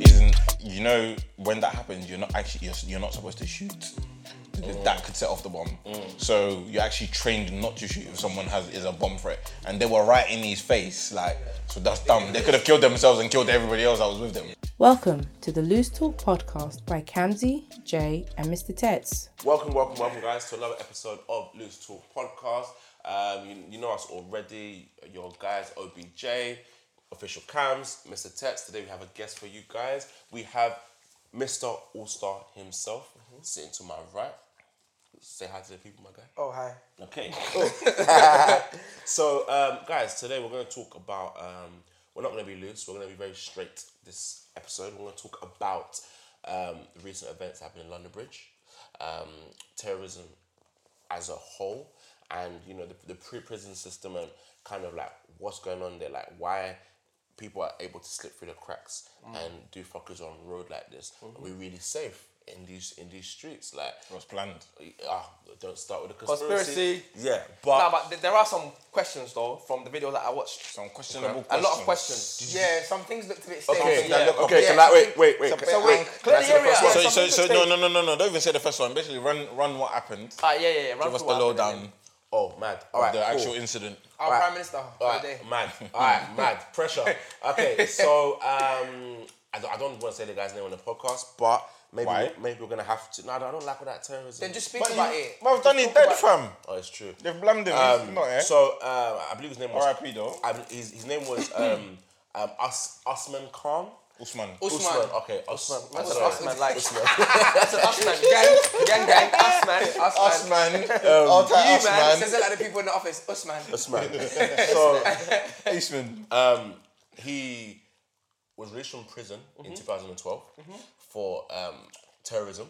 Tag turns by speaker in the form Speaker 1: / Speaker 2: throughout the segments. Speaker 1: Isn't you know when that happens, you're not actually you're, you're not supposed to shoot. That could set off the bomb. So you're actually trained not to shoot if someone has is a bomb threat, and they were right in his face. Like so, that's dumb. They could have killed themselves and killed everybody else that was with them.
Speaker 2: Welcome to the Loose Talk podcast by Kamzi, Jay, and Mr. Tets.
Speaker 3: Welcome, welcome, welcome, guys, to another episode of Loose Talk Podcast. Um, you, you know us already, your guys, OBJ, official cams, Mr. Tex. Today we have a guest for you guys. We have Mr. All Star himself sitting to my right. Say hi to the people, my guy.
Speaker 4: Oh hi.
Speaker 3: Okay. so, um, guys, today we're going to talk about. Um, we're not going to be loose. We're going to be very straight this episode. We're going to talk about um, the recent events that happened in London Bridge, um, terrorism as a whole, and you know the, the pre-prison system and kind of like what's going on there, like why people are able to slip through the cracks
Speaker 4: Mm.
Speaker 3: and do fuckers on road like this.
Speaker 4: Mm-hmm.
Speaker 3: Are we really safe in these in these streets? Like,
Speaker 1: It was planned.
Speaker 3: ah, don't start with the
Speaker 4: Conspiracy.
Speaker 3: Yeah,
Speaker 4: Nah, but th- there are some questions though from the videos that I watched.
Speaker 1: Some questionable.
Speaker 4: A lot
Speaker 1: questions.
Speaker 4: of questions. Yeah, some things looked a bit stale.
Speaker 3: Okay,
Speaker 4: yeah.
Speaker 3: okay, okay, can I- wait, wait, wait,
Speaker 4: some-
Speaker 3: can-
Speaker 4: so
Speaker 3: wait,
Speaker 4: wait,
Speaker 3: can I
Speaker 4: clear
Speaker 3: see
Speaker 4: the
Speaker 3: the
Speaker 4: area.
Speaker 3: first one?
Speaker 1: So,
Speaker 4: some
Speaker 1: so,
Speaker 4: things
Speaker 1: so
Speaker 4: looked
Speaker 1: no,
Speaker 4: stale.
Speaker 1: no, no, no, no. Don't even say the first one. Basically, run, run what happened.
Speaker 4: Ah, yeah, yeah, yeah. Run
Speaker 1: Give us
Speaker 4: through
Speaker 1: the
Speaker 4: what happened
Speaker 1: lowdown.
Speaker 4: then.
Speaker 3: Oh, mad. All right,
Speaker 1: The
Speaker 3: cool.
Speaker 1: actual incident.
Speaker 4: Our
Speaker 3: Alright.
Speaker 4: prime minister.
Speaker 3: Alright,
Speaker 4: today.
Speaker 3: mad. All right, mad. Pressure. Okay, so um, I don't, I don't want to say the guy's name on the podcast, but maybe
Speaker 1: Why?
Speaker 3: maybe we're gonna have to. No, I don't- I don't like all that terrorism.
Speaker 4: Then just speak
Speaker 1: But
Speaker 4: about
Speaker 1: you-
Speaker 4: it.
Speaker 1: Well, Danny's
Speaker 4: Talk
Speaker 1: dead,
Speaker 4: about-
Speaker 1: fam.
Speaker 3: Oh, it's true.
Speaker 1: They've blamed him.
Speaker 3: Um,
Speaker 1: He's not here.
Speaker 3: So uh, I believe his name was.
Speaker 1: R.I.P. though.
Speaker 3: I, bel- his, his name was um, um, Us, Usman Khan.
Speaker 1: Usman.
Speaker 4: Usman.
Speaker 3: Okay, Us-
Speaker 4: Usman.
Speaker 3: I
Speaker 4: What's
Speaker 3: don't know.
Speaker 4: Usman like?
Speaker 3: Usman.
Speaker 4: That's an us man. Gang, gang, gang. Us man. Us, man.
Speaker 1: Usman. All
Speaker 4: You
Speaker 1: time
Speaker 4: man.
Speaker 1: Usman.
Speaker 4: Says it like the people in the office. Us man.
Speaker 3: Usman. so.
Speaker 1: Usman.
Speaker 3: Um, he was released from prison in 2012 for um, terrorism.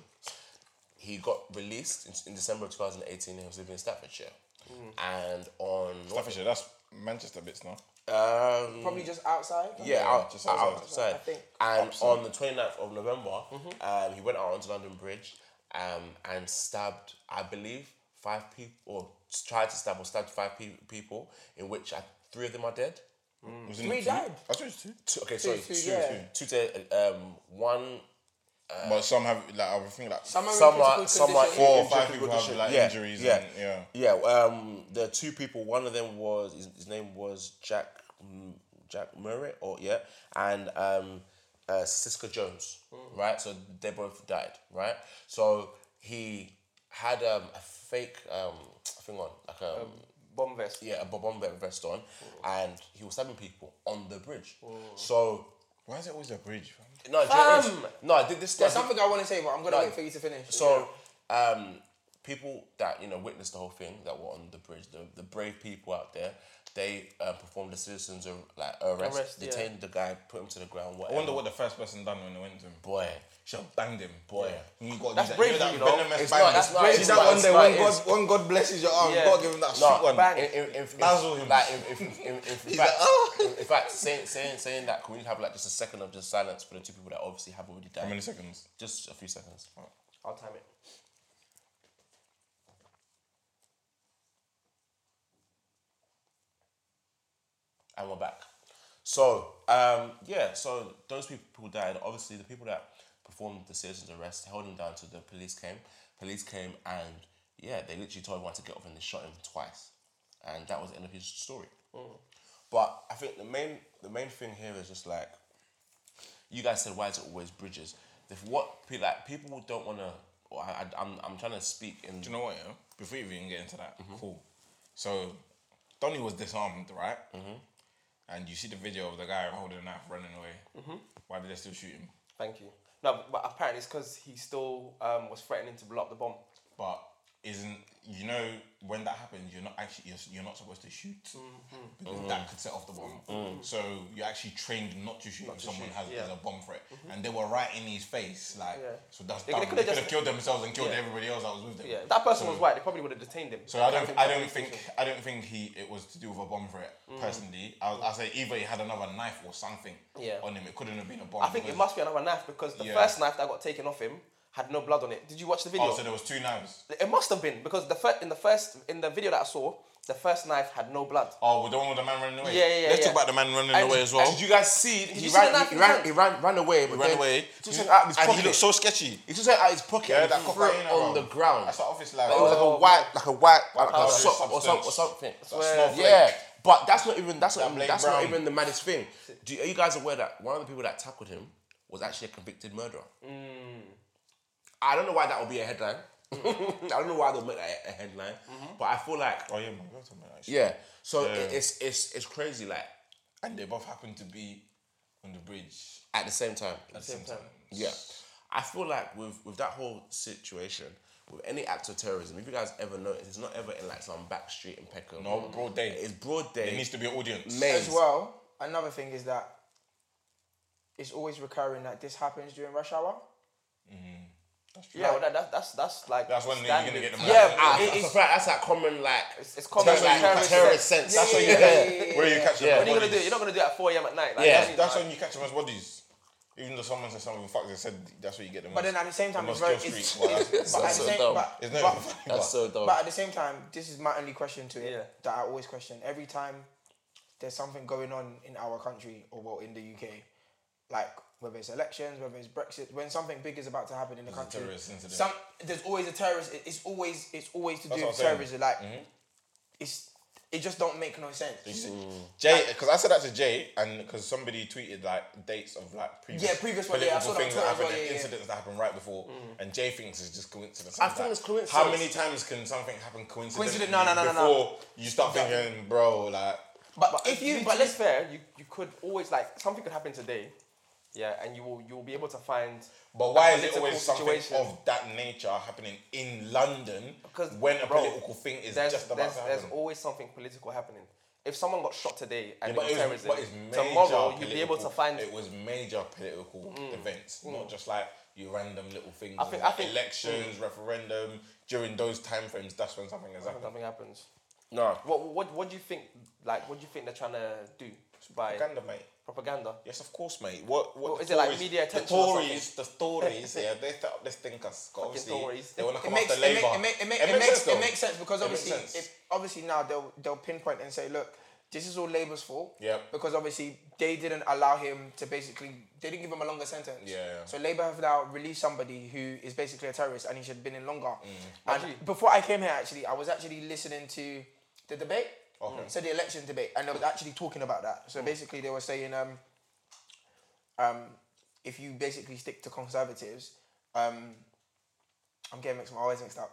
Speaker 3: He got released in, in December of 2018. He was living in Staffordshire. And on
Speaker 1: Staffordshire, that's Manchester bits now.
Speaker 3: um,
Speaker 4: Probably just outside.
Speaker 3: yeah, out,
Speaker 1: just
Speaker 3: out-
Speaker 1: outside.
Speaker 3: outside.
Speaker 4: I think.
Speaker 3: And on the 29th of November, um, he went out onto London Bridge um, and stabbed, I believe, five people, or tried to stab or stabbed five pe- people, in which I, three of them are dead.
Speaker 1: Was in
Speaker 4: Three
Speaker 1: the-
Speaker 4: died.
Speaker 1: I thought it was two.
Speaker 3: Two, okay, sorry,
Speaker 4: two,
Speaker 3: two,
Speaker 4: yeah.
Speaker 3: two, to, um, one
Speaker 1: But some have, like, I would think, like,
Speaker 4: Some are in
Speaker 3: Some
Speaker 4: critical
Speaker 3: are- some are-
Speaker 4: condition.
Speaker 1: four or
Speaker 3: injury
Speaker 1: five people have,
Speaker 3: condition.
Speaker 1: like,
Speaker 3: Yeah,
Speaker 1: injuries.
Speaker 3: yeah.
Speaker 1: And, yeah.
Speaker 3: Yeah, um, the two people. One of them was his, his name was Jack M- Jack Murray, or yeah, and um, uh, Cisco Jones,
Speaker 4: Mm.
Speaker 3: right? So they both died, right? So he had um, a fake um, thing on, like a
Speaker 4: Um, Bomb vest.
Speaker 3: yeah, a bomb vest on,
Speaker 4: Mm.
Speaker 3: and he was stabbing people on the bridge. So
Speaker 1: Why is it always a bridge, fam?
Speaker 3: no, do you know what it is?
Speaker 4: Fam!
Speaker 3: no, thi- this
Speaker 4: There's something I want to say, but I'm gonna
Speaker 3: No.
Speaker 4: wait for you to finish.
Speaker 3: So, um, people that you know witnessed the whole thing that were on the bridge, the, the brave people out there, they uh, performed the citizens ar- like arrest,
Speaker 4: Arrest, yeah.
Speaker 3: detained the guy, put him to the ground.
Speaker 1: I
Speaker 3: Whatever.
Speaker 1: wonder what the first person done when they went to him.
Speaker 3: boy.
Speaker 1: Should have banged him.
Speaker 3: Boy.
Speaker 1: You got
Speaker 4: That's
Speaker 1: that,
Speaker 4: bravery,
Speaker 1: you
Speaker 4: you
Speaker 1: know,
Speaker 4: know.
Speaker 1: that venomous
Speaker 3: It's
Speaker 1: bang.
Speaker 3: not- that's not-
Speaker 1: See
Speaker 3: it's
Speaker 1: that
Speaker 3: not-
Speaker 1: one
Speaker 3: it's
Speaker 1: day
Speaker 3: not-
Speaker 1: when
Speaker 3: it's-
Speaker 1: God, when God blesses your arm,
Speaker 4: Yeah.
Speaker 1: God give him that
Speaker 3: No,
Speaker 1: sweet one.
Speaker 4: bang.
Speaker 3: in, in, in, in,
Speaker 1: Basil him.
Speaker 3: Like, in, in, in, in, in fact,
Speaker 1: like, "Ah."
Speaker 3: in, in fact, saying, saying, saying that, can we have like just a second of just silence for the two people that obviously have already died?
Speaker 1: How many seconds?
Speaker 3: Just a few seconds.
Speaker 4: I'll time it.
Speaker 3: and we're back. So um, yeah, so those people died. Obviously, the people that performed the citizen's arrest held him down till the police came. Police came and yeah, they literally told everyone to get off and they shot him twice, and that was the end of his story. But I think the main the main thing here is just like you guys said, why is it always bridges? If what pe- like people don't want to. Well, I, I, I'm, I'm trying to speak in.
Speaker 1: Do you know what? Yeah? Before you even get into that, cool. So, Donny was disarmed, right? Mm-hmm. And you see the video of the guy holding a knife running away. Mm-hmm. Why did they still shoot him?
Speaker 4: Thank you. No, but apparently it's because he still um, was threatening to blow up the bomb.
Speaker 1: But isn't you know when that happens, you're not actually you're, you're not supposed to shoot
Speaker 4: Mm-hmm.
Speaker 1: because that could set off the bomb. So you're actually trained not to shoot if someone has
Speaker 4: yeah. Mm-hmm.
Speaker 1: has a bomb threat, and they were right in his face, like
Speaker 4: Yeah.
Speaker 1: so that's
Speaker 4: They
Speaker 1: dumb. They,
Speaker 4: could've
Speaker 1: could have
Speaker 4: just-
Speaker 1: killed themselves and killed
Speaker 4: Yeah.
Speaker 1: everybody else that was with them.
Speaker 4: Yeah, if that person was white. They probably would have detained him.
Speaker 1: Hmm. So I don't, I don't
Speaker 4: Can't
Speaker 1: think, I don't think he it was to do with a bomb threat.
Speaker 3: Mm.
Speaker 1: Personally, I, I say either he had another knife or something
Speaker 4: Yeah.
Speaker 1: on him. It couldn't have been a bomb.
Speaker 4: I think it
Speaker 1: because-
Speaker 4: must be another knife because the
Speaker 1: Yeah.
Speaker 4: first knife that got taken off him had no blood on it. Did you watch the video?
Speaker 1: Oh, so there was two knives.
Speaker 4: it must have been because the fir- in the first in the video that I saw, the first knife had no blood.
Speaker 1: Oh, with the one with the man running away.
Speaker 4: Yeah, yeah, yeah,
Speaker 1: Let's
Speaker 4: yeah.
Speaker 1: talk about the man running
Speaker 4: And-
Speaker 1: away as well.
Speaker 4: and
Speaker 3: Did you guys see? He
Speaker 4: you see the
Speaker 3: ran.
Speaker 4: knife
Speaker 3: he,
Speaker 4: in
Speaker 3: ran
Speaker 4: hand?
Speaker 3: he ran. Ran away. But
Speaker 1: He ran
Speaker 3: then
Speaker 1: away.
Speaker 3: He took something out of his
Speaker 1: and he
Speaker 3: pocket.
Speaker 1: looked so sketchy.
Speaker 3: He took something out of his pocket.
Speaker 1: Yeah,
Speaker 3: and
Speaker 1: that
Speaker 3: threw
Speaker 1: cocaine
Speaker 3: it on
Speaker 1: around.
Speaker 3: the ground. Oh,
Speaker 1: That's an office lab.
Speaker 3: it was like a white, like a white, like a
Speaker 1: powdery
Speaker 3: sock or, some, or
Speaker 1: substance.
Speaker 3: something.
Speaker 1: That's snowflake.
Speaker 3: Yeah, but that's not even that's
Speaker 1: That
Speaker 3: not,
Speaker 1: Blake
Speaker 3: that's
Speaker 1: Brown.
Speaker 3: not even the maddest thing. Do you, are you guys aware that one of the people that tackled him was actually a convicted murderer?
Speaker 1: Mm.
Speaker 3: I don't know why that would be a headline. I don't know why they'll make that a a headline, but I feel like
Speaker 1: Oh yeah, man. you're talking about that shit.
Speaker 3: yeah. So
Speaker 1: Yeah.
Speaker 3: It, it's it's it's crazy. Like
Speaker 1: And they both happened to be on the bridge
Speaker 3: at the same time,
Speaker 1: at the same time.
Speaker 3: Yeah, I feel like with with that whole situation, with any act of terrorism, if you guys ever notice, it's not ever in like some back street in Peckham.
Speaker 1: No, broad day.
Speaker 3: it's broad day.
Speaker 1: There needs to be an audience.
Speaker 3: Mate.
Speaker 5: as well, another thing is that it's always recurring that this happens during rush hour.
Speaker 1: That's true.
Speaker 4: Yeah, well, that, that, that's that's like
Speaker 1: That's when you're
Speaker 4: standard.
Speaker 1: gonna get the man.
Speaker 4: yeah. but
Speaker 3: Ah, that's, a fact, that's that common like
Speaker 4: It's, it's common
Speaker 3: That's like
Speaker 4: terrorist
Speaker 3: terrorist
Speaker 4: sense.
Speaker 3: sense.
Speaker 5: Yeah,
Speaker 3: That's what
Speaker 5: yeah,
Speaker 3: you
Speaker 5: yeah,
Speaker 3: hear.
Speaker 5: yeah, yeah,
Speaker 1: Where
Speaker 5: yeah.
Speaker 1: you catch
Speaker 3: Yeah.
Speaker 1: the
Speaker 4: What are you gonna do?
Speaker 1: bodies.
Speaker 4: You're not gonna do it at 4 a.m. at night. Like,
Speaker 3: Yeah.
Speaker 4: that's,
Speaker 1: That's
Speaker 4: like,
Speaker 1: when you catch them as bodies. Even though someone said something fucked, they said that's where you get the most.
Speaker 5: But then at the same time,
Speaker 1: the
Speaker 5: it's
Speaker 1: most
Speaker 5: very.
Speaker 1: kill
Speaker 5: It's,
Speaker 1: streak. Well, that's-
Speaker 5: it's- but, at the
Speaker 3: that's so
Speaker 5: same,
Speaker 3: dumb.
Speaker 5: but,
Speaker 1: It's
Speaker 5: but-
Speaker 1: not even funny.
Speaker 3: That's
Speaker 1: That's
Speaker 3: so dumb.
Speaker 5: but at the same time, this is my only question to it
Speaker 4: Yeah.
Speaker 5: that I always question. Every time there's something going on in our country or well in the UK, like whether it's elections, whether it's Brexit, when something big is about to happen in the
Speaker 1: a
Speaker 5: country,
Speaker 1: terrorist incident.
Speaker 5: some there's always a terrorist. it- It's always it's always to do
Speaker 1: what
Speaker 5: with
Speaker 1: I'm saying. Mm-hmm.
Speaker 5: terrorism. Like it's it just don't make no sense.
Speaker 1: Jay, because I said that to Jay, and because somebody tweeted like dates of like previous,
Speaker 5: Yeah, previous one, yeah, I saw that on
Speaker 1: things that
Speaker 5: Twitter
Speaker 1: happened,
Speaker 5: as well,
Speaker 1: and
Speaker 5: yeah, Mm. yeah.
Speaker 1: incidents that happened right before, and Jay thinks it's just coincidence.
Speaker 3: I
Speaker 1: I'm
Speaker 3: think
Speaker 1: like,
Speaker 3: it's coincidence.
Speaker 1: How many times can something happen coincidentally
Speaker 5: Coincident- no, no, no, no, no.
Speaker 1: before you start thinking, bro, like
Speaker 5: But,
Speaker 4: But
Speaker 5: if you
Speaker 4: but let's fair, you, you could always like something could happen today, yeah, and you will you will be able to find.
Speaker 1: But
Speaker 4: a
Speaker 1: why is it
Speaker 4: political
Speaker 1: always something
Speaker 4: situation.
Speaker 1: of that nature happening in London
Speaker 4: Because,
Speaker 1: when a
Speaker 4: bro,
Speaker 1: political thing is
Speaker 4: There's,
Speaker 1: just about
Speaker 4: there's,
Speaker 1: to
Speaker 4: there's
Speaker 1: happen?
Speaker 4: always something political happening. If someone got shot today
Speaker 1: Yeah,
Speaker 4: and
Speaker 1: but
Speaker 4: it
Speaker 1: it
Speaker 4: was
Speaker 1: was,
Speaker 4: terrorism,
Speaker 1: but it's major
Speaker 4: tomorrow you'll be able to
Speaker 1: political-
Speaker 4: find. Mm.
Speaker 1: it was major political events, not just like your random little things.
Speaker 4: I think-
Speaker 1: like
Speaker 4: I think- Mm.
Speaker 1: elections, referendum during those time frames. That's when something has happened.
Speaker 4: Something happens.
Speaker 3: no,
Speaker 4: What, what what do you think? Like, what do you think they're trying to do by
Speaker 1: Propaganda, mate.
Speaker 4: propaganda?
Speaker 1: Yes, of course, mate. What, what
Speaker 4: Well,
Speaker 1: the
Speaker 4: is it like media
Speaker 1: The
Speaker 4: attention or something?
Speaker 1: Tories, the Tories, yeah, they set up this thing because obviously
Speaker 4: Tories.
Speaker 1: they want to
Speaker 5: it
Speaker 1: come
Speaker 5: makes
Speaker 1: after
Speaker 5: it, make,
Speaker 1: Labour.
Speaker 5: it, make, it, make,
Speaker 1: It
Speaker 5: it, makes
Speaker 1: though.
Speaker 5: it makes sense because
Speaker 1: It makes
Speaker 5: obviously
Speaker 1: sense.
Speaker 5: If, obviously now they'll they'll pinpoint and say look this is all Labour's fault
Speaker 1: Yep.
Speaker 5: because obviously they didn't allow him to basically they didn't give him a longer sentence
Speaker 1: Yeah.
Speaker 5: so Labour have now released somebody who is basically a terrorist and he should have been in longer
Speaker 1: Mm.
Speaker 5: and
Speaker 4: Actually-
Speaker 5: before I came here actually I was actually listening to the debate
Speaker 1: Okay. Mm.
Speaker 5: so the election debate and they was actually talking about that so basically they were saying um um if you basically stick to conservatives um I'm getting mixed, my always mixed up.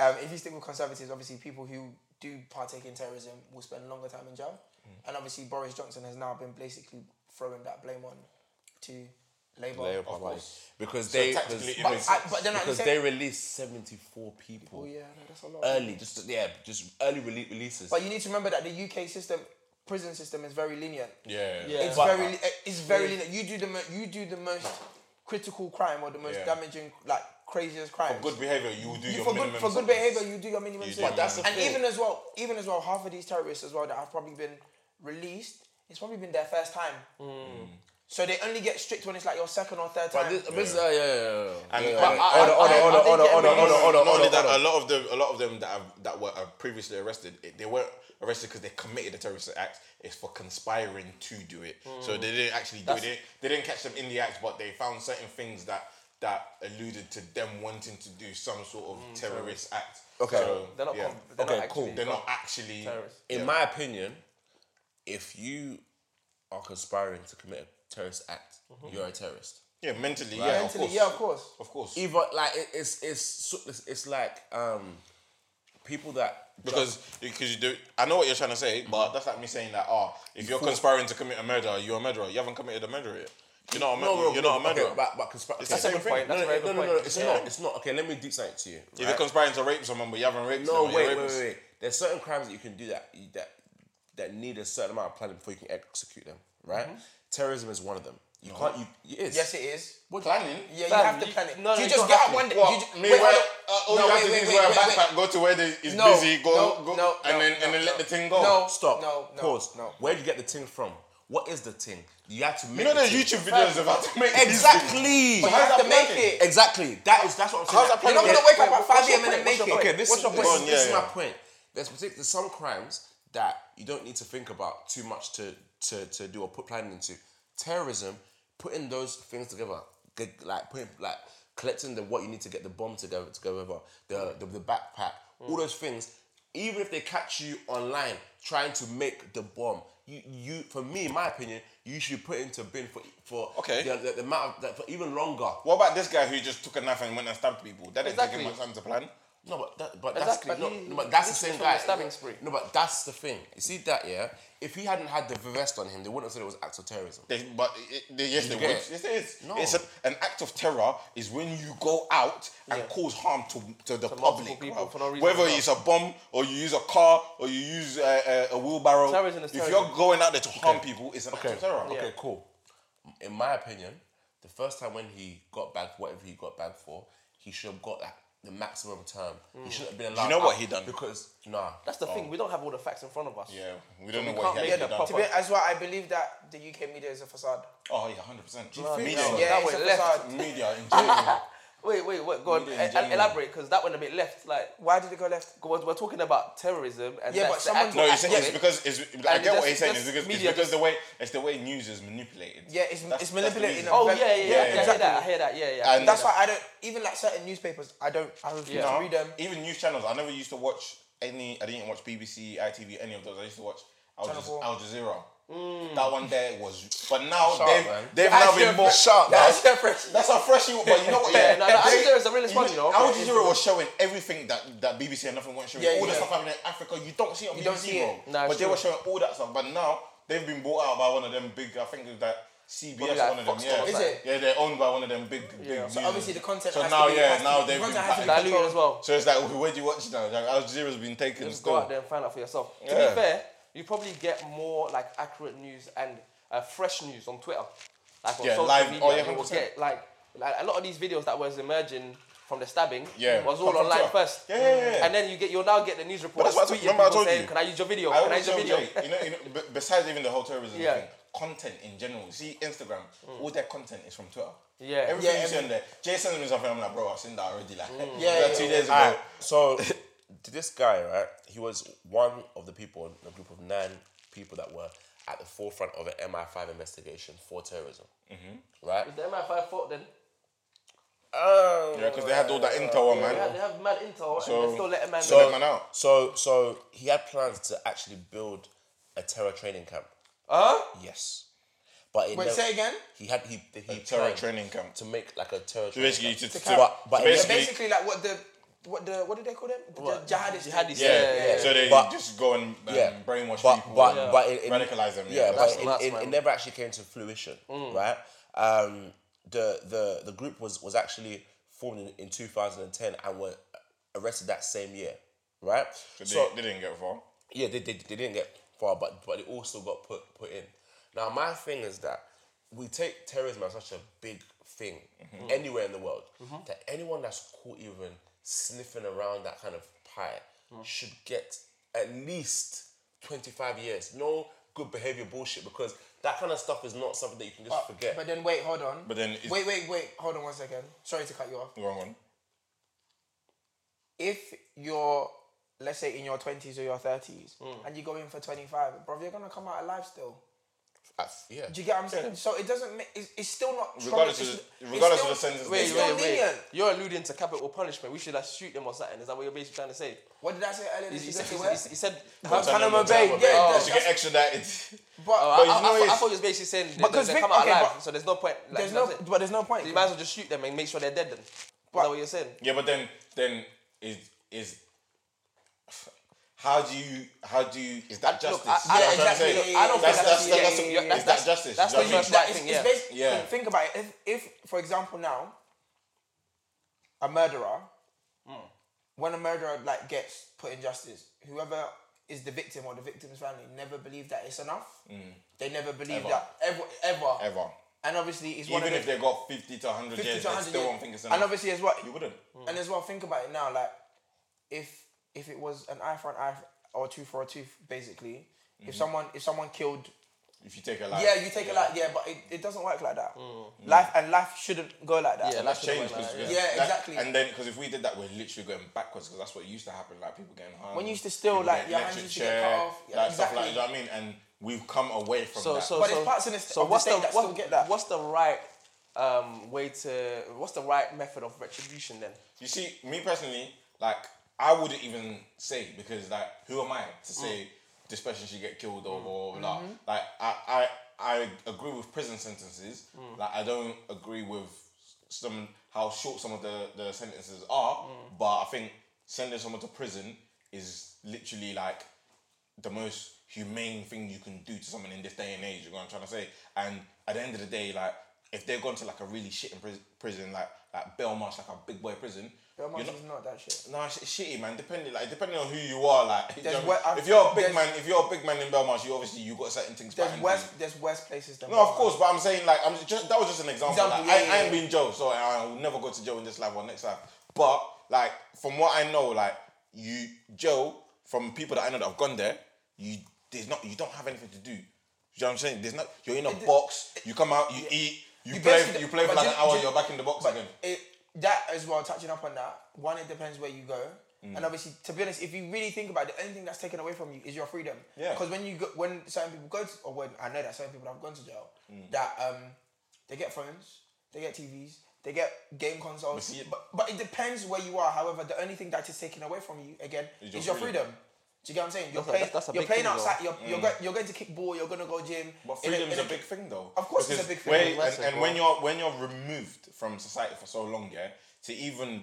Speaker 5: Um, if you stick with conservatives, obviously people who do partake in terrorism will spend longer time in jail, and obviously Boris Johnson has now been basically throwing that blame on to Labour. Oh,
Speaker 3: Labour
Speaker 1: Of
Speaker 3: Party.
Speaker 1: course.
Speaker 3: because they
Speaker 1: tactically
Speaker 3: because,
Speaker 1: it
Speaker 3: but-
Speaker 1: makes
Speaker 5: I- but then at the
Speaker 3: because
Speaker 5: same-
Speaker 3: they released seventy four people
Speaker 5: Oh yeah, no, that's a lot.
Speaker 3: early. Just yeah, just early rele- releases.
Speaker 5: but you need to remember that the UK system, prison system, is very lenient.
Speaker 1: Yeah.
Speaker 4: Yeah.
Speaker 5: It's
Speaker 4: But-
Speaker 5: very, li- it's very lenient. You do the mo- you do the most critical crime or the most
Speaker 1: Yeah.
Speaker 5: damaging, like craziest crime.
Speaker 1: Good behavior, you will do
Speaker 5: You-
Speaker 1: your
Speaker 5: for good
Speaker 1: minimum.
Speaker 5: for
Speaker 1: sentence.
Speaker 5: good behavior, you do your minimum
Speaker 1: You do your
Speaker 5: sentence.
Speaker 1: That's the
Speaker 5: and
Speaker 1: minimum.
Speaker 5: even as well, even as well, half of these terrorists as well that have probably been released, it's probably been their first time.
Speaker 1: Mm.
Speaker 5: So they only get strict when it's like your second or third
Speaker 3: But
Speaker 5: time.
Speaker 3: this, this- uh, yeah, yeah, yeah.
Speaker 1: And-
Speaker 3: yeah,
Speaker 1: but
Speaker 3: yeah.
Speaker 1: I-
Speaker 3: Order,
Speaker 1: I-
Speaker 3: order,
Speaker 1: I-
Speaker 3: order,
Speaker 1: I think
Speaker 3: order,
Speaker 1: they're
Speaker 3: order,
Speaker 1: really-
Speaker 3: order, order,
Speaker 1: Not only
Speaker 3: order,
Speaker 1: that, a
Speaker 3: order.
Speaker 1: lot of them, a lot of them that have, that were uh, previously arrested, it, they weren't arrested because they committed a terrorist act. It's for conspiring to do it. So they didn't actually do it. They didn't catch them in the act, but they found certain things that that alluded to them wanting to do some sort of terrorist act.
Speaker 3: Okay.
Speaker 1: So,
Speaker 4: Mm, They're not.
Speaker 1: yeah.
Speaker 4: com- they're
Speaker 3: Okay,
Speaker 4: not
Speaker 3: cool.
Speaker 4: actually-
Speaker 1: They're not actually.
Speaker 4: Terrorists.
Speaker 3: In my opinion, if you are conspiring to commit a terrorist act, you're a terrorist.
Speaker 1: Yeah, mentally. Yeah,
Speaker 5: Mentally,
Speaker 1: of course.
Speaker 5: yeah, of course.
Speaker 1: Of course.
Speaker 3: Even like it, it's it's so- it's- it's like um people that
Speaker 1: Because because you do, I know what you're trying to say, but that's like me saying that. Oh, if you're conspiring to commit a murder, you're a murderer. You haven't committed a murder yet. You're not a murderer. you're not a murderer.
Speaker 3: Okay, but, but conspire, okay.
Speaker 1: That's a good
Speaker 4: point,
Speaker 3: No,
Speaker 4: that's a
Speaker 3: no,
Speaker 4: very
Speaker 3: no,
Speaker 4: good
Speaker 3: no, no,
Speaker 4: point.
Speaker 3: It's
Speaker 4: Yeah.
Speaker 3: not. It's not. Okay, let me do something to you.
Speaker 1: if
Speaker 3: right?
Speaker 1: you're conspiring to rape someone, but you haven't raped
Speaker 3: No,
Speaker 1: them, you're
Speaker 3: wait, wait,
Speaker 1: a
Speaker 3: wait,
Speaker 1: rapist.
Speaker 3: wait. There's certain crimes that you can do that that that need a certain amount of planning before you can execute them, right? Terrorism is one of them. You can't. You it is.
Speaker 5: yes, it is.
Speaker 1: Planning.
Speaker 5: Yeah, you
Speaker 4: Fam,
Speaker 5: have to
Speaker 4: you-
Speaker 5: plan it. Do
Speaker 4: no, no,
Speaker 5: you
Speaker 4: you
Speaker 5: just
Speaker 4: don't
Speaker 5: get up
Speaker 4: have to.
Speaker 5: one day.
Speaker 1: What?
Speaker 5: do you ju-
Speaker 1: Me,
Speaker 5: wait,
Speaker 1: where-
Speaker 5: hold
Speaker 1: uh, all you
Speaker 5: on. No,
Speaker 1: have
Speaker 5: wait,
Speaker 1: to
Speaker 5: wait,
Speaker 1: do is
Speaker 5: wait,
Speaker 1: wear a
Speaker 5: wait, wait.
Speaker 1: backpack, go to where they, it's
Speaker 5: No,
Speaker 1: busy, go,
Speaker 5: no,
Speaker 1: go,
Speaker 5: no,
Speaker 1: and
Speaker 5: no,
Speaker 1: then, and
Speaker 5: no,
Speaker 1: then let
Speaker 5: no.
Speaker 1: the thing go.
Speaker 5: No.
Speaker 3: Stop.
Speaker 5: No, no,
Speaker 3: Pause.
Speaker 5: no.
Speaker 3: Where do you get the thing from? What is the thing? You have to make.
Speaker 1: You know
Speaker 3: the
Speaker 1: there's
Speaker 3: thing.
Speaker 1: YouTube videos of how to make these things.
Speaker 3: Exactly.
Speaker 1: So
Speaker 5: You
Speaker 1: how's
Speaker 5: have
Speaker 1: that
Speaker 5: to make
Speaker 1: working?
Speaker 5: it.
Speaker 3: Exactly. That is that's what I'm saying.
Speaker 1: How's that
Speaker 5: You're not
Speaker 1: Wait,
Speaker 5: gonna wake up
Speaker 4: wait,
Speaker 5: at
Speaker 4: what's
Speaker 5: 5
Speaker 4: your
Speaker 5: a.m. and then make
Speaker 4: point? What's
Speaker 5: it.
Speaker 4: your point?
Speaker 3: Okay, this
Speaker 4: What's
Speaker 3: is
Speaker 4: your
Speaker 3: this,
Speaker 1: point?
Speaker 3: is-
Speaker 1: Yeah,
Speaker 3: this is my
Speaker 1: yeah.
Speaker 3: point. There's partic- there's some crimes that you don't need to think about too much to to, to do or put planning into. Terrorism, putting those things together, g- like putting like collecting the what you need to get the bomb together together, the the, the backpack, all those things. Even if they catch you online trying to make the bomb, you you for me, in my opinion, you should put into bin for for
Speaker 1: Okay.
Speaker 3: the, the, the amount of, that for even longer.
Speaker 1: What about this guy who just took a knife and went and stabbed people? That didn't
Speaker 4: Exactly.
Speaker 1: take him much time to plan.
Speaker 3: No, but that, but
Speaker 4: Exactly.
Speaker 3: that's but,
Speaker 4: He-
Speaker 3: no, no, but that's the
Speaker 4: this
Speaker 3: same
Speaker 4: is from the
Speaker 3: guy.
Speaker 4: stabbing spree.
Speaker 3: No, but that's the thing. You see that, yeah? If he hadn't had the vest on him, they wouldn't have said it was acts of terrorism.
Speaker 1: They, but it, they, yes, they would.
Speaker 3: You get it?
Speaker 1: Yes, it is.
Speaker 3: No.
Speaker 1: It's a, an act of terror is when you go out and
Speaker 4: Yeah.
Speaker 1: cause harm to, to the
Speaker 4: multiple
Speaker 1: public.
Speaker 4: people
Speaker 1: bro.
Speaker 4: for no reason
Speaker 1: Whether
Speaker 4: at all.
Speaker 1: it's a bomb or you use a car or you use uh, a, a, a wheelbarrow,
Speaker 4: Terrorism is
Speaker 1: if
Speaker 4: terrorism.
Speaker 1: you're going out there to harm people, it's an act of terror.
Speaker 3: Okay, cool. In my opinion, the first time when he got bagged, whatever he got bagged for, he should have got that, the maximum return. He shouldn't have been allowed.
Speaker 1: know what
Speaker 3: out
Speaker 1: he done?
Speaker 3: Because nah.
Speaker 4: Mm. That's the thing. We don't have all the facts in front of us.
Speaker 1: Oh. Yeah, we don't know
Speaker 4: we
Speaker 1: what
Speaker 4: can't
Speaker 1: he actually
Speaker 4: make it a
Speaker 1: done.
Speaker 4: proper-
Speaker 5: To be- That's why I believe that the UK media is a facade.
Speaker 1: Oh yeah, hundred percent.
Speaker 4: think
Speaker 1: Media,
Speaker 4: so?
Speaker 5: Yeah,
Speaker 4: that
Speaker 5: it's
Speaker 4: way
Speaker 5: a
Speaker 4: left.
Speaker 5: facade.
Speaker 1: media in general.
Speaker 4: Wait, wait, wait. Go on.
Speaker 1: Media in
Speaker 4: e-
Speaker 1: general.
Speaker 4: elaborate, because that went a bit left. Like,
Speaker 5: Why did it go left?
Speaker 4: we're, we're talking about terrorism, and
Speaker 5: Yeah,
Speaker 4: that's
Speaker 5: but
Speaker 4: the
Speaker 5: someone-
Speaker 4: actual
Speaker 1: No, it's,
Speaker 4: act of
Speaker 1: it's
Speaker 4: it.
Speaker 1: because it's, I
Speaker 4: And
Speaker 1: get
Speaker 4: that's-
Speaker 1: what he's saying.
Speaker 4: that's
Speaker 1: It's because, it's
Speaker 4: media
Speaker 1: because
Speaker 4: just-
Speaker 1: the way it's the way news is manipulated.
Speaker 5: Yeah, it's- it's
Speaker 1: the
Speaker 5: manipulated
Speaker 1: reason.
Speaker 5: in a
Speaker 4: Oh
Speaker 5: very-
Speaker 4: yeah, yeah, yeah.
Speaker 5: Yeah,
Speaker 4: I hear
Speaker 5: exactly.
Speaker 4: that. I hear that. Yeah, yeah. I
Speaker 1: And
Speaker 4: hear
Speaker 5: That's
Speaker 4: that.
Speaker 5: why I don't even like certain newspapers. I don't. I refuse
Speaker 4: Yeah.
Speaker 5: to read them.
Speaker 1: Even news channels, I never used to watch any. I didn't watch BBC, ITV, any of those. I used to watch Al,
Speaker 5: Channel
Speaker 1: Jaze-
Speaker 5: four.
Speaker 1: Al Jazeera. That one there was, but now
Speaker 3: Sharp,
Speaker 1: they've,
Speaker 3: man.
Speaker 1: they've now been more.
Speaker 5: sharp. That's different.
Speaker 1: That's how fresh you. But you know what? Yeah,
Speaker 4: no, no, Al Jazeera's the realest one, you know,
Speaker 1: Al
Speaker 4: but it's-
Speaker 1: Jazeera was showing everything that, that BBC and nothing weren't showing.
Speaker 5: Yeah,
Speaker 1: all the
Speaker 5: yeah.
Speaker 1: stuff happening in Africa, you don't see it on
Speaker 5: You
Speaker 1: BBC,
Speaker 5: don't see
Speaker 1: bro.
Speaker 5: it.
Speaker 4: Nah,
Speaker 1: but
Speaker 4: it's
Speaker 1: they
Speaker 4: true.
Speaker 1: were showing all that stuff. But now they've been bought out by one of them big. I think it was that. CBS,
Speaker 4: like
Speaker 1: one of them,
Speaker 4: Foxtel
Speaker 1: yeah,
Speaker 4: or
Speaker 5: Is something. it?
Speaker 1: yeah, they're owned by one of them big, big.
Speaker 4: Yeah.
Speaker 1: news-
Speaker 5: So obviously the content.
Speaker 1: So
Speaker 5: has
Speaker 1: now,
Speaker 5: to be,
Speaker 1: yeah,
Speaker 5: has to-
Speaker 1: now
Speaker 5: the
Speaker 1: they've been
Speaker 5: content has to be
Speaker 1: packaged.
Speaker 4: Diluted as well.
Speaker 1: So it's like, where do you watch now? Like, Al Jazeera's been taken
Speaker 4: Just
Speaker 1: still.
Speaker 4: go out there and find out for yourself. To
Speaker 1: Yeah.
Speaker 4: be fair, you probably get more like accurate news and uh, fresh news on Twitter, like on
Speaker 1: Yeah,
Speaker 4: social
Speaker 1: live-
Speaker 4: media.
Speaker 1: oh, yeah,
Speaker 4: you will
Speaker 1: 100%.
Speaker 4: get like, like a lot of these videos that was emerging from the stabbing
Speaker 1: Yeah.
Speaker 4: was all
Speaker 1: Come from
Speaker 4: online
Speaker 1: Twitter.
Speaker 4: first.
Speaker 1: Yeah, yeah, yeah, yeah.
Speaker 4: And then you get you'll now get the news reports.
Speaker 1: that's what I told-
Speaker 4: tweeting
Speaker 1: remember I
Speaker 4: people
Speaker 1: told
Speaker 4: saying,
Speaker 1: you.
Speaker 4: Can I use your video?
Speaker 1: I
Speaker 4: Can I
Speaker 1: always
Speaker 4: use your
Speaker 1: tell
Speaker 4: video?
Speaker 1: Jay, you know, you know b- besides even the whole terrorism
Speaker 4: Yeah.
Speaker 1: thing, content in general. See Instagram, all their content is from Twitter.
Speaker 4: Yeah.
Speaker 1: everything
Speaker 5: Yeah,
Speaker 1: you see on there. Jay sends me something. I'm like, bro, I've seen that already. Like,
Speaker 5: Yeah,
Speaker 1: like
Speaker 5: yeah,
Speaker 1: two
Speaker 5: yeah.
Speaker 1: days ago.
Speaker 3: Alright, so this guy, right? He was one of the people in a group of nine people that were at the forefront of an MI5 investigation for terrorism. Mm-hmm. Right?
Speaker 4: Is the MI5 fault then?
Speaker 3: Um,
Speaker 1: Yeah, because they had all that intel on,
Speaker 4: They have,
Speaker 1: man.
Speaker 4: they have mad intel and they still let a man.
Speaker 1: So, man out.
Speaker 3: So, so he had plans to actually build a terror training camp.
Speaker 4: huh?
Speaker 3: Yes, but it
Speaker 5: Wait,
Speaker 3: never-
Speaker 5: say again?
Speaker 3: He had he he
Speaker 1: terror
Speaker 3: planned
Speaker 1: training camp.
Speaker 3: to make like a terror.
Speaker 1: So basically, you
Speaker 3: training
Speaker 1: to,
Speaker 3: camp.
Speaker 1: to,
Speaker 3: But- but
Speaker 1: so
Speaker 3: it-
Speaker 5: Yeah,
Speaker 1: basically,
Speaker 5: basically like what the what the what did they call them?
Speaker 4: What?
Speaker 5: The jihadists.
Speaker 4: Jihadists.
Speaker 1: yeah,
Speaker 4: Yeah, yeah,
Speaker 1: So they
Speaker 3: But-
Speaker 1: just go and um, brainwash
Speaker 3: but,
Speaker 1: people,
Speaker 3: But,
Speaker 1: and
Speaker 3: but it, it,
Speaker 1: radicalize them.
Speaker 3: Yeah,
Speaker 1: that's what-
Speaker 3: but
Speaker 4: nuts,
Speaker 3: it, it,
Speaker 4: man.
Speaker 3: it never actually came to fruition, right? Um, the the the group was was actually formed in, in 2010 and were arrested that same year, right?
Speaker 1: so they, they didn't get far.
Speaker 3: yeah, they, they, they didn't get far, but but it also got put put in. Now my thing is that we take terrorism as such a big thing anywhere in the world that anyone that's caught even sniffing around that kind of pie should get at least twenty five years. No good behavior bullshit because that kind of stuff is not something that you can just forget.
Speaker 5: But then wait, hold on.
Speaker 1: But then it's-
Speaker 5: wait, wait, wait, hold on one second. Sorry to cut you off.
Speaker 1: Go on, man.
Speaker 5: If you're let's say in your twenties or your thirties
Speaker 1: Hmm.
Speaker 5: and you go in for twenty five, bro, you're gonna come out alive still.
Speaker 3: I- yeah.
Speaker 5: Do you get what I'm saying? So it doesn't make it's, it's still not strong-
Speaker 1: Regardless
Speaker 5: it's-
Speaker 1: of the-
Speaker 5: it's
Speaker 1: regardless of
Speaker 5: still-
Speaker 1: the sentence
Speaker 5: it's
Speaker 1: they-
Speaker 5: still
Speaker 1: Wait,
Speaker 5: lenient.
Speaker 4: You're alluding to capital punishment. We should like shoot them or something. Is that what you're basically trying to say?
Speaker 5: What did I say earlier?
Speaker 4: He,
Speaker 5: This
Speaker 4: he
Speaker 5: is
Speaker 4: said,
Speaker 5: just
Speaker 4: he,
Speaker 5: a
Speaker 4: said-
Speaker 5: word.
Speaker 4: he said
Speaker 5: Guantanamo
Speaker 1: Guantanamo
Speaker 5: Bay,
Speaker 1: Bay.
Speaker 5: yeah,
Speaker 4: Oh.
Speaker 5: that's-
Speaker 1: Just to get extradited.
Speaker 5: but
Speaker 4: Oh, I,
Speaker 1: you
Speaker 4: I-
Speaker 1: know
Speaker 4: I- I
Speaker 1: it's-
Speaker 4: thought he was basically saying they,
Speaker 5: Because
Speaker 4: they
Speaker 5: Vic-
Speaker 4: come out
Speaker 5: okay,
Speaker 4: alive,
Speaker 5: but
Speaker 4: so there's no point. Like,
Speaker 5: there's no
Speaker 4: that's it.
Speaker 5: but there's no point.
Speaker 4: So you might as well just shoot them and make sure they're dead then. Is that what you're saying?
Speaker 1: Yeah, but then then is is how do you how do you is that
Speaker 4: Look,
Speaker 1: justice?
Speaker 4: I- I-
Speaker 1: You know what I'm trying
Speaker 5: exactly.
Speaker 1: to say?
Speaker 5: Look, I don't
Speaker 1: that's that's,
Speaker 5: think that's-
Speaker 1: that's,
Speaker 5: yeah, yeah,
Speaker 1: is
Speaker 5: yeah,
Speaker 1: that
Speaker 4: that's-
Speaker 1: justice?
Speaker 4: that's
Speaker 1: Do you
Speaker 4: the
Speaker 1: know what I
Speaker 4: first
Speaker 1: mean?
Speaker 4: right
Speaker 5: it's,
Speaker 4: thing,
Speaker 5: it's
Speaker 4: yeah.
Speaker 5: basically
Speaker 1: Yeah.
Speaker 5: think about it. If, if for example now, a murderer,
Speaker 1: Mm.
Speaker 5: when a murderer like gets put in justice, whoever is the victim or the victim's family never believe that it's enough. They never believe
Speaker 1: Mm. Ever.
Speaker 5: that ever, ever,
Speaker 1: Ever.
Speaker 5: And obviously, it's one
Speaker 1: Even
Speaker 5: of
Speaker 1: if
Speaker 5: the
Speaker 1: they got fifty to hundred
Speaker 5: 50
Speaker 1: years,
Speaker 5: to
Speaker 1: they
Speaker 5: 100
Speaker 1: still
Speaker 5: years.
Speaker 1: won't think it's enough.
Speaker 5: And obviously, as well,
Speaker 1: you wouldn't.
Speaker 5: and as well, think about it now. Like, if if
Speaker 1: Mm-hmm.
Speaker 5: it was an eye for an eye f- or a tooth for a tooth, basically, if someone if someone killed
Speaker 1: If you take a life.
Speaker 5: yeah, you take a lot. Yeah, but it, it doesn't work like that. Life and life shouldn't go like that.
Speaker 4: Yeah,
Speaker 1: That's
Speaker 4: life shouldn't
Speaker 1: changed.
Speaker 4: work
Speaker 1: Cause,
Speaker 4: like
Speaker 5: that. Yeah,
Speaker 1: that-
Speaker 5: exactly.
Speaker 1: And then, because if we did that, we're literally going backwards because that's what used to happen. Like people getting harmed.
Speaker 5: When you used to steal,
Speaker 1: people
Speaker 5: like,
Speaker 1: getting
Speaker 5: your hands
Speaker 1: electric
Speaker 5: used to get cut
Speaker 1: chair,
Speaker 5: off. Yeah,
Speaker 1: like stuff like
Speaker 5: exactly.
Speaker 1: you know what I mean. And we've come away from
Speaker 4: So,
Speaker 1: that.
Speaker 4: so,
Speaker 5: But
Speaker 4: so,
Speaker 5: it's parts in the-
Speaker 4: so
Speaker 5: of the
Speaker 4: what's
Speaker 5: state that
Speaker 4: what-
Speaker 5: still get that.
Speaker 4: What's the right um, way to? What's the right method of retribution then?
Speaker 1: You see, me personally, like I wouldn't even say because like who am I to say this person should get killed or blah blah blah. Like I, I I agree with prison sentences. Like I don't agree with some how short some of the, the sentences are, but I think sending someone to prison is literally like the most humane thing you can do to someone in this day and age. You know what I'm trying to say? And at the end of the day, like if they're gone to like a really shit in prison, prison like like Belmarsh, like a big boy prison.
Speaker 5: Belmarsh
Speaker 1: you're not-
Speaker 5: is not that shit.
Speaker 1: Nah, it's it's shitty, man. Depending, like, depending on who you are, like, you know
Speaker 5: There's
Speaker 1: what I mean?
Speaker 5: we-
Speaker 1: if you're a big
Speaker 5: there's-
Speaker 1: man, if you're a big man in Belmarsh, you obviously you got certain things.
Speaker 5: There's
Speaker 1: patterned
Speaker 5: worse.
Speaker 1: in.
Speaker 5: There's worse places than.
Speaker 1: No, of course, but I'm saying like I'm just that was just an example.
Speaker 5: Example,
Speaker 1: like,
Speaker 5: yeah,
Speaker 1: I, I
Speaker 5: yeah,
Speaker 1: ain't been jail, so I will never go to jail in this life or next life. But like from what I know, like you jail from people that I know that have gone there, you there's not you don't have anything to do. You know what I'm saying? There's not you're in a box. You come out, you eat, you,
Speaker 5: You
Speaker 1: play,
Speaker 5: basically-
Speaker 1: you play for
Speaker 5: but
Speaker 1: like an
Speaker 5: do-
Speaker 1: hour,
Speaker 5: do-
Speaker 1: you're back in the box
Speaker 5: But
Speaker 1: again.
Speaker 5: it, that as well, touching up on that, one, it depends where you go.
Speaker 1: Mm.
Speaker 5: And obviously, to be honest, if you really think about it, the only thing that's taken away from you is your freedom.
Speaker 1: Yeah.
Speaker 5: Because when you go, when certain people go to, or when I know that certain people have gone to jail,
Speaker 1: Mm.
Speaker 5: that um, they get phones, they get TVs, they get game consoles.
Speaker 1: see-
Speaker 5: But, but it depends where you are. However, the only thing that is taken away from you again is
Speaker 1: your
Speaker 5: your, freedom. Do you get what I'm saying? You're
Speaker 4: That's a-
Speaker 5: playing,
Speaker 4: that's a
Speaker 5: you're
Speaker 4: big
Speaker 5: playing
Speaker 4: thing, though.
Speaker 5: outside. You're, you're, go, you're going to kick ball. You're going to go gym.
Speaker 1: Mm. But
Speaker 5: in
Speaker 1: freedom's
Speaker 5: in
Speaker 1: a big thing, though.
Speaker 5: Of course it's a
Speaker 1: Because
Speaker 5: big thing.
Speaker 1: where- and,
Speaker 4: Massive,
Speaker 1: and when
Speaker 4: bro.
Speaker 1: you're when you're removed from society for so long, yeah, to even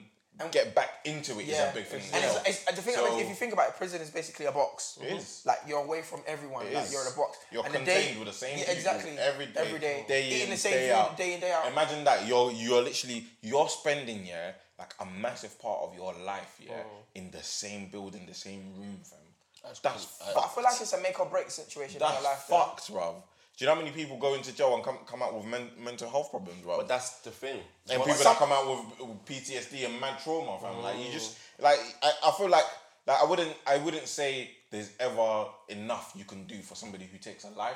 Speaker 1: get back into it is
Speaker 5: Yeah.
Speaker 1: a big thing. as
Speaker 5: And
Speaker 1: well.
Speaker 5: it's, it's, and the thing
Speaker 1: So-
Speaker 5: about it, if you think about it, prison is basically a box.
Speaker 1: It is.
Speaker 5: Like you're away from everyone.
Speaker 1: It
Speaker 5: like
Speaker 1: is.
Speaker 5: you're in a box.
Speaker 1: You're
Speaker 5: and the
Speaker 1: contained
Speaker 5: day-
Speaker 1: with the same
Speaker 5: yeah,
Speaker 1: people
Speaker 5: exactly
Speaker 1: every day,
Speaker 5: every day,
Speaker 1: day
Speaker 5: eating
Speaker 1: in,
Speaker 5: the same
Speaker 1: day
Speaker 5: food
Speaker 1: out.
Speaker 5: day in day out.
Speaker 1: Imagine that you're you're literally you're spending yeah like a massive part of your life yeah in the same building, the same room, fam. That's,
Speaker 5: but I
Speaker 1: fucked.
Speaker 5: feel like it's a make or break situation in
Speaker 1: That's
Speaker 5: your life. though.
Speaker 1: fucked, bruv. Do you know how many people go into jail and come, come out with men, mental health problems, bruv?
Speaker 3: But that's the thing.
Speaker 1: and
Speaker 3: But
Speaker 1: people
Speaker 3: some-
Speaker 1: that come out with, with PTSD and mad trauma, fam. Like you just like I, I feel like like I wouldn't I wouldn't say there's ever enough you can do for somebody who takes a life,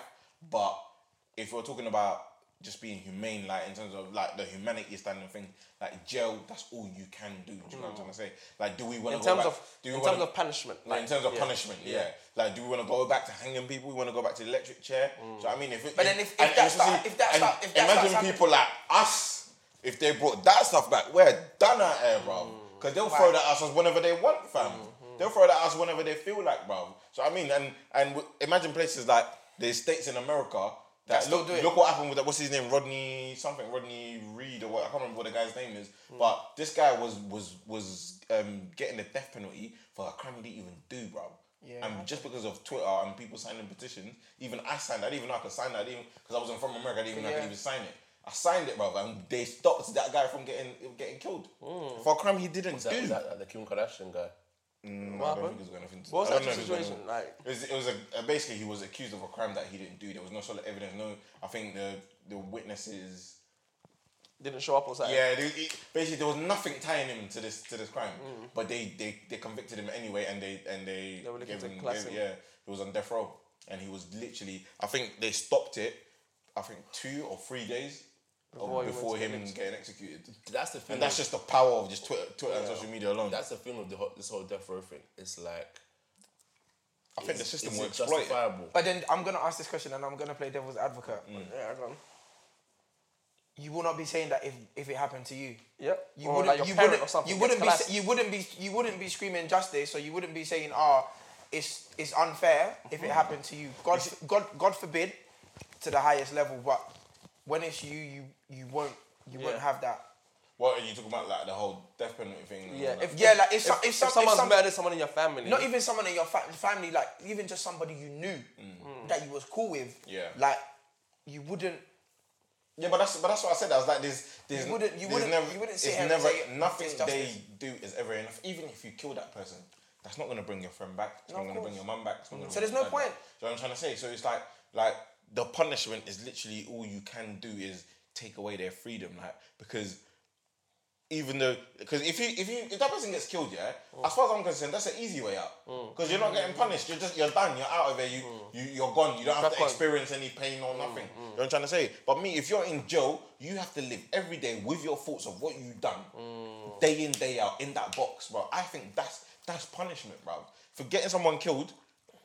Speaker 1: but if we're talking about just being humane, like in terms of like the humanity standard thing, like jail, that's all you can do. Do you know what I'm trying to say? Like, do we want
Speaker 4: In terms
Speaker 1: back,
Speaker 4: of
Speaker 1: do
Speaker 4: in
Speaker 1: we
Speaker 4: terms
Speaker 1: wanna-
Speaker 4: of punishment,
Speaker 1: like, in terms of
Speaker 4: yeah.
Speaker 1: punishment, yeah. Like, do we want to go back to hanging people? We want to go back to the electric chair. So I mean, if it,
Speaker 5: But then if- if
Speaker 1: and-
Speaker 5: that
Speaker 1: and
Speaker 5: start-
Speaker 1: especially-
Speaker 5: if that
Speaker 1: and
Speaker 5: start- if that
Speaker 1: imagine
Speaker 5: starts
Speaker 1: people like us, if they brought that stuff back, we're done out here, bro.
Speaker 5: Mm.
Speaker 1: Because they'll throw that at us whenever they want, fam.
Speaker 5: Mm-hmm.
Speaker 1: They'll throw that at us whenever they feel like, bro. So I mean, and and w- imagine places like the states in America. That
Speaker 5: still
Speaker 1: look,
Speaker 5: do it.
Speaker 1: look what happened with that. What's his name? Rodney something. Rodney Reed or what? I can't remember what the guy's name is.
Speaker 5: Mm.
Speaker 1: But this guy was was was um, getting the death penalty for a crime he didn't even do, bro.
Speaker 5: Yeah.
Speaker 1: And just because of Twitter and people signing petitions, even I signed. I didn't even know I could sign that. I didn't because I wasn't from America. I didn't even know I could
Speaker 5: Yeah.
Speaker 1: even sign it. I signed it, bro, and they stopped that guy from getting getting killed
Speaker 4: Hmm.
Speaker 1: for a crime he didn't
Speaker 3: that,
Speaker 1: do.
Speaker 3: was that, that the Kim Kardashian guy.
Speaker 1: No, I don't think it's got anything to
Speaker 4: What was
Speaker 1: I
Speaker 4: that
Speaker 1: don't know if it's got
Speaker 4: situation
Speaker 1: anything-
Speaker 4: like?
Speaker 1: It was, it was a, a- basically he was accused of a crime that he didn't do. There was no solid evidence. No, I think the the witnesses.
Speaker 4: Didn't show up or something.
Speaker 1: Yeah, they, it, basically there was nothing tying him to this to this crime, but they, they they convicted him anyway, and they and they,
Speaker 4: Hmm. They were looking to
Speaker 1: him
Speaker 4: class him.
Speaker 1: yeah he was on death row, and he was literally I think they stopped it, I think two or three days before,
Speaker 4: Before he went
Speaker 1: before
Speaker 4: to
Speaker 1: him
Speaker 4: get ex-
Speaker 1: getting executed,
Speaker 3: That's the thing.
Speaker 1: and that's just
Speaker 3: with-
Speaker 1: the power of just Twitter, Twitter and
Speaker 3: Yeah.
Speaker 1: social media alone.
Speaker 3: that's the thing with the whole, this whole death row thing. It's like
Speaker 1: I think the
Speaker 3: is-
Speaker 1: system
Speaker 3: is
Speaker 1: will
Speaker 3: it
Speaker 1: exploit it.
Speaker 3: justifiable.
Speaker 5: But then I'm gonna ask this question and I'm gonna play devil's advocate.
Speaker 1: Mm.
Speaker 4: yeah, go on.
Speaker 5: You will not be saying that if, if it happened to you.
Speaker 4: Yep.
Speaker 5: You
Speaker 4: Or
Speaker 5: wouldn't.
Speaker 4: like your
Speaker 5: you
Speaker 4: parent
Speaker 5: wouldn't.
Speaker 4: or something
Speaker 5: you wouldn't be.
Speaker 4: gets
Speaker 5: You wouldn't be. You wouldn't be screaming justice. So you wouldn't be saying, "Ah, it's it's unfair if
Speaker 1: Mm.
Speaker 5: it happened to you." God, God, God forbid, to the highest level. But when it's you, you you won't you
Speaker 4: Yeah.
Speaker 5: won't have that.
Speaker 1: What are you talking about? Like the whole death penalty thing? and all
Speaker 4: Yeah,
Speaker 1: that?
Speaker 4: if,
Speaker 5: Yeah, like, if some- if some- if
Speaker 4: someone's
Speaker 5: some-
Speaker 4: murdered someone in your family,
Speaker 5: Not even someone in your fa- family, like even just somebody you knew that you was cool with.
Speaker 1: Mm. Yeah.
Speaker 5: Like you wouldn't.
Speaker 1: Yeah, but that's but that's what I said. I was like, there's, there's
Speaker 5: You wouldn't- you
Speaker 1: there's
Speaker 5: wouldn't-
Speaker 1: never,
Speaker 5: you wouldn't sit
Speaker 1: it's
Speaker 5: here and
Speaker 1: never
Speaker 5: say,
Speaker 1: nothing
Speaker 5: "It's justice."
Speaker 1: they do is ever enough. Even if you kill that person, that's not gonna bring your friend back. It's
Speaker 5: No,
Speaker 1: not
Speaker 5: of
Speaker 1: gonna bring your
Speaker 5: course.
Speaker 1: mum back. It's not gonna
Speaker 5: So
Speaker 1: bring
Speaker 5: there's
Speaker 1: your dad
Speaker 5: no
Speaker 1: back. Do
Speaker 5: point.
Speaker 1: you know what I'm trying to say? So it's like like the punishment is literally all you can do is take away their freedom, like because even though because if you if you if that person gets killed, yeah, as far as I'm concerned, that's an easy way out because you're not getting punished. You're just you're done. You're out of there. You you you're gone. You don't have
Speaker 4: Back
Speaker 1: to
Speaker 4: on.
Speaker 1: experience any pain or nothing. You know what I'm trying to say? But me, if you're in jail, you have to live every day with your thoughts of what you've done, day in day out in that box, bro. I think that's that's punishment, bro. For getting someone killed.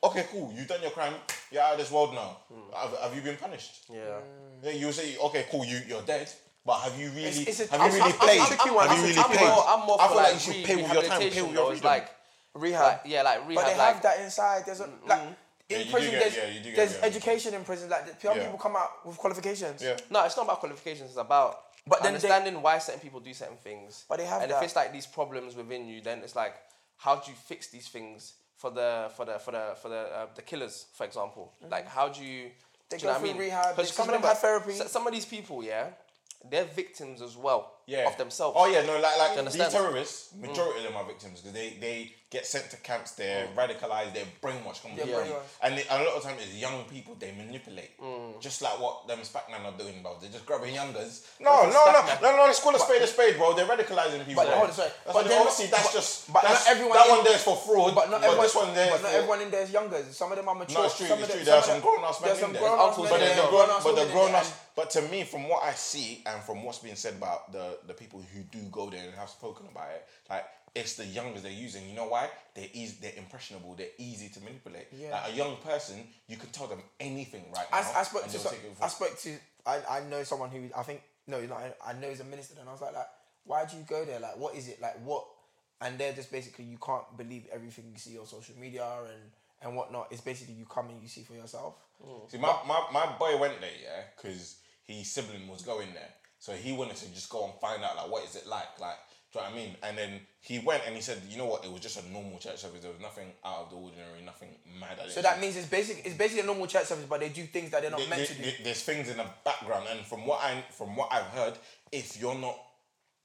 Speaker 1: Okay, cool. You've done your crime. You're out of this world now. Have, have you been punished?
Speaker 4: Yeah.
Speaker 1: Yeah, you say, okay, cool, you you're dead, but have you really
Speaker 5: it's a-
Speaker 1: have you
Speaker 5: I'm-
Speaker 1: really
Speaker 5: I'm-
Speaker 1: played?
Speaker 5: I'm- I'm-
Speaker 1: have you really
Speaker 4: I'm
Speaker 1: played?
Speaker 4: More, I'm more
Speaker 1: I
Speaker 4: for
Speaker 1: feel
Speaker 4: like,
Speaker 1: like you should
Speaker 4: re-
Speaker 1: pay with your time, pay
Speaker 4: rehabilitation,
Speaker 1: with your
Speaker 4: though. It's
Speaker 1: freedom.
Speaker 4: Like,
Speaker 5: Rehab.
Speaker 4: like, yeah, like rehab.
Speaker 5: But they
Speaker 4: like,
Speaker 5: have that inside. There's a, like
Speaker 1: Yeah,
Speaker 5: in
Speaker 1: you do
Speaker 5: prison.
Speaker 1: get-
Speaker 5: there's
Speaker 1: yeah, you do get
Speaker 5: there's
Speaker 1: rehab.
Speaker 5: education in prison. Like the- some
Speaker 1: Yeah.
Speaker 5: people come out with qualifications.
Speaker 1: Yeah.
Speaker 4: No, it's not about qualifications. It's about
Speaker 5: But then they-
Speaker 4: understanding why certain people do certain things.
Speaker 5: But they have
Speaker 4: and
Speaker 5: that.
Speaker 4: if it's like these problems within you, then it's like, how do you fix these things for the for the for the for the uh, the killers, for example? Like, how do you?
Speaker 5: Mm-hmm. They
Speaker 4: do you know
Speaker 5: go
Speaker 4: what I
Speaker 5: through
Speaker 4: mean?
Speaker 5: rehab,
Speaker 4: 'Cause-
Speaker 5: they-
Speaker 4: 'cause
Speaker 5: some of them
Speaker 4: remember,
Speaker 5: have therapy.
Speaker 4: s- Some of these people, yeah, they're victims as well
Speaker 1: yeah.
Speaker 4: of themselves.
Speaker 1: Oh yeah, no, like like these
Speaker 4: understand?
Speaker 1: terrorists, majority of them are victims because they they get sent to camps, they're radicalized, they're brainwashed completely,
Speaker 5: brainwashed.
Speaker 1: and, they, and a lot of times it's young people they manipulate, just like what them Spackman are doing, bro. They're just grabbing youngers. No, no, no,
Speaker 4: Spackman.
Speaker 1: no, no. Let's call a spade a spade, bro. They're radicalizing people.
Speaker 5: But hold on, sorry.
Speaker 1: That's
Speaker 5: But
Speaker 1: what-
Speaker 5: they're-
Speaker 1: obviously that's
Speaker 5: but-
Speaker 1: just
Speaker 5: but not
Speaker 1: that's,
Speaker 5: everyone
Speaker 1: that
Speaker 5: in-
Speaker 1: one there's for fraud,
Speaker 5: But not everyone.
Speaker 1: this one there.
Speaker 5: but not
Speaker 1: for-
Speaker 5: everyone in there is younger. Some of them are mature.
Speaker 1: No, it's true.
Speaker 5: Some
Speaker 1: It's
Speaker 5: of
Speaker 1: true.
Speaker 5: them,
Speaker 1: There are
Speaker 5: some
Speaker 1: some
Speaker 5: of
Speaker 1: grown ass men
Speaker 5: there's
Speaker 1: in
Speaker 5: some
Speaker 1: there.
Speaker 5: grown-ass
Speaker 1: But
Speaker 5: men
Speaker 1: there's
Speaker 5: in
Speaker 1: the
Speaker 5: there,
Speaker 1: grown
Speaker 5: grown-ass
Speaker 1: But the
Speaker 5: women in
Speaker 1: grown
Speaker 5: there,
Speaker 1: ups. But to me, from what I see and from what's being said about the the people who do go there and have spoken about it, like. It's the youngers they're using. You know why? They're easy. They're impressionable. They're easy to manipulate.
Speaker 5: Yeah.
Speaker 1: Like a young person, you can tell them anything right now.
Speaker 5: I, I spoke
Speaker 1: Oh, and
Speaker 5: to
Speaker 1: they'll
Speaker 5: some,
Speaker 1: take it for-
Speaker 5: I spoke to I, I know someone who I think no he's not, I- I know he's a minister and I was like like why do you go there like what is it like what and they're just basically you can't believe everything you see on social media and and whatnot it's basically you come and you see for yourself
Speaker 1: See, my, my, my boy went there, yeah, because his sibling was going there. So he wanted to just go and find out, like, what is it like? Like, do you know what I mean? And then he went and he said, you know what? It was just a normal church service. There was nothing out of the ordinary, nothing mad at it.
Speaker 5: so that means it's basic it's basically a normal church service but they do things that they're not
Speaker 1: There-
Speaker 5: meant
Speaker 1: there-
Speaker 5: to do
Speaker 1: there- there's things in the background, and from what I from what I've heard, if you're not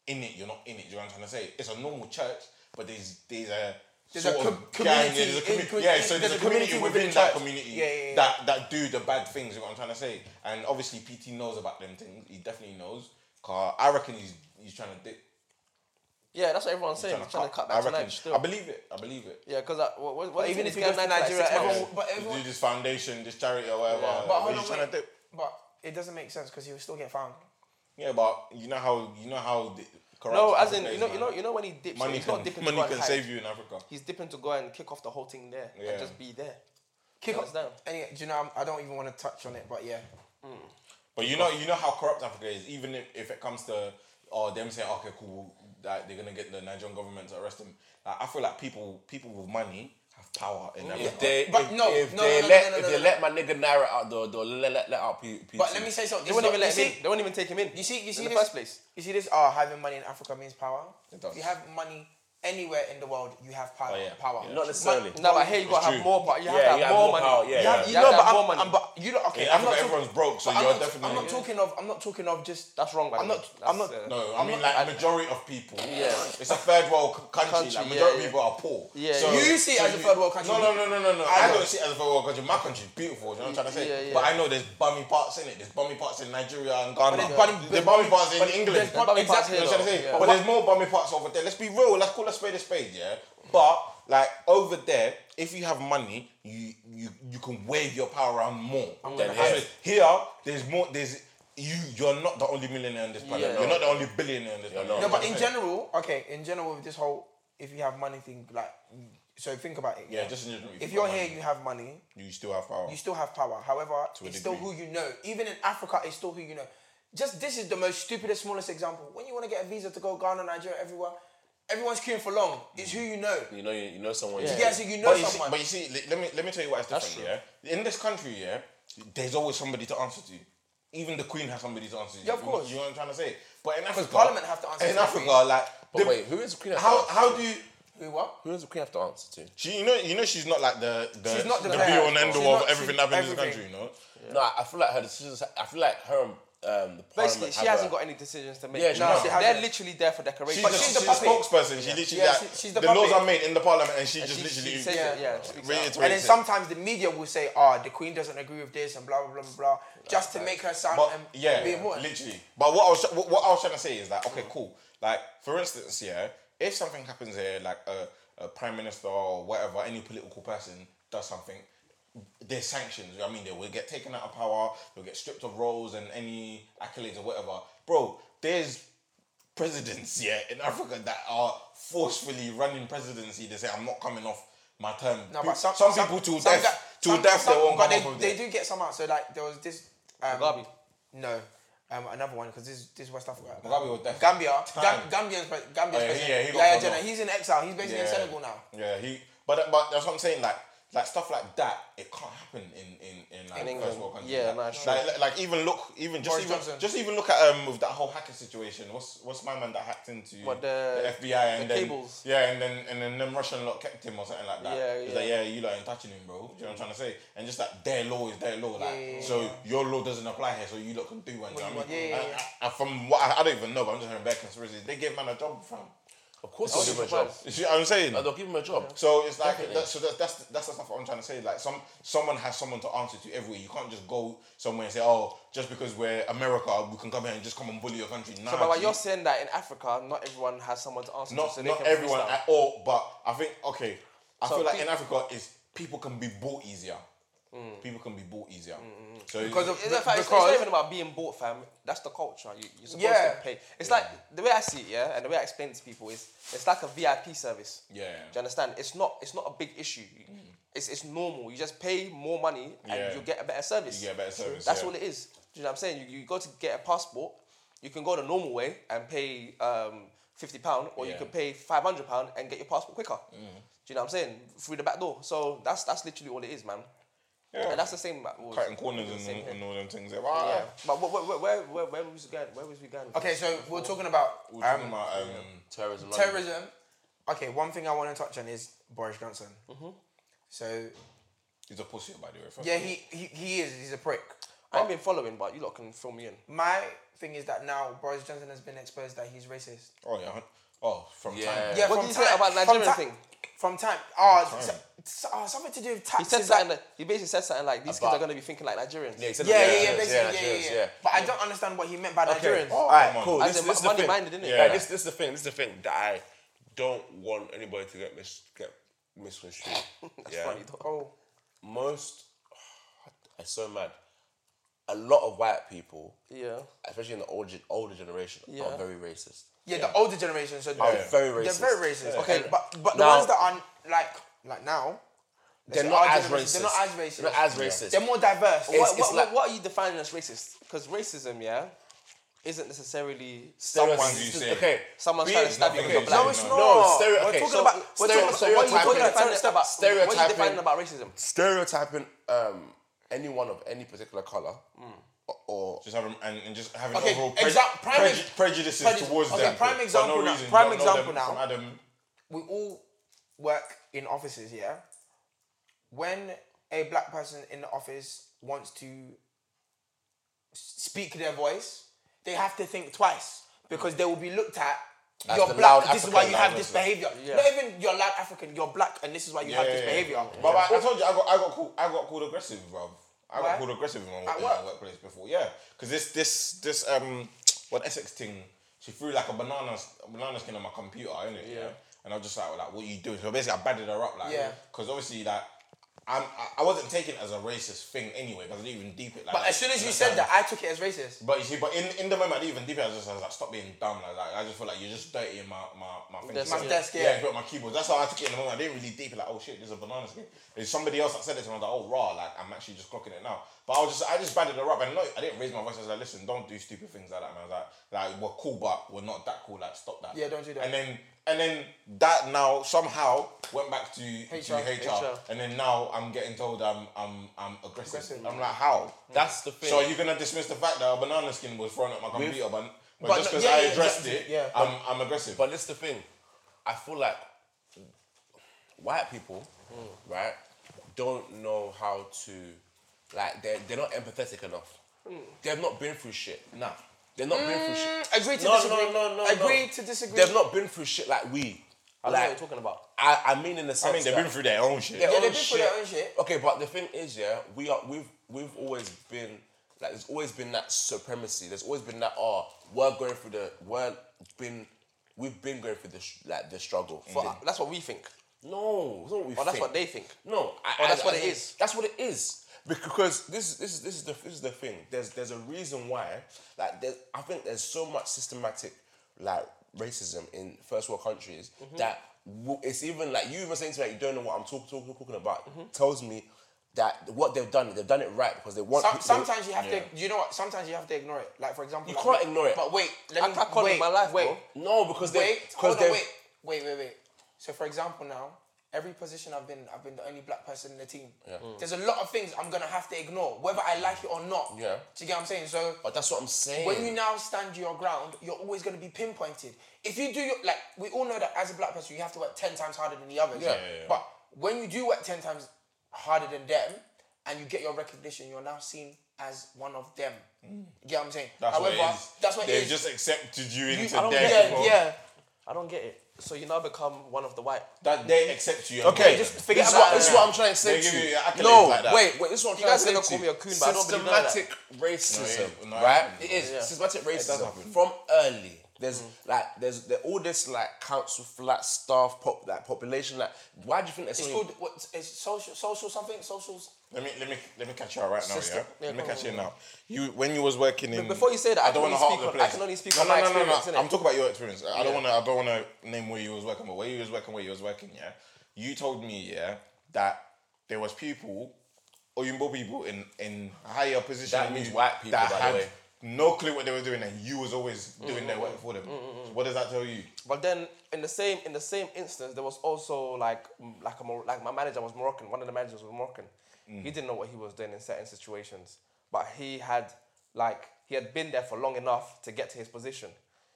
Speaker 1: in it, you're not in it. Do you know what I'm trying to say? It's a normal church, but there's there's a
Speaker 5: There's
Speaker 1: sort
Speaker 5: a
Speaker 1: of
Speaker 5: com-
Speaker 1: gang,
Speaker 5: community
Speaker 1: yeah, there's a
Speaker 5: in-
Speaker 1: commu- yeah, so there's, a community, within,
Speaker 5: the
Speaker 1: that
Speaker 5: church.
Speaker 1: community
Speaker 5: Yeah, yeah, yeah.
Speaker 1: that that do the bad things. You know what I'm trying to say? And obviously, PT knows about them things. He definitely knows. Cause I reckon he's he's trying to dip,
Speaker 4: yeah, that's what everyone's saying.
Speaker 1: trying to
Speaker 4: trying to cut
Speaker 1: I
Speaker 4: back to
Speaker 1: reckon.
Speaker 4: nine. Still,
Speaker 1: I believe it. I believe it.
Speaker 4: yeah, because what, what, what
Speaker 5: even if
Speaker 4: you
Speaker 5: you go to Nigeria, everyone but
Speaker 1: To
Speaker 5: everyone
Speaker 1: do this foundation, this charity or whatever.
Speaker 4: Yeah.
Speaker 5: but hold
Speaker 1: he's
Speaker 5: on,
Speaker 1: trying
Speaker 5: wait.
Speaker 1: to dip.
Speaker 5: but it doesn't make sense because he will still get found
Speaker 1: Yeah, but you know how you know how the- corrupt.
Speaker 4: no, as
Speaker 1: Africa
Speaker 4: in you
Speaker 1: is,
Speaker 4: know, you
Speaker 1: man.
Speaker 4: know, you know when he dips,
Speaker 1: money
Speaker 4: he's
Speaker 1: can
Speaker 4: not dipping to go
Speaker 1: money
Speaker 4: and
Speaker 1: can
Speaker 4: hide.
Speaker 1: save you in Africa.
Speaker 4: He's dipping to go and kick off the whole thing there
Speaker 1: Yeah.
Speaker 4: and just be there.
Speaker 5: kick
Speaker 4: Hands
Speaker 5: off
Speaker 4: down.
Speaker 5: anyway do you know I'm, I don't even want to touch on it but yeah
Speaker 1: But you know you know how corrupt Africa is. Even if, if it comes to oh them saying okay cool that they're gonna get the Nigerian government to arrest them. Like, I feel like people people with money have power in Africa.
Speaker 3: If they,
Speaker 5: But
Speaker 3: if,
Speaker 5: no,
Speaker 3: if
Speaker 5: no,
Speaker 3: they
Speaker 5: no, no,
Speaker 3: let,
Speaker 5: no, no,
Speaker 3: if
Speaker 5: no,
Speaker 3: they
Speaker 5: no.
Speaker 3: let my nigga Naira out, they'll, they'll let, let, let out P- P-
Speaker 5: but let me say something
Speaker 4: They won't even let
Speaker 5: You
Speaker 4: him
Speaker 5: see-
Speaker 4: in. They won't even take him in.
Speaker 5: You see, you see
Speaker 4: in the
Speaker 5: this,
Speaker 4: first place.
Speaker 5: You see this? Oh, having money in Africa means power.
Speaker 1: It does.
Speaker 5: If you have money anywhere in the world, you have power.
Speaker 1: Oh, yeah.
Speaker 5: Power.
Speaker 1: Yeah.
Speaker 3: Not necessarily.
Speaker 5: But-
Speaker 4: No, but here you gotta
Speaker 1: true.
Speaker 4: have more power. You have
Speaker 3: Yeah,
Speaker 4: to have
Speaker 3: you have
Speaker 4: more,
Speaker 3: more
Speaker 4: money.
Speaker 3: power, yeah,
Speaker 5: You have,
Speaker 3: yeah.
Speaker 5: you
Speaker 4: You have
Speaker 5: know,
Speaker 4: to
Speaker 5: but
Speaker 4: have
Speaker 5: I'm,
Speaker 4: more money.
Speaker 5: I'm- but you don't. Okay,
Speaker 1: In Africa
Speaker 5: I'm not. talking-
Speaker 1: everyone's broke, so
Speaker 5: but I'm
Speaker 1: you're
Speaker 5: not,
Speaker 1: definitely
Speaker 5: I'm not talking of. I'm not talking of just.
Speaker 4: That's wrong, by
Speaker 5: I'm
Speaker 4: the
Speaker 5: not.
Speaker 4: way.
Speaker 5: I'm not.
Speaker 4: That's, uh,
Speaker 1: No, I mean like majority of people.
Speaker 4: Yeah.
Speaker 1: It's a third world c- country.
Speaker 4: Country,
Speaker 1: like
Speaker 4: yeah,
Speaker 1: majority of
Speaker 4: yeah.
Speaker 1: people are poor.
Speaker 4: Yeah,
Speaker 1: So-
Speaker 4: yeah.
Speaker 5: You see it
Speaker 1: so
Speaker 5: as a third world country.
Speaker 1: No, no, no, no, no, no. I
Speaker 5: know.
Speaker 1: don't see it as a third world country. My country's beautiful. Do you know what I'm trying to say?
Speaker 4: Yeah, yeah.
Speaker 1: But I know there's bummy parts in it. There's bummy parts in Nigeria and Ghana.
Speaker 5: there's bummy-
Speaker 1: there's bummy parts in
Speaker 5: but
Speaker 1: England.
Speaker 5: there's bummy
Speaker 1: Exactly, you
Speaker 4: parts
Speaker 1: know
Speaker 4: here,
Speaker 1: what I'm trying to
Speaker 4: though.
Speaker 1: say?
Speaker 4: Yeah.
Speaker 1: But there's more bummy parts over there. Let's be real. Let's call a spade a spade. Yeah. But like over there, if you have money, you you you can wave your power around more. Than
Speaker 3: gonna
Speaker 1: here.
Speaker 3: have-
Speaker 1: here, there's more. There's you. You're not the only millionaire on this planet.
Speaker 4: Yeah.
Speaker 1: You're not the only billionaire on this planet.
Speaker 3: not.
Speaker 5: No,
Speaker 1: You know
Speaker 5: but
Speaker 1: what I'm
Speaker 5: in
Speaker 1: saying?
Speaker 5: general, okay. In general, with this whole, if you have money thing, like, so think about it.
Speaker 1: Yeah, just in general.
Speaker 5: If
Speaker 1: you've
Speaker 5: you're
Speaker 1: got
Speaker 5: here,
Speaker 1: money,
Speaker 5: you have money.
Speaker 1: you still have power.
Speaker 5: you still have power. However,
Speaker 1: a
Speaker 5: it's still
Speaker 1: degree.
Speaker 5: who you know. Even in Africa, it's still who you know. Just this is the most stupidest, smallest example. When you want to get a visa to go Ghana, Nigeria, everywhere, everyone's queuing for long. It's who you know.
Speaker 3: you know, you, you know someone.
Speaker 4: Yeah.
Speaker 5: Yes, you
Speaker 1: Mm.
Speaker 5: know
Speaker 1: but, you see,
Speaker 5: someone.
Speaker 1: but you see, le- let me let me tell you why it's
Speaker 4: That's
Speaker 1: different. Yeah, in this country, yeah, there's always somebody to answer to. Even the queen has somebody to answer to.
Speaker 5: Yeah, of
Speaker 1: You-
Speaker 5: course.
Speaker 1: You know what I'm trying to say? But in Africa,
Speaker 5: Parliament have to answer to
Speaker 1: In
Speaker 5: the
Speaker 1: Africa,
Speaker 5: Queen.
Speaker 1: like,
Speaker 3: But
Speaker 1: the-
Speaker 3: wait, who is the queen? have to
Speaker 1: how
Speaker 3: answer
Speaker 1: how
Speaker 3: to?
Speaker 1: do you?
Speaker 5: Who what?
Speaker 3: who is the queen have to answer to?
Speaker 1: She, you know, you know, she's not like the the,
Speaker 5: She's not the
Speaker 1: the
Speaker 5: best.
Speaker 1: be all and end
Speaker 5: She's
Speaker 1: all
Speaker 5: not-
Speaker 1: of everything
Speaker 5: she's
Speaker 1: happening in this
Speaker 5: everything.
Speaker 1: country. You know,
Speaker 3: No, I, I feel like her decisions. I feel like her and um, the
Speaker 4: Basically,
Speaker 3: parliament
Speaker 4: she
Speaker 3: have
Speaker 4: hasn't
Speaker 3: a-
Speaker 4: got any decisions to make.
Speaker 3: Yeah, she
Speaker 4: no,
Speaker 3: hasn't.
Speaker 4: they're literally there for decoration.
Speaker 1: She's,
Speaker 5: But
Speaker 1: the,
Speaker 5: she's
Speaker 1: she's
Speaker 5: the
Speaker 1: the
Speaker 5: puppet.
Speaker 1: spokesperson. She literally
Speaker 5: Yeah,
Speaker 1: that-
Speaker 5: she- she's the
Speaker 1: the laws
Speaker 5: puppet.
Speaker 1: are made in the parliament, and she just
Speaker 4: she- she
Speaker 1: literally
Speaker 4: says it, yeah, speaks out.
Speaker 1: reiterates
Speaker 5: And then
Speaker 1: it.
Speaker 5: sometimes the media will say, "Ah, the Queen doesn't agree with this," and blah blah blah blah, blah just to make her sound
Speaker 1: But
Speaker 5: um,
Speaker 1: yeah,
Speaker 5: be important.
Speaker 1: literally. But what I was what, what I was trying to say is that
Speaker 5: Mm.
Speaker 1: okay, cool. Like for instance, yeah, if something happens here, like a, a prime minister or whatever, any political person does something, there's sanctions. you know what I mean, they will get taken out of power. They'll get stripped of roles and any accolades or whatever. Bro, there's presidents yeah in Africa that are forcefully running presidency. They say I'm not coming off my term.
Speaker 5: No,
Speaker 1: Pe-
Speaker 5: but some,
Speaker 1: people till
Speaker 5: some
Speaker 1: death,
Speaker 5: guy-
Speaker 1: till
Speaker 5: some-
Speaker 1: death
Speaker 5: some-
Speaker 1: they won't come
Speaker 5: but they,
Speaker 1: off of
Speaker 5: they
Speaker 1: it.
Speaker 5: do get some out. So like there was this. Um,
Speaker 4: Mugabe.
Speaker 5: No, um, another one because this this West Africa.
Speaker 1: Mugabe was death.
Speaker 5: Gambia.
Speaker 1: Time.
Speaker 5: Gam- Gambian's pre- Gambia's
Speaker 1: Oh, yeah,
Speaker 5: president.
Speaker 1: yeah, he got
Speaker 5: Yahya
Speaker 1: thrown
Speaker 5: Jammeh.
Speaker 1: off.
Speaker 5: He's in exile. He's basically in Senegal now.
Speaker 1: Yeah, he. But but that's what I'm saying. Like like stuff like that, it can't happen in in in like
Speaker 4: In England.
Speaker 1: first world countries.
Speaker 4: Yeah,
Speaker 1: like,
Speaker 4: no, it's
Speaker 1: like, like like even look even just
Speaker 5: Boris
Speaker 1: even
Speaker 5: Johnson.
Speaker 1: just even look at um with that whole hacker situation. What's what's my man that hacked into
Speaker 4: What, the-
Speaker 1: FBI and
Speaker 4: the
Speaker 1: then
Speaker 4: cables?
Speaker 1: yeah and then and then them Russian lot kept him or something like that.
Speaker 4: Yeah,
Speaker 1: It's
Speaker 4: yeah.
Speaker 1: like yeah, you lot ain't touching him, bro. Do you know what I'm trying to say? And just like their law is their law, like
Speaker 5: yeah,
Speaker 1: so your law doesn't apply here, so you lot can do one. do you know what I
Speaker 5: Yeah,
Speaker 1: mean?
Speaker 5: yeah,
Speaker 1: And- and from what I, I don't even know, but I'm just hearing bad conspiracies. They gave man a job from.
Speaker 3: Of course, they'll give him a job.
Speaker 1: You see what I'm saying?
Speaker 3: No, they'll give him a job.
Speaker 1: So it's like that, so that, that's that's the stuff I'm trying to say. Like some someone has someone to answer to everywhere. You can't just go somewhere and say, oh, just because we're America, we can come here and just come and bully your country. Nah,
Speaker 4: So, but, but
Speaker 1: G.
Speaker 4: you're saying that in Africa, not everyone has someone to answer
Speaker 1: not
Speaker 4: to. So they
Speaker 1: not
Speaker 4: can
Speaker 1: everyone
Speaker 4: freestyle.
Speaker 1: at all. But I think okay, I
Speaker 4: So
Speaker 1: feel like
Speaker 4: pe- Mm.
Speaker 1: in Africa is people can be bought easier. People can be bought easier. So
Speaker 5: Because of
Speaker 4: It's, not- it's not
Speaker 5: because-
Speaker 4: even about being bought, fam. That's the culture. You, you're supposed
Speaker 5: Yeah.
Speaker 4: to pay. It's like the way I see it, yeah, and the way I explain it to people is it's like a VIP service.
Speaker 1: Yeah.
Speaker 4: Do you understand? It's not it's not a big issue. You- It's it's normal. You just pay more money and
Speaker 1: Mm. Yeah.
Speaker 4: you get a better service.
Speaker 1: You get a better service,
Speaker 4: That's
Speaker 1: yeah.
Speaker 4: all it is. Do you know what I'm saying? You, you go to get a passport, you can go the normal way and pay um, fifty pound, or you
Speaker 1: Yeah. Mm.
Speaker 4: can pay five hundred pound and get your passport quicker. Do you know what I'm saying? Through the back door. So that's that's literally all it is, man. And that's the same. well, it's
Speaker 1: cutting corners
Speaker 4: the
Speaker 1: and,
Speaker 4: same
Speaker 1: all-
Speaker 4: here.
Speaker 1: and all them things. Yeah.
Speaker 4: Yeah. But where, where, where, where, where was we going? Where was we going?
Speaker 5: Okay, so we're talking about
Speaker 1: We're
Speaker 5: um,
Speaker 1: talking about um,
Speaker 3: Terrorism. London.
Speaker 5: terrorism. Okay, one thing I want to touch on is Boris Johnson.
Speaker 4: Mm-hmm.
Speaker 5: So
Speaker 1: he's a pussy by the way. first
Speaker 5: yeah,
Speaker 1: of all.
Speaker 5: he, he he is. He's a prick.
Speaker 4: I've been following, but you lot can fill me in.
Speaker 5: My thing is that now Boris Johnson has been exposed that he's racist.
Speaker 1: Oh yeah. Oh, from
Speaker 3: Yeah.
Speaker 1: time.
Speaker 5: Yeah,
Speaker 4: What
Speaker 5: from
Speaker 4: did he say
Speaker 5: time-
Speaker 4: about
Speaker 5: from
Speaker 4: Nigerian
Speaker 5: time-
Speaker 4: thing?
Speaker 5: From time, oh, it's- it's- oh, something to do with
Speaker 4: He
Speaker 5: taxes.
Speaker 4: said
Speaker 5: like-
Speaker 4: something. That, he basically said something like these kids
Speaker 3: About-
Speaker 4: are going to be thinking like Nigerians.
Speaker 3: Yeah, he said-
Speaker 5: yeah, yeah, yeah,
Speaker 3: Nigerians,
Speaker 5: basically, yeah, yeah,
Speaker 3: Nigerians,
Speaker 5: yeah. But I don't understand what he meant by Nigerians.
Speaker 1: Oh,
Speaker 3: All right,
Speaker 1: come on.
Speaker 3: cool.
Speaker 4: As
Speaker 3: This,
Speaker 4: in
Speaker 3: this is the
Speaker 4: money
Speaker 3: thing.
Speaker 4: minded, innit?
Speaker 3: Yeah.
Speaker 4: Yeah.
Speaker 3: this, this is the thing. This is the thing that I don't want anybody to get mis get misconstrued.
Speaker 4: That's
Speaker 3: yeah.
Speaker 4: funny though.
Speaker 5: Oh,
Speaker 3: Most, it's so mad. A lot of white people,
Speaker 4: Yeah.
Speaker 3: especially in the older older generation,
Speaker 4: Yeah.
Speaker 3: are very racist.
Speaker 5: yeah, the older generation. So
Speaker 3: Are
Speaker 5: they're,
Speaker 3: very racist.
Speaker 5: very racist. Okay,
Speaker 3: And
Speaker 5: but but the
Speaker 3: now-
Speaker 5: ones that are like like now, let's
Speaker 3: They're
Speaker 5: say
Speaker 3: not
Speaker 5: our
Speaker 3: as
Speaker 5: generation,
Speaker 3: racist.
Speaker 5: They're not as racist.
Speaker 3: They're not as racist.
Speaker 5: They're more diverse.
Speaker 4: What,
Speaker 3: it's
Speaker 4: what,
Speaker 3: like-
Speaker 4: what, what are you defining as racist? Because racism, yeah, isn't necessarily
Speaker 3: Someone's-
Speaker 1: Someone's you say.
Speaker 3: Okay.
Speaker 4: Someone's
Speaker 3: Be-
Speaker 4: trying to stab you
Speaker 1: nothing is
Speaker 4: because you're black.
Speaker 5: no, it's
Speaker 1: No,
Speaker 5: not.
Speaker 1: no,
Speaker 3: stereo-
Speaker 5: we're
Speaker 3: okay,
Speaker 5: talking
Speaker 3: so-
Speaker 5: about we're
Speaker 3: stereo-
Speaker 5: talking, so what are
Speaker 4: What are you
Speaker 5: you
Speaker 3: stereotyping-
Speaker 4: defining
Speaker 5: talking about?
Speaker 4: about? What are you
Speaker 3: stereotyping-
Speaker 4: defining about racism?
Speaker 3: Stereotyping um, anyone of any particular color or
Speaker 1: Just have and, and just having
Speaker 5: Okay,
Speaker 1: overall pre-
Speaker 5: exact- prime
Speaker 1: preju-
Speaker 5: ex-
Speaker 1: prejudices
Speaker 5: prejudice-
Speaker 1: towards
Speaker 5: okay,
Speaker 1: them.
Speaker 5: prime
Speaker 1: for no
Speaker 5: example now-
Speaker 1: reason. You
Speaker 5: prime
Speaker 1: don't know
Speaker 5: example
Speaker 1: them
Speaker 5: now.
Speaker 1: From Adam,
Speaker 5: we all work in offices, yeah. When a black person in the office wants to s- speak their voice, they have to think twice because they will be looked at. you're
Speaker 3: the
Speaker 5: black.
Speaker 3: loud
Speaker 5: This is why
Speaker 3: African,
Speaker 5: you have
Speaker 1: loud
Speaker 5: this
Speaker 1: person."
Speaker 5: behavior.
Speaker 4: Yeah.
Speaker 5: Not even you're loud African. You're black, and this is why you have this
Speaker 1: yeah, yeah.
Speaker 5: behavior.
Speaker 1: But I- I told you, I got, I got called, I got called aggressive, bro. I
Speaker 5: Why?
Speaker 1: got called aggressive in my,
Speaker 5: At
Speaker 1: in
Speaker 5: work?
Speaker 1: my workplace before. Yeah, because this, this, this, um, what Essex thing? She threw like a banana, s- a banana skin on my computer, innit? Yeah. And I was just like, well, like, what you doing? So basically, I batted her up, like,
Speaker 5: Yeah.
Speaker 1: Because obviously, like, I'm, I, I wasn't taking it as a racist thing anyway, because I didn't even deep it. Like,
Speaker 5: But as soon as you said that, I took it as racist.
Speaker 1: But you see, but in, in the moment, I didn't even deep it. I was just I was like, stop being dumb. Like, like I just feel like you're just dirty in my my my
Speaker 4: Desk,
Speaker 1: thing.
Speaker 4: My
Speaker 1: So,
Speaker 5: desk, yeah.
Speaker 1: yeah. but my keyboard. That's how I took it in the moment. I didn't really deep it. Like, oh shit, there's a banana skin. There's somebody else that said it to me. I was like, oh raw. Like I'm actually just clocking it now. But I was just I just batted her up. And no, I didn't raise my voice. I was like, listen, don't do stupid things like that. Man, I was like, like we're cool, but we're not that cool. Like stop that.
Speaker 5: Yeah, don't do that.
Speaker 1: And then and then that now somehow went back to HR, to HR,
Speaker 4: HR.
Speaker 1: and then now I'm getting told I'm I'm I'm aggressive. I'm like, how?
Speaker 5: Mm.
Speaker 3: That's the thing.
Speaker 1: So are you gonna dismiss the fact that a banana skin was thrown at my computer, but, but,
Speaker 5: but
Speaker 1: just
Speaker 5: no-
Speaker 1: because
Speaker 5: yeah,
Speaker 1: I
Speaker 5: yeah,
Speaker 1: addressed
Speaker 5: yeah,
Speaker 1: it,
Speaker 5: yeah.
Speaker 1: I'm, I'm aggressive.
Speaker 3: But it's the thing. I feel like white people, right, don't know how to, like, they're, they're not empathetic enough. They've not been through shit. Nah. They've not been through shit.
Speaker 5: Agree to
Speaker 3: no, No,
Speaker 5: disagree.
Speaker 3: no, no,
Speaker 5: Agree
Speaker 3: no.
Speaker 5: to disagree.
Speaker 3: They've not been through shit like we.
Speaker 4: I don't know what
Speaker 3: like,
Speaker 4: you're talking about.
Speaker 3: I, I mean in the
Speaker 1: I
Speaker 3: sense
Speaker 1: mean, they've
Speaker 3: that
Speaker 1: been through their own shit.
Speaker 5: Yeah, they've been through their own shit.
Speaker 3: Okay, but the thing is, yeah, we are we've we've always been like there's always been that supremacy. There's always been that oh we're going through the we're been we've been going through the sh- like the struggle.
Speaker 4: But
Speaker 3: Fuck.
Speaker 4: that's what we think.
Speaker 3: No, it's not what we
Speaker 4: Or that's
Speaker 3: think.
Speaker 4: what they think.
Speaker 3: No, I,
Speaker 4: Or
Speaker 3: I-
Speaker 4: that's
Speaker 3: I-
Speaker 4: what
Speaker 3: I-
Speaker 4: it is.
Speaker 3: That's what it is. Because this is this is this is the this is the thing. There's there's a reason why. Like there's, I think there's so much systematic like racism in first world countries
Speaker 4: Mm-hmm.
Speaker 3: that w- it's even like you even saying to me like, you don't know what I'm talking talking talking about
Speaker 4: Mm-hmm.
Speaker 3: tells me that what they've done they've done it right because they want.
Speaker 5: Some,
Speaker 3: they-
Speaker 5: sometimes you have to. You know what? Sometimes you have to ignore it. Like for example,
Speaker 3: You
Speaker 5: like-
Speaker 3: can't ignore it.
Speaker 5: But wait, let
Speaker 4: I
Speaker 5: me
Speaker 4: can't call it
Speaker 5: wait,
Speaker 4: my life,
Speaker 5: Wait,
Speaker 4: bro.
Speaker 3: no because they
Speaker 5: wait,
Speaker 3: because
Speaker 5: hold
Speaker 3: they
Speaker 5: on, wait, wait, wait, wait. So for example, now every position I've been, I've been the only black person in the team.
Speaker 1: Mm.
Speaker 5: There's a lot of things I'm gonna have to ignore, whether I like it or not.
Speaker 3: Yeah.
Speaker 5: Do you get what I'm saying? So
Speaker 3: But that's what I'm saying.
Speaker 5: when you now stand your ground, you're always going to be pinpointed. If you do your like, we all know that as a black person, you have to work ten times harder than the others.
Speaker 3: Yeah. Yeah, yeah, yeah.
Speaker 5: But when you do work ten times harder than them, and you get your recognition, you're now seen as one of them.
Speaker 3: Mm.
Speaker 5: You get what I'm saying?
Speaker 1: That's
Speaker 5: However,
Speaker 1: what it is.
Speaker 5: that's what
Speaker 1: they've
Speaker 5: it is.
Speaker 1: just accepted you
Speaker 5: You-
Speaker 1: into
Speaker 5: I don't
Speaker 1: their
Speaker 5: get it,
Speaker 1: people.
Speaker 5: yeah.
Speaker 4: I don't get it. So you now become one of the white.
Speaker 1: That they accept you.
Speaker 3: Okay,
Speaker 1: just
Speaker 3: just forget
Speaker 4: forget
Speaker 3: this
Speaker 4: about
Speaker 3: Is what,
Speaker 4: it.
Speaker 3: this is what I'm trying to
Speaker 1: They
Speaker 3: say
Speaker 1: give
Speaker 3: to
Speaker 1: you
Speaker 3: you.
Speaker 1: your accolades
Speaker 3: No,
Speaker 1: like that.
Speaker 3: wait, wait. This is what I'm
Speaker 4: You
Speaker 3: trying
Speaker 4: guys
Speaker 3: to say
Speaker 4: are gonna
Speaker 3: to
Speaker 4: call
Speaker 3: you.
Speaker 4: me a coon, but I don't believe none of that.
Speaker 3: systematic racism,
Speaker 1: No, it- no, it
Speaker 3: right?
Speaker 1: happens,
Speaker 3: It is
Speaker 4: yeah.
Speaker 3: systematic racism
Speaker 1: happen.
Speaker 3: from early. There's like there's there, all this like council flat staff pop that population like why do you think there's
Speaker 5: It's
Speaker 3: so
Speaker 5: called what? It's social, social something, socials.
Speaker 1: Let me let me let me catch you out right now,
Speaker 5: Sister.
Speaker 1: yeah. Let me catch you now. You when you was working in.
Speaker 4: before you say that, I can
Speaker 1: wanna
Speaker 4: only
Speaker 1: hog
Speaker 4: speak on- I can only speak
Speaker 1: no,
Speaker 4: on
Speaker 1: no,
Speaker 4: my
Speaker 1: no, no,
Speaker 4: experience,
Speaker 1: No,
Speaker 4: innit?
Speaker 1: I'm talking about your experience. I don't want to. I don't want to name where you was working, but where you was working, where you was working, yeah. You told me, yeah, that there was people, Oyinbo people in in higher position.
Speaker 3: That
Speaker 1: than
Speaker 3: means
Speaker 1: you
Speaker 3: white people,
Speaker 1: that
Speaker 3: by the
Speaker 1: had
Speaker 3: way.
Speaker 1: No clue what they were doing, and you was always doing their
Speaker 4: Mm-hmm.
Speaker 1: work for them. So what does that tell you?
Speaker 4: But then in the same in the same instance, there was also like m- like a Mor- like my manager was Moroccan. One of the managers was Moroccan. He didn't know what he was doing in certain situations, but he had like he had been there for long enough to get to his position.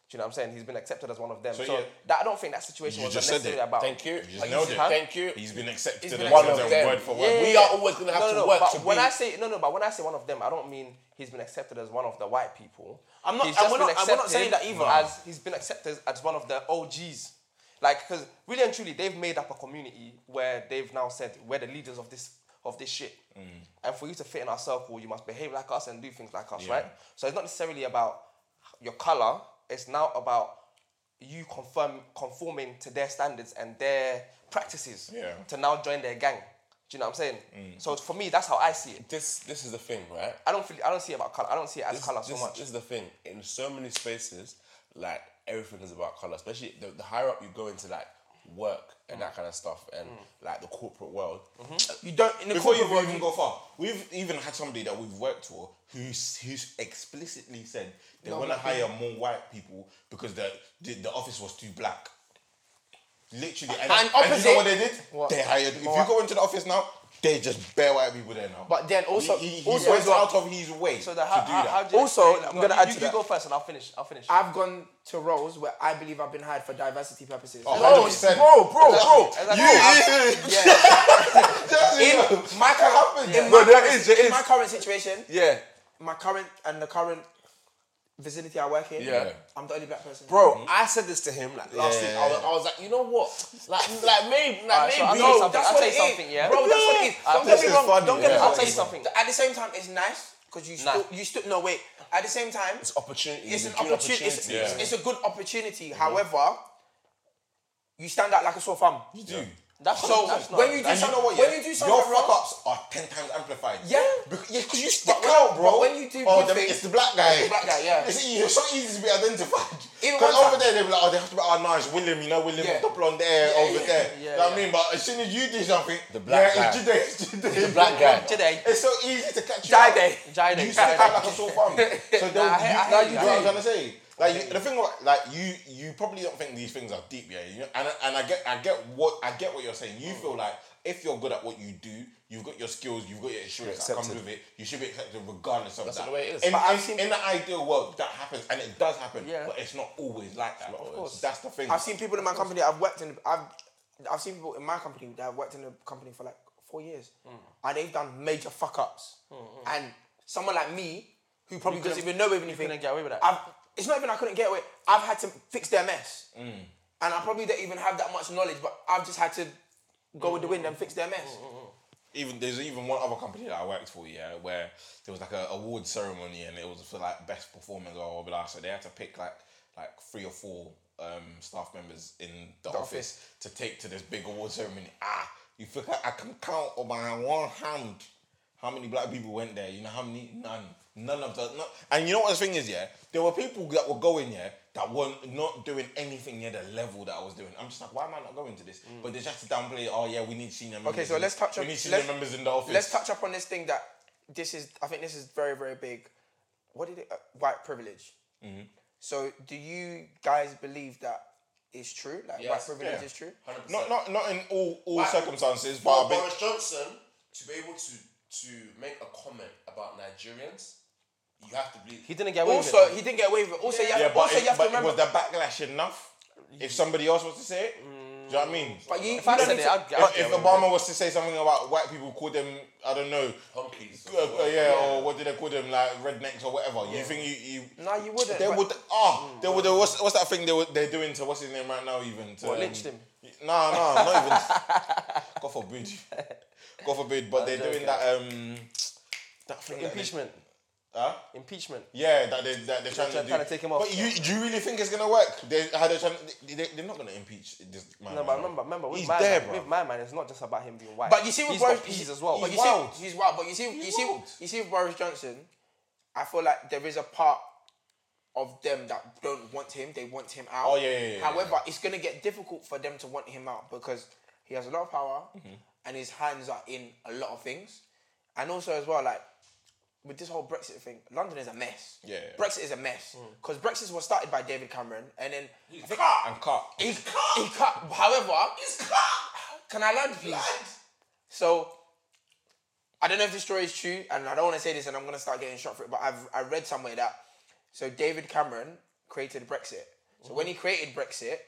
Speaker 4: Do you know what I'm saying? He's been accepted as one of them. So,
Speaker 1: So yeah.
Speaker 4: that I don't think that situation
Speaker 1: You
Speaker 4: was
Speaker 1: just said
Speaker 4: necessarily
Speaker 1: it.
Speaker 4: about.
Speaker 3: Thank you.
Speaker 1: You
Speaker 3: Like,
Speaker 1: just nailed it.
Speaker 4: huh?
Speaker 3: Thank you.
Speaker 1: He's been accepted.
Speaker 5: been
Speaker 1: and
Speaker 3: One
Speaker 1: accepted
Speaker 3: of them.
Speaker 1: Word for word.
Speaker 4: Yeah,
Speaker 3: We
Speaker 4: yeah.
Speaker 3: are always gonna have
Speaker 4: No, no,
Speaker 3: to
Speaker 4: no,
Speaker 3: work
Speaker 4: But
Speaker 3: to
Speaker 4: when
Speaker 3: be-
Speaker 4: I say no, no, but when I say one of them, I don't mean he's been accepted as one of the white people.
Speaker 5: I'm not-
Speaker 4: He's
Speaker 5: and
Speaker 4: just
Speaker 5: we're
Speaker 4: been
Speaker 5: not- and we're not
Speaker 4: accepted
Speaker 5: saying that either.
Speaker 4: As he's been accepted as one of the OGs. Like, because really and truly, they've made up a community where they've now said we're the leaders of this of this shit. And for you to fit in our circle, you must behave like us and do things like us, right? So it's not necessarily about your color. It's now about you confirm conforming to their standards and their practices
Speaker 1: Yeah.
Speaker 4: to now join their gang. Do you know what I'm saying? So for me, that's how I see it.
Speaker 3: This this is the thing, right?
Speaker 4: I don't feel I don't see it about color. I don't see it as
Speaker 3: this,
Speaker 4: color so
Speaker 3: this-
Speaker 4: much.
Speaker 3: This is the thing. In so many spaces, like everything is about color. Especially the, the higher up you go into like work and that kind of stuff, and like the corporate world.
Speaker 5: You don't in the
Speaker 1: Mm-hmm. Before
Speaker 5: corporate
Speaker 1: you
Speaker 5: world.
Speaker 1: even go far, we've even had somebody that we've worked for who's who's explicitly said they want to hire more white people because the, the the office was too black. Literally, and,
Speaker 5: And
Speaker 1: and you know
Speaker 5: opposite-
Speaker 1: what they did? They hired. If you go into the office now, they just bare white people there now.
Speaker 5: But then also-
Speaker 1: he, he, he
Speaker 5: also
Speaker 1: went
Speaker 5: as well-
Speaker 1: out of his way to
Speaker 4: So
Speaker 1: do
Speaker 4: the, how, how,
Speaker 1: that.
Speaker 4: how do you
Speaker 5: Also,
Speaker 4: explain-
Speaker 5: I'm
Speaker 4: no,
Speaker 5: gonna
Speaker 4: you,
Speaker 5: add
Speaker 4: you,
Speaker 5: to
Speaker 4: you
Speaker 5: that.
Speaker 4: go first and I'll finish. I'll finish.
Speaker 5: I've gone to roles where I believe I've been hired for diversity purposes.
Speaker 1: Oh,
Speaker 5: Roles.
Speaker 1: 100%.
Speaker 3: bro,
Speaker 4: Exactly.
Speaker 1: You,
Speaker 5: in my current, in my,
Speaker 3: No, there
Speaker 5: current-
Speaker 3: is, there
Speaker 5: in
Speaker 3: is.
Speaker 5: my current situation,
Speaker 3: Yeah,
Speaker 5: my current and the current vicinity I work in,
Speaker 3: Yeah.
Speaker 5: I'm the only black person.
Speaker 3: bro. I said this to him like last
Speaker 1: Yeah.
Speaker 3: week. I was, I was like, you know what? Like, like maybe, like
Speaker 4: Alright, so I'll
Speaker 3: maybe.
Speaker 4: tell you
Speaker 5: No,
Speaker 4: something.
Speaker 5: that's
Speaker 4: I'll
Speaker 5: what
Speaker 4: tell
Speaker 5: it
Speaker 4: you something,
Speaker 5: is,
Speaker 4: yeah?
Speaker 5: bro. That's what it is.
Speaker 1: This
Speaker 5: Don't get me
Speaker 1: is
Speaker 5: wrong.
Speaker 1: funny,
Speaker 5: Don't get me
Speaker 1: yeah.
Speaker 5: wrong.
Speaker 1: I'll tell
Speaker 4: you something.
Speaker 5: At the same time, it's nice because you
Speaker 4: Nah.
Speaker 5: still, you still. No, wait. At the same time,
Speaker 3: It's opportunity.
Speaker 5: It's an
Speaker 3: Give you
Speaker 5: opportunity. It's,
Speaker 3: opportunity.
Speaker 5: it's a good opportunity.
Speaker 1: Mm-hmm.
Speaker 5: However, you stand out like a sore thumb.
Speaker 1: do.
Speaker 4: That's
Speaker 5: So
Speaker 4: not, that's not,
Speaker 5: when you do
Speaker 1: And you
Speaker 5: something,
Speaker 1: know what?
Speaker 5: when
Speaker 1: yeah?
Speaker 5: you do
Speaker 1: your
Speaker 5: something
Speaker 1: fuck
Speaker 5: wrong,
Speaker 1: ups are ten times amplified.
Speaker 5: Yeah.
Speaker 1: because yeah, 'cause you stick
Speaker 5: when-
Speaker 1: out, bro.
Speaker 5: but when you do
Speaker 1: oh,
Speaker 5: good
Speaker 1: then
Speaker 5: things-
Speaker 1: it's the black guy.
Speaker 5: the black guy, yeah.
Speaker 1: It's, you're so easy to be identified.
Speaker 5: Even
Speaker 1: Because
Speaker 5: one
Speaker 1: over
Speaker 5: time-
Speaker 1: there they be like, oh, they have to be. Oh, no, it's William. You know, William
Speaker 5: Yeah.
Speaker 1: with the blonde hair
Speaker 5: Yeah,
Speaker 1: over
Speaker 5: yeah,
Speaker 1: there.
Speaker 4: yeah,
Speaker 1: you know what I
Speaker 4: yeah.
Speaker 1: mean? But as soon as you do something, the
Speaker 3: black
Speaker 1: yeah,
Speaker 3: guy.
Speaker 1: It's Jide, it's Jide, the
Speaker 3: black guy.
Speaker 4: Jide.
Speaker 1: It's so easy to catch you.
Speaker 5: Jide.
Speaker 1: out.
Speaker 4: Jide,
Speaker 1: You stick
Speaker 4: Jide.
Speaker 1: out like a sore thumb. So
Speaker 4: Nah, I hear- I hear
Speaker 1: now you
Speaker 4: you,
Speaker 1: do
Speaker 4: I
Speaker 1: what I'm trying to
Speaker 4: hear
Speaker 1: say. Like you, the thing, about- like you, you probably don't think these things are deep, yeah. You know, and I- and I get, I get what, I get what you're saying. You feel like if you're good at what you do, you've got your skills, you've got your experience that comes
Speaker 3: accepted.
Speaker 1: with it. You should be accepted regardless of
Speaker 3: That's
Speaker 1: that.
Speaker 3: the way it is.
Speaker 1: In,
Speaker 3: But
Speaker 1: in- in the ideal world, that happens, and it does happen.
Speaker 4: Yeah.
Speaker 1: But it's not always like that. Of
Speaker 4: course.
Speaker 1: That's the thing.
Speaker 5: I've seen people in my company. I've worked in. I've I've seen people in my company that have worked in the company for like
Speaker 4: Mm.
Speaker 5: four years, and they've done major fuck ups. And someone like me, who probably doesn't
Speaker 4: couldn't-
Speaker 5: even know
Speaker 4: you
Speaker 5: anything.
Speaker 4: couldn't get away with that.
Speaker 5: I've, it's not even I couldn't get away. I've had to fix their mess,
Speaker 4: Mm.
Speaker 5: and I probably don't even have that much knowledge, but I've just had to go with the wind and fix their mess.
Speaker 1: even there's even one other company that I worked for, yeah, where there was like a award ceremony and it was for like best performance or blah. So they had to pick like like three or four um, staff members in the, office, to take to this big award ceremony. Ah, you think I, I can count on my one hand how many black people went there? You know how many? None. None of the. No, and you know what the thing is, yeah, there were people that were going yeah that weren't not doing anything near the level that I was doing. I'm just like, why am I not going to this? But they just downplay. it, Oh yeah, we need senior.
Speaker 5: Okay, so let's touch
Speaker 1: We
Speaker 5: on.
Speaker 1: need senior
Speaker 5: let's-
Speaker 1: members in the office.
Speaker 5: Let's touch up on this thing that this is. I think this is very very big. What did it? Uh, white privilege.
Speaker 1: Mm-hmm.
Speaker 5: So do you guys believe that is true? Like
Speaker 3: Yes.
Speaker 5: white privilege
Speaker 1: Yeah.
Speaker 5: is true.
Speaker 3: 100%.
Speaker 1: Not not not in all all circumstances, but
Speaker 3: for
Speaker 1: a bit-
Speaker 3: Boris Johnson to be able to to make a comment about Nigerians, you have to believe
Speaker 4: He didn't get away
Speaker 5: Also,
Speaker 4: with it.
Speaker 5: he didn't get away with it. Also, you have,
Speaker 1: yeah. But,
Speaker 5: also
Speaker 1: if-
Speaker 5: you have to
Speaker 1: but
Speaker 5: remember.
Speaker 1: was the backlash enough? If somebody else was to say it, do you know what I mean?
Speaker 5: but you,
Speaker 4: I
Speaker 5: you don't
Speaker 4: said
Speaker 5: need
Speaker 4: it,
Speaker 5: to-
Speaker 4: I'd get-
Speaker 1: But if Obama was to say something about white people, call them I don't know,
Speaker 3: honkies.
Speaker 1: uh, uh, yeah, or what do they call them, like rednecks or whatever. You think you, you
Speaker 5: No, you wouldn't,
Speaker 1: They
Speaker 5: but-
Speaker 1: would. Ah,
Speaker 5: Hmm.
Speaker 1: they would. What's, what's that thing they were, they're doing to what's his name right now? Even to um,
Speaker 4: What, lynched him?
Speaker 1: No, no, not even. God forbid. God forbid. But they're doing
Speaker 4: joking.
Speaker 1: that. Um, that thing. that they-
Speaker 4: Impeachment.
Speaker 1: Huh?
Speaker 4: Impeachment.
Speaker 1: Yeah, that, they, that they're trying
Speaker 4: trying-
Speaker 1: to do.
Speaker 4: trying to take him off.
Speaker 1: But you, do you really think it's gonna work? They, how they're trying, they, they, they're not gonna impeach this man.
Speaker 4: No, but remember, remember, with
Speaker 1: he's
Speaker 4: my,
Speaker 1: there,
Speaker 4: man,
Speaker 1: bro.
Speaker 4: with my man, it's not just about him being white.
Speaker 5: But you see with
Speaker 4: he's
Speaker 5: Boris
Speaker 4: got peas as well.
Speaker 5: But
Speaker 1: He's
Speaker 5: you
Speaker 1: wild.
Speaker 5: see, he's wild. But you see, you see,
Speaker 1: wild.
Speaker 5: you see with Boris Johnson. I feel like there is a part of them that don't want him. They want him out.
Speaker 1: Oh, yeah, yeah, yeah,
Speaker 5: However, it's gonna get difficult for them to want him out because he has a lot of power
Speaker 1: Mm-hmm.
Speaker 5: and his hands are in a lot of things. And also as well, like with this whole Brexit thing, London is a mess.
Speaker 1: Yeah, yeah.
Speaker 5: Brexit is a mess because Brexit was started by David Cameron and then I think-
Speaker 1: and cut.
Speaker 5: he cut. He cut. However, he's cut. Can I land, please? So, I don't know if this story is true, and I don't want to say this, and I'm gonna start getting shot for it. But I've I read somewhere that so David Cameron created Brexit. So when he
Speaker 1: Mhm.
Speaker 5: created Brexit,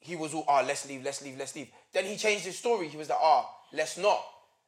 Speaker 5: he was all ah let's leave, let's leave, let's leave. Then he changed his story. He was like ah let's not.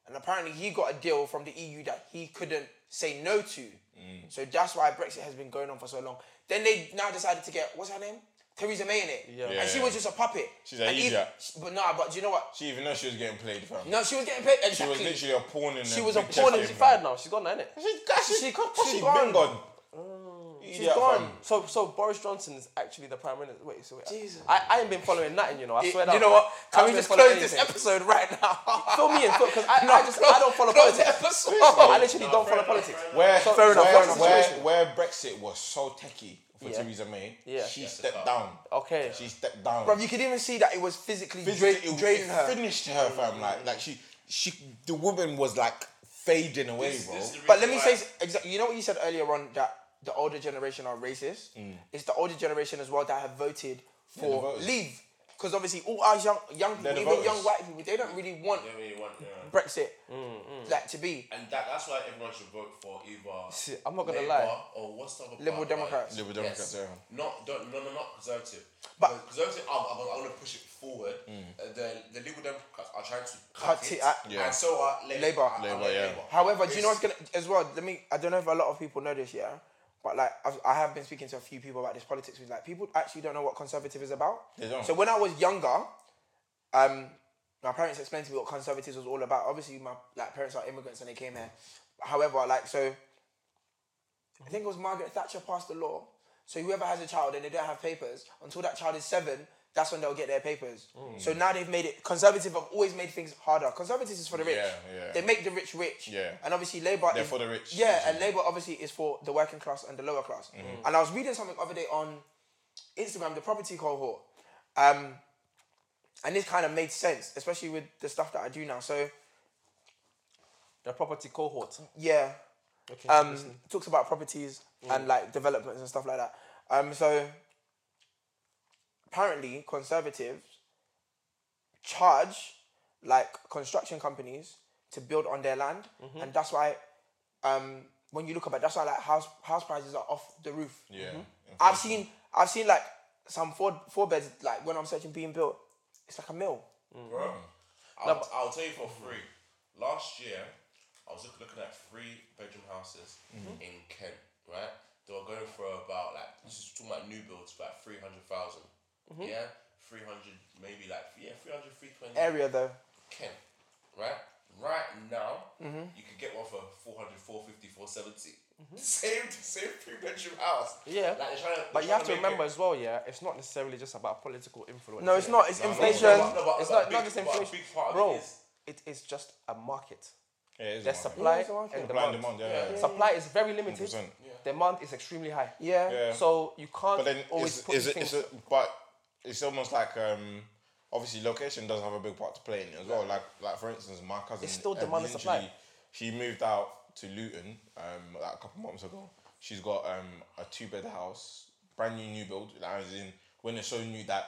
Speaker 5: And apparently he got a deal from the EU that he couldn't say no to.
Speaker 1: Mm.
Speaker 5: So that's why Brexit has been going on for so long. Then they now decided to get what's her name Theresa May in it,
Speaker 1: Yeah.
Speaker 5: and she was just a puppet.
Speaker 1: She's an
Speaker 5: And even-
Speaker 1: idiot.
Speaker 5: but nah, but do you know what?
Speaker 1: She even though she was getting played from.
Speaker 5: No, she was getting paid.
Speaker 1: she
Speaker 5: Exactly.
Speaker 1: was literally a pawn in.
Speaker 5: She was a pawn
Speaker 4: Well,
Speaker 5: in
Speaker 4: no, she's fired now. She's gone, now, innit?
Speaker 1: She, she, she,
Speaker 5: got-
Speaker 1: she,
Speaker 5: she's
Speaker 1: been
Speaker 5: gone.
Speaker 1: gone. Oh.
Speaker 5: She's gone.
Speaker 4: So, so Boris Johnson is actually the prime minister. Wait, so wait.
Speaker 5: Jesus.
Speaker 4: I, I ain't been following nothing, you know. I
Speaker 5: You,
Speaker 4: swear.
Speaker 5: you
Speaker 4: down.
Speaker 5: know what? Can
Speaker 4: I
Speaker 5: we
Speaker 4: haven't
Speaker 5: just
Speaker 4: been following
Speaker 5: close this
Speaker 4: anything.
Speaker 5: episode right now?
Speaker 4: Fill me in, because I, I just I don't follow
Speaker 5: close the
Speaker 4: politics.
Speaker 5: episode.
Speaker 4: I literally don't follow politics.
Speaker 1: Where,
Speaker 4: So-
Speaker 1: where,
Speaker 4: enough, fair enough.
Speaker 1: where, where Brexit was so techie for
Speaker 4: Yeah.
Speaker 1: Theresa May,
Speaker 4: Yeah.
Speaker 1: she stepped down.
Speaker 4: Okay.
Speaker 1: She stepped down.
Speaker 5: Bro, you could even see that it was physically,
Speaker 1: physically,
Speaker 5: dra-
Speaker 1: it-
Speaker 5: draining
Speaker 1: it
Speaker 5: her.
Speaker 1: Finished her, fam. Like, like she, she, the woman was like fading away,
Speaker 3: This-
Speaker 1: bro.
Speaker 3: this is the
Speaker 5: But let me
Speaker 3: Why?
Speaker 5: say exactly. You know what you said earlier on that the older generation are racist. It's the older generation as well that have voted
Speaker 1: Mm. the
Speaker 5: for
Speaker 1: voters.
Speaker 5: leave because obviously all our young young people,
Speaker 1: They're the
Speaker 5: even
Speaker 1: voters.
Speaker 5: young white people, they don't really want
Speaker 3: Yeah, we want, yeah.
Speaker 5: Brexit
Speaker 1: Mm,
Speaker 5: like to be
Speaker 3: And that, that's why everyone should vote for either
Speaker 4: I'm not gonna
Speaker 3: Labour
Speaker 4: lie.
Speaker 3: or what's the other
Speaker 5: Liberal
Speaker 3: party?
Speaker 5: Democrats.
Speaker 1: Liberal Democrats,
Speaker 3: Yes.
Speaker 1: yeah.
Speaker 3: Not don't, no no not conservative.
Speaker 5: But-
Speaker 3: But conservative, I'm, I'm, I want to push it forward. Uh, the the Liberal Democrats are trying to cut,
Speaker 5: Cut
Speaker 3: it,
Speaker 5: it out.
Speaker 1: Hmm. Yeah.
Speaker 3: and so are Labour.
Speaker 5: Labour.
Speaker 3: I- I
Speaker 1: Labour,
Speaker 3: like
Speaker 1: yeah.
Speaker 5: However, do you know what's gonna as well? Let me. I don't know if a lot of people know this, yeah, but like I've, I have been speaking to a few people about this politics. With like people actually don't know what conservative is about.
Speaker 1: They don't.
Speaker 5: So when I was younger, um, my parents explained to me what conservatives was all about. Obviously, my like parents are immigrants and they came here. However, like so, I think it was Margaret Thatcher passed the law. So whoever has a child and they don't have papers until that child is seven. That's when they'll get their papers.
Speaker 1: Hmm.
Speaker 5: So now they've made it conservative. Have always made things harder. Conservatives is for the rich.
Speaker 1: Yeah, yeah.
Speaker 5: They make the rich rich.
Speaker 1: Yeah.
Speaker 5: And obviously Labour
Speaker 1: They're
Speaker 5: is-
Speaker 1: for the rich, Mm-hmm.
Speaker 5: Yeah, and
Speaker 1: isn't
Speaker 5: Labour obviously is for the working class and the lower class. Mm-hmm. And I was reading something the other day on Instagram, the property cohort. Um, and this kind of made sense, especially with the stuff that I do now. So
Speaker 4: The property cohort.
Speaker 5: yeah.
Speaker 4: Okay.
Speaker 5: Um talks about properties
Speaker 3: Mm.
Speaker 5: and like developments and stuff like that. Um so apparently conservatives charge like construction companies to build on their land
Speaker 3: Mm-hmm.
Speaker 5: and that's why um when you look about that's why like house house prices are off the roof.
Speaker 1: Yeah.
Speaker 5: I've seen I've seen like some four four beds like when I'm searching being built, it's like a mill.
Speaker 3: Bro, I'll, I'll tell you for free. Last year, I was look, looking at three bedroom houses
Speaker 1: Mm-hmm.
Speaker 3: in Kent, right? They were going for about like this is talking about new builds, about three Yeah, three hundred, maybe like yeah, 300, 320
Speaker 5: Area though.
Speaker 3: Kent, right? Right now,
Speaker 4: Mm-hmm.
Speaker 3: you could get one for 400, 450, 470. Same, same three bedroom house.
Speaker 4: Yeah.
Speaker 3: Like they're trying to,
Speaker 4: But
Speaker 3: they're
Speaker 4: you have to
Speaker 3: trying make
Speaker 4: remember
Speaker 3: it-
Speaker 4: as well, yeah, it's not necessarily just about political influence.
Speaker 5: No, it's
Speaker 4: innit?
Speaker 5: not. It's
Speaker 3: No, no,
Speaker 5: inflation.
Speaker 3: no, no, but-
Speaker 4: It's
Speaker 3: but
Speaker 4: not,
Speaker 3: a big-
Speaker 4: not just
Speaker 3: but a
Speaker 4: inflation.
Speaker 3: big part of it
Speaker 4: Bro,
Speaker 3: is-
Speaker 4: it is just a market.
Speaker 1: Yeah, it is a
Speaker 4: There's
Speaker 1: market.
Speaker 4: supply
Speaker 5: Yeah, it's a market.
Speaker 4: and
Speaker 1: Supply
Speaker 4: demand.
Speaker 1: and demand, yeah, yeah.
Speaker 4: Supply is very limited.
Speaker 1: 100%.
Speaker 4: Demand is extremely high.
Speaker 5: Yeah.
Speaker 1: Yeah.
Speaker 4: So you can't
Speaker 1: But then
Speaker 4: always
Speaker 1: is,
Speaker 4: put
Speaker 1: is it,
Speaker 4: things.
Speaker 1: is it, but it's almost like um, obviously location does have a big part to play in it as well. Like like for instance, my cousin
Speaker 4: It's still
Speaker 1: um,
Speaker 4: demand and supply.
Speaker 1: literally- She moved out to Luton um, like a couple months ago. She's got um, a two bed house, brand new new build. Like as in when it's so new that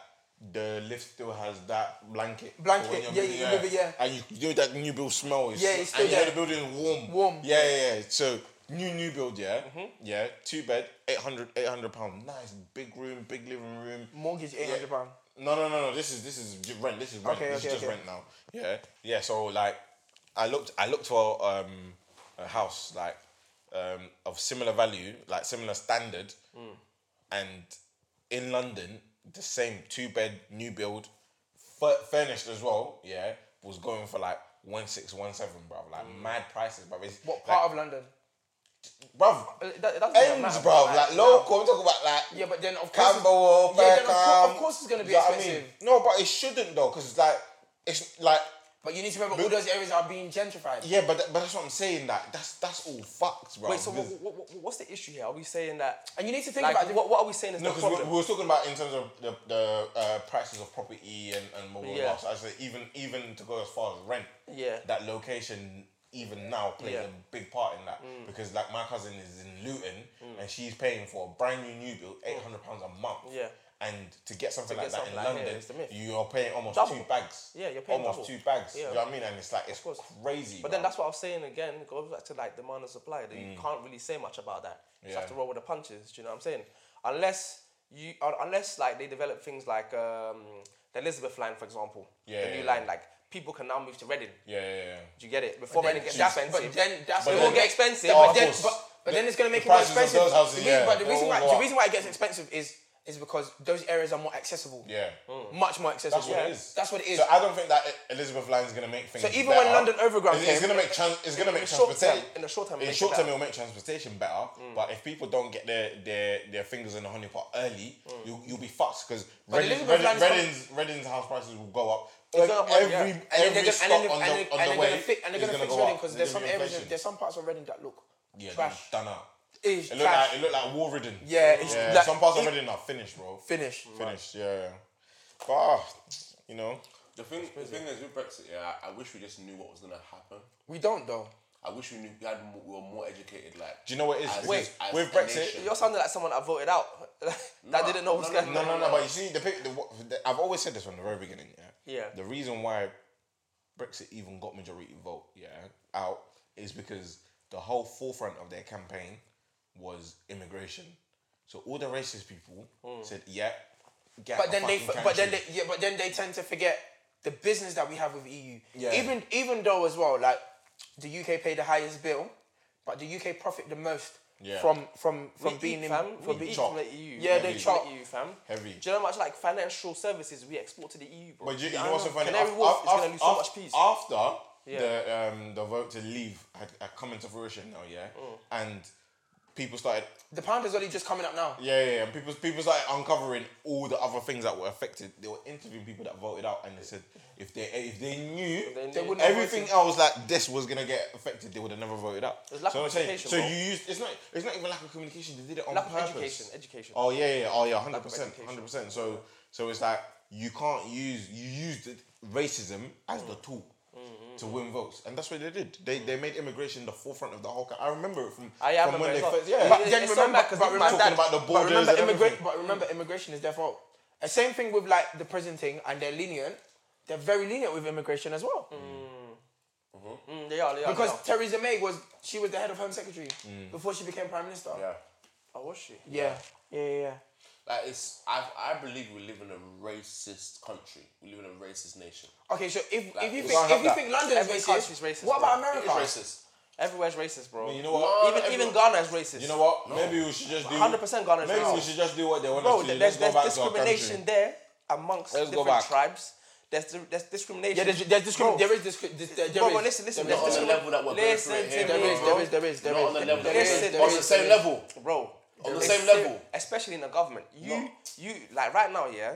Speaker 1: the lift still has that blanket. for
Speaker 5: Blanket,
Speaker 1: when you're
Speaker 5: yeah,
Speaker 1: moving,
Speaker 5: you move it, yeah.
Speaker 1: And you do that new build smell. Is,
Speaker 5: Yeah, it's still
Speaker 1: and you know
Speaker 5: there.
Speaker 1: the building is warm.
Speaker 5: Warm.
Speaker 1: Yeah, yeah, yeah. So new new build, yeah,
Speaker 5: Mm-hmm.
Speaker 1: yeah. Two bed, 800, 800 pound. Nice big room, big living room.
Speaker 5: Mortgage eight hundred pound.
Speaker 1: No, no, no, no. This is this is ju- rent. This is rent.
Speaker 5: Okay,
Speaker 1: this
Speaker 5: okay,
Speaker 1: is just
Speaker 5: okay.
Speaker 1: rent now. Yeah, yeah. So like, I looked, I looked for um, a house like um, of similar value, like similar standard,
Speaker 5: Mm.
Speaker 1: and in London, the same two bed new build, fu- furnished as well. Yeah, was going for like one six, one seven, bro. Like mad prices, bro. It's,
Speaker 5: Mm. What part of London?
Speaker 1: of bro?
Speaker 4: It- that- it doesn't really
Speaker 1: Ends,
Speaker 4: matter,
Speaker 1: bro.
Speaker 4: but,
Speaker 1: Like, local. I'm talking about like
Speaker 5: Yeah, but then of course.
Speaker 1: Campbell,
Speaker 5: yeah, then of,
Speaker 1: Faircam,
Speaker 5: course, of course it's gonna be
Speaker 1: you know what I
Speaker 5: expensive.
Speaker 1: mean? No, but it shouldn't though, because like it's like
Speaker 5: But you need to remember all those areas are being gentrified.
Speaker 1: yeah, but but that's what I'm saying. That that's that's all fucked, bro.
Speaker 4: Wait, so
Speaker 1: Because-
Speaker 4: what, what, what's the issue here? Are we saying that?
Speaker 5: And you need to think
Speaker 4: like,
Speaker 5: about it.
Speaker 4: what, what are we saying is
Speaker 1: no,
Speaker 4: the
Speaker 1: because
Speaker 4: problem?
Speaker 1: we, we were talking about in terms of the, the uh, prices of property and and blah, blah,
Speaker 4: Yeah.
Speaker 1: blah. So I said even even to go as far as rent.
Speaker 4: Yeah.
Speaker 1: That location even now plays
Speaker 4: Yeah. Mm.
Speaker 1: a big part in that because like my cousin is in Luton and she's paying for a brand new new build, eight hundred pounds a month.
Speaker 4: Yeah.
Speaker 1: And to get something
Speaker 4: To
Speaker 1: like
Speaker 4: get
Speaker 1: that in
Speaker 4: something like here
Speaker 1: London,
Speaker 4: is the myth.
Speaker 1: you're paying almost
Speaker 4: Double.
Speaker 1: two bags.
Speaker 4: Yeah, you're paying
Speaker 1: almost
Speaker 4: double.
Speaker 1: two bags.
Speaker 4: Yeah.
Speaker 1: Do you know what I mean? And it's like it's
Speaker 4: course.
Speaker 1: crazy.
Speaker 4: But then that's what I was saying again, it goes back to like demand and supply. That you can't really say much about that. You just have
Speaker 1: Mm. Yeah.
Speaker 4: to roll with the punches. Do you know what I'm saying? Unless you, un- unless like they develop things like um, the Elizabeth line, for example.
Speaker 1: Yeah,
Speaker 4: The new
Speaker 1: yeah,
Speaker 4: line, like people can now move to Reading.
Speaker 1: yeah, yeah, yeah.
Speaker 4: Do you get it? Before Reading gets
Speaker 1: she's-
Speaker 4: expensive.
Speaker 5: But then that's
Speaker 1: But
Speaker 4: it
Speaker 5: what
Speaker 1: then-
Speaker 4: will get expensive.
Speaker 1: Oh,
Speaker 4: but
Speaker 1: of
Speaker 4: then,
Speaker 1: course.
Speaker 5: But, but then it's going to make
Speaker 1: The
Speaker 5: it more
Speaker 1: prices of
Speaker 5: expensive.
Speaker 1: those houses,
Speaker 5: the reason,
Speaker 1: yeah,
Speaker 5: but the
Speaker 1: they
Speaker 5: reason,
Speaker 1: all
Speaker 5: why,
Speaker 1: go
Speaker 5: the
Speaker 1: up.
Speaker 5: reason why it gets expensive is is because those areas are more accessible.
Speaker 1: Yeah.
Speaker 4: Mm.
Speaker 5: Much more accessible.
Speaker 1: That's what it is.
Speaker 5: That's what it is.
Speaker 1: So I don't think that Elizabeth Line is going to make things.
Speaker 5: So even when
Speaker 1: better.
Speaker 5: London Overground
Speaker 1: it's, it's
Speaker 5: came-
Speaker 1: going to make trans, it's going to make
Speaker 4: the short
Speaker 1: transportation
Speaker 4: term- in the short term,
Speaker 1: In
Speaker 4: make it
Speaker 1: short term,
Speaker 4: better.
Speaker 1: it'll make transportation better.
Speaker 5: Mm.
Speaker 1: But if people don't get their their, their fingers in the honey pot early, you you'll be fucked because Reading,
Speaker 5: Mm. Elizabeth
Speaker 1: Reading,
Speaker 5: Line's
Speaker 1: Reading's, Reading's house prices will go up.
Speaker 4: gonna go up,
Speaker 1: every
Speaker 4: yeah.
Speaker 5: and
Speaker 1: every
Speaker 5: they're
Speaker 1: stop
Speaker 5: gonna, and
Speaker 1: on
Speaker 5: then they're-
Speaker 1: the on the
Speaker 5: and they're gonna
Speaker 1: way
Speaker 5: fi- and they're
Speaker 1: is gonna
Speaker 5: gonna fix
Speaker 1: go
Speaker 5: Reading
Speaker 1: up.
Speaker 5: because there's some
Speaker 1: gonna be
Speaker 5: areas,
Speaker 1: inflation.
Speaker 5: there's some parts of Reading that look
Speaker 1: yeah, they're
Speaker 5: trash.
Speaker 1: done out.
Speaker 5: It's
Speaker 1: It looked
Speaker 5: trash.
Speaker 1: like it looked like war ridden.
Speaker 5: Yeah, it's
Speaker 1: yeah.
Speaker 5: like-
Speaker 1: some parts
Speaker 5: it-
Speaker 1: of Reading are finished, bro.
Speaker 5: Finish.
Speaker 1: Finished, yeah. yeah. But ah, you know,
Speaker 3: The thing, the thing is with Brexit, yeah, I, I wish we just knew what was gonna happen.
Speaker 5: We don't though.
Speaker 3: I wish we knew we had more, we were more educated. Like,
Speaker 1: do you know what it is?
Speaker 3: As-
Speaker 1: Because
Speaker 3: Wait, as
Speaker 1: with
Speaker 3: a
Speaker 1: Brexit,
Speaker 3: nation.
Speaker 4: you're sounding like someone I voted out. that didn't know what's
Speaker 3: no, no,
Speaker 4: going on.
Speaker 1: No, no, no. But you see, the, pic- the, what- the I've always said this from the very beginning. Yeah.
Speaker 4: Yeah.
Speaker 1: The reason why Brexit even got majority vote, yeah, out is because the whole forefront of their campaign was immigration. So all the racist people said, "Yeah, get
Speaker 5: Hmm. But
Speaker 1: out
Speaker 5: then
Speaker 1: the
Speaker 5: they,
Speaker 1: fucking
Speaker 5: f- but then
Speaker 1: country."
Speaker 5: they, yeah, but then they tend to forget the business that we have with EU.
Speaker 1: Yeah.
Speaker 5: Even even though as well, like the UK pay the highest bill, but the UK profit the most
Speaker 1: Yeah.
Speaker 5: from from from
Speaker 4: we
Speaker 5: being
Speaker 4: eat,
Speaker 5: in
Speaker 4: fam.
Speaker 5: from
Speaker 4: we
Speaker 5: being
Speaker 4: eat
Speaker 1: chop.
Speaker 4: from the EU.
Speaker 5: Yeah,
Speaker 1: they
Speaker 4: We eat
Speaker 5: chop.
Speaker 4: from the EU, fam.
Speaker 1: Heavy.
Speaker 4: Do you know how much like financial services we export to the EU, bro?
Speaker 1: But you, you
Speaker 4: I
Speaker 1: know what's so
Speaker 4: know.
Speaker 1: funny?
Speaker 4: Canary
Speaker 1: Af-
Speaker 4: Wharf
Speaker 1: af-
Speaker 4: is gonna
Speaker 1: af-
Speaker 4: lose so
Speaker 1: af-
Speaker 4: much peace.
Speaker 1: After
Speaker 4: Yeah.
Speaker 1: the um, the vote to leave had, had come into fruition now, yeah,
Speaker 4: Mm.
Speaker 1: and people started,
Speaker 5: the pound is only just coming up now.
Speaker 1: yeah, yeah, yeah, and people people started uncovering all the other things that were affected. They were interviewing people that voted out, and they said if they if they knew,
Speaker 4: they knew.
Speaker 5: They wouldn't have
Speaker 1: everything else like this was gonna get affected, they would have never voted out.
Speaker 4: There's lack
Speaker 1: so
Speaker 4: of
Speaker 1: I'm saying,
Speaker 4: communication,
Speaker 1: so
Speaker 4: bro.
Speaker 1: you used it's not it's not even lack of communication. They did it on
Speaker 4: Lack of
Speaker 1: purpose.
Speaker 4: education, education.
Speaker 1: Oh yeah, yeah, yeah. oh yeah, hundred
Speaker 4: of
Speaker 1: percent,
Speaker 4: education.
Speaker 1: hundred percent. So so it's like you can't use you used it- racism as the tool.
Speaker 4: Mm-hmm.
Speaker 1: To win votes, and that's what they did. They they made immigration the forefront of the whole. co- I remember it from,
Speaker 4: I am
Speaker 1: from when they
Speaker 4: remember as well.
Speaker 1: first. Yeah,
Speaker 4: But
Speaker 5: But
Speaker 4: it-
Speaker 5: then
Speaker 4: it's so
Speaker 5: remember,
Speaker 4: mad 'cause
Speaker 5: but
Speaker 4: my
Speaker 5: remember,
Speaker 4: dad-
Speaker 1: talking about the
Speaker 5: but
Speaker 1: borders
Speaker 5: remember,
Speaker 1: and
Speaker 5: immigra-
Speaker 1: everything.
Speaker 5: but remember, immigration is their fault. The same thing with like the present thing, and they're lenient. They're very lenient with immigration as well.
Speaker 4: Mm, they are, they are.
Speaker 5: Because
Speaker 4: they are.
Speaker 5: Theresa May was she was the head of Home Secretary before she became Prime Minister.
Speaker 3: yeah,
Speaker 4: oh, was she?
Speaker 5: Yeah, yeah, yeah. yeah.
Speaker 3: like it's. I, I believe we live in a racist country. We live in a racist nation.
Speaker 5: Okay, so if, if you
Speaker 3: we
Speaker 5: think
Speaker 1: can't
Speaker 5: if you
Speaker 1: have
Speaker 5: think
Speaker 1: that.
Speaker 5: London is
Speaker 4: Every
Speaker 5: racist,
Speaker 4: country's racist,
Speaker 5: what about
Speaker 4: bro.
Speaker 5: America?
Speaker 3: It's racist.
Speaker 4: Everywhere's racist, bro.
Speaker 1: you know what?
Speaker 4: even
Speaker 1: Everyone-
Speaker 4: even Ghana is racist.
Speaker 1: You know what? Maybe we should just do.
Speaker 4: 100% Ghana's
Speaker 1: Maybe we
Speaker 4: racist.
Speaker 1: should just do what they want us
Speaker 4: Bro,
Speaker 1: to do.
Speaker 4: th- there's,
Speaker 1: Let's go back
Speaker 4: there's
Speaker 1: to our
Speaker 4: discrimination
Speaker 1: country.
Speaker 4: there amongst
Speaker 1: Let's go
Speaker 4: different
Speaker 1: back.
Speaker 4: tribes. There's di- there's discrimination.
Speaker 5: Yeah, there's, there's discrim-
Speaker 4: Bro,
Speaker 5: there is discri- dis- there, there
Speaker 4: bro, bro,
Speaker 5: is.
Speaker 4: listen, listen.
Speaker 5: There
Speaker 4: there's
Speaker 3: Not on the
Speaker 4: discrimi-
Speaker 3: level that we're going
Speaker 4: listen
Speaker 3: through it here.
Speaker 4: to me,
Speaker 5: there is,
Speaker 4: bro.
Speaker 5: there is, there is, there
Speaker 3: Not
Speaker 5: is,
Speaker 3: on the
Speaker 5: there
Speaker 3: level that
Speaker 5: is,
Speaker 4: we're-
Speaker 5: there
Speaker 4: on
Speaker 5: is,
Speaker 4: the
Speaker 5: there
Speaker 3: same
Speaker 5: is.
Speaker 3: level.
Speaker 4: bro.
Speaker 3: On the
Speaker 4: it's
Speaker 3: same
Speaker 4: ser-
Speaker 3: level.
Speaker 4: especially in the government. You you like right now, yeah.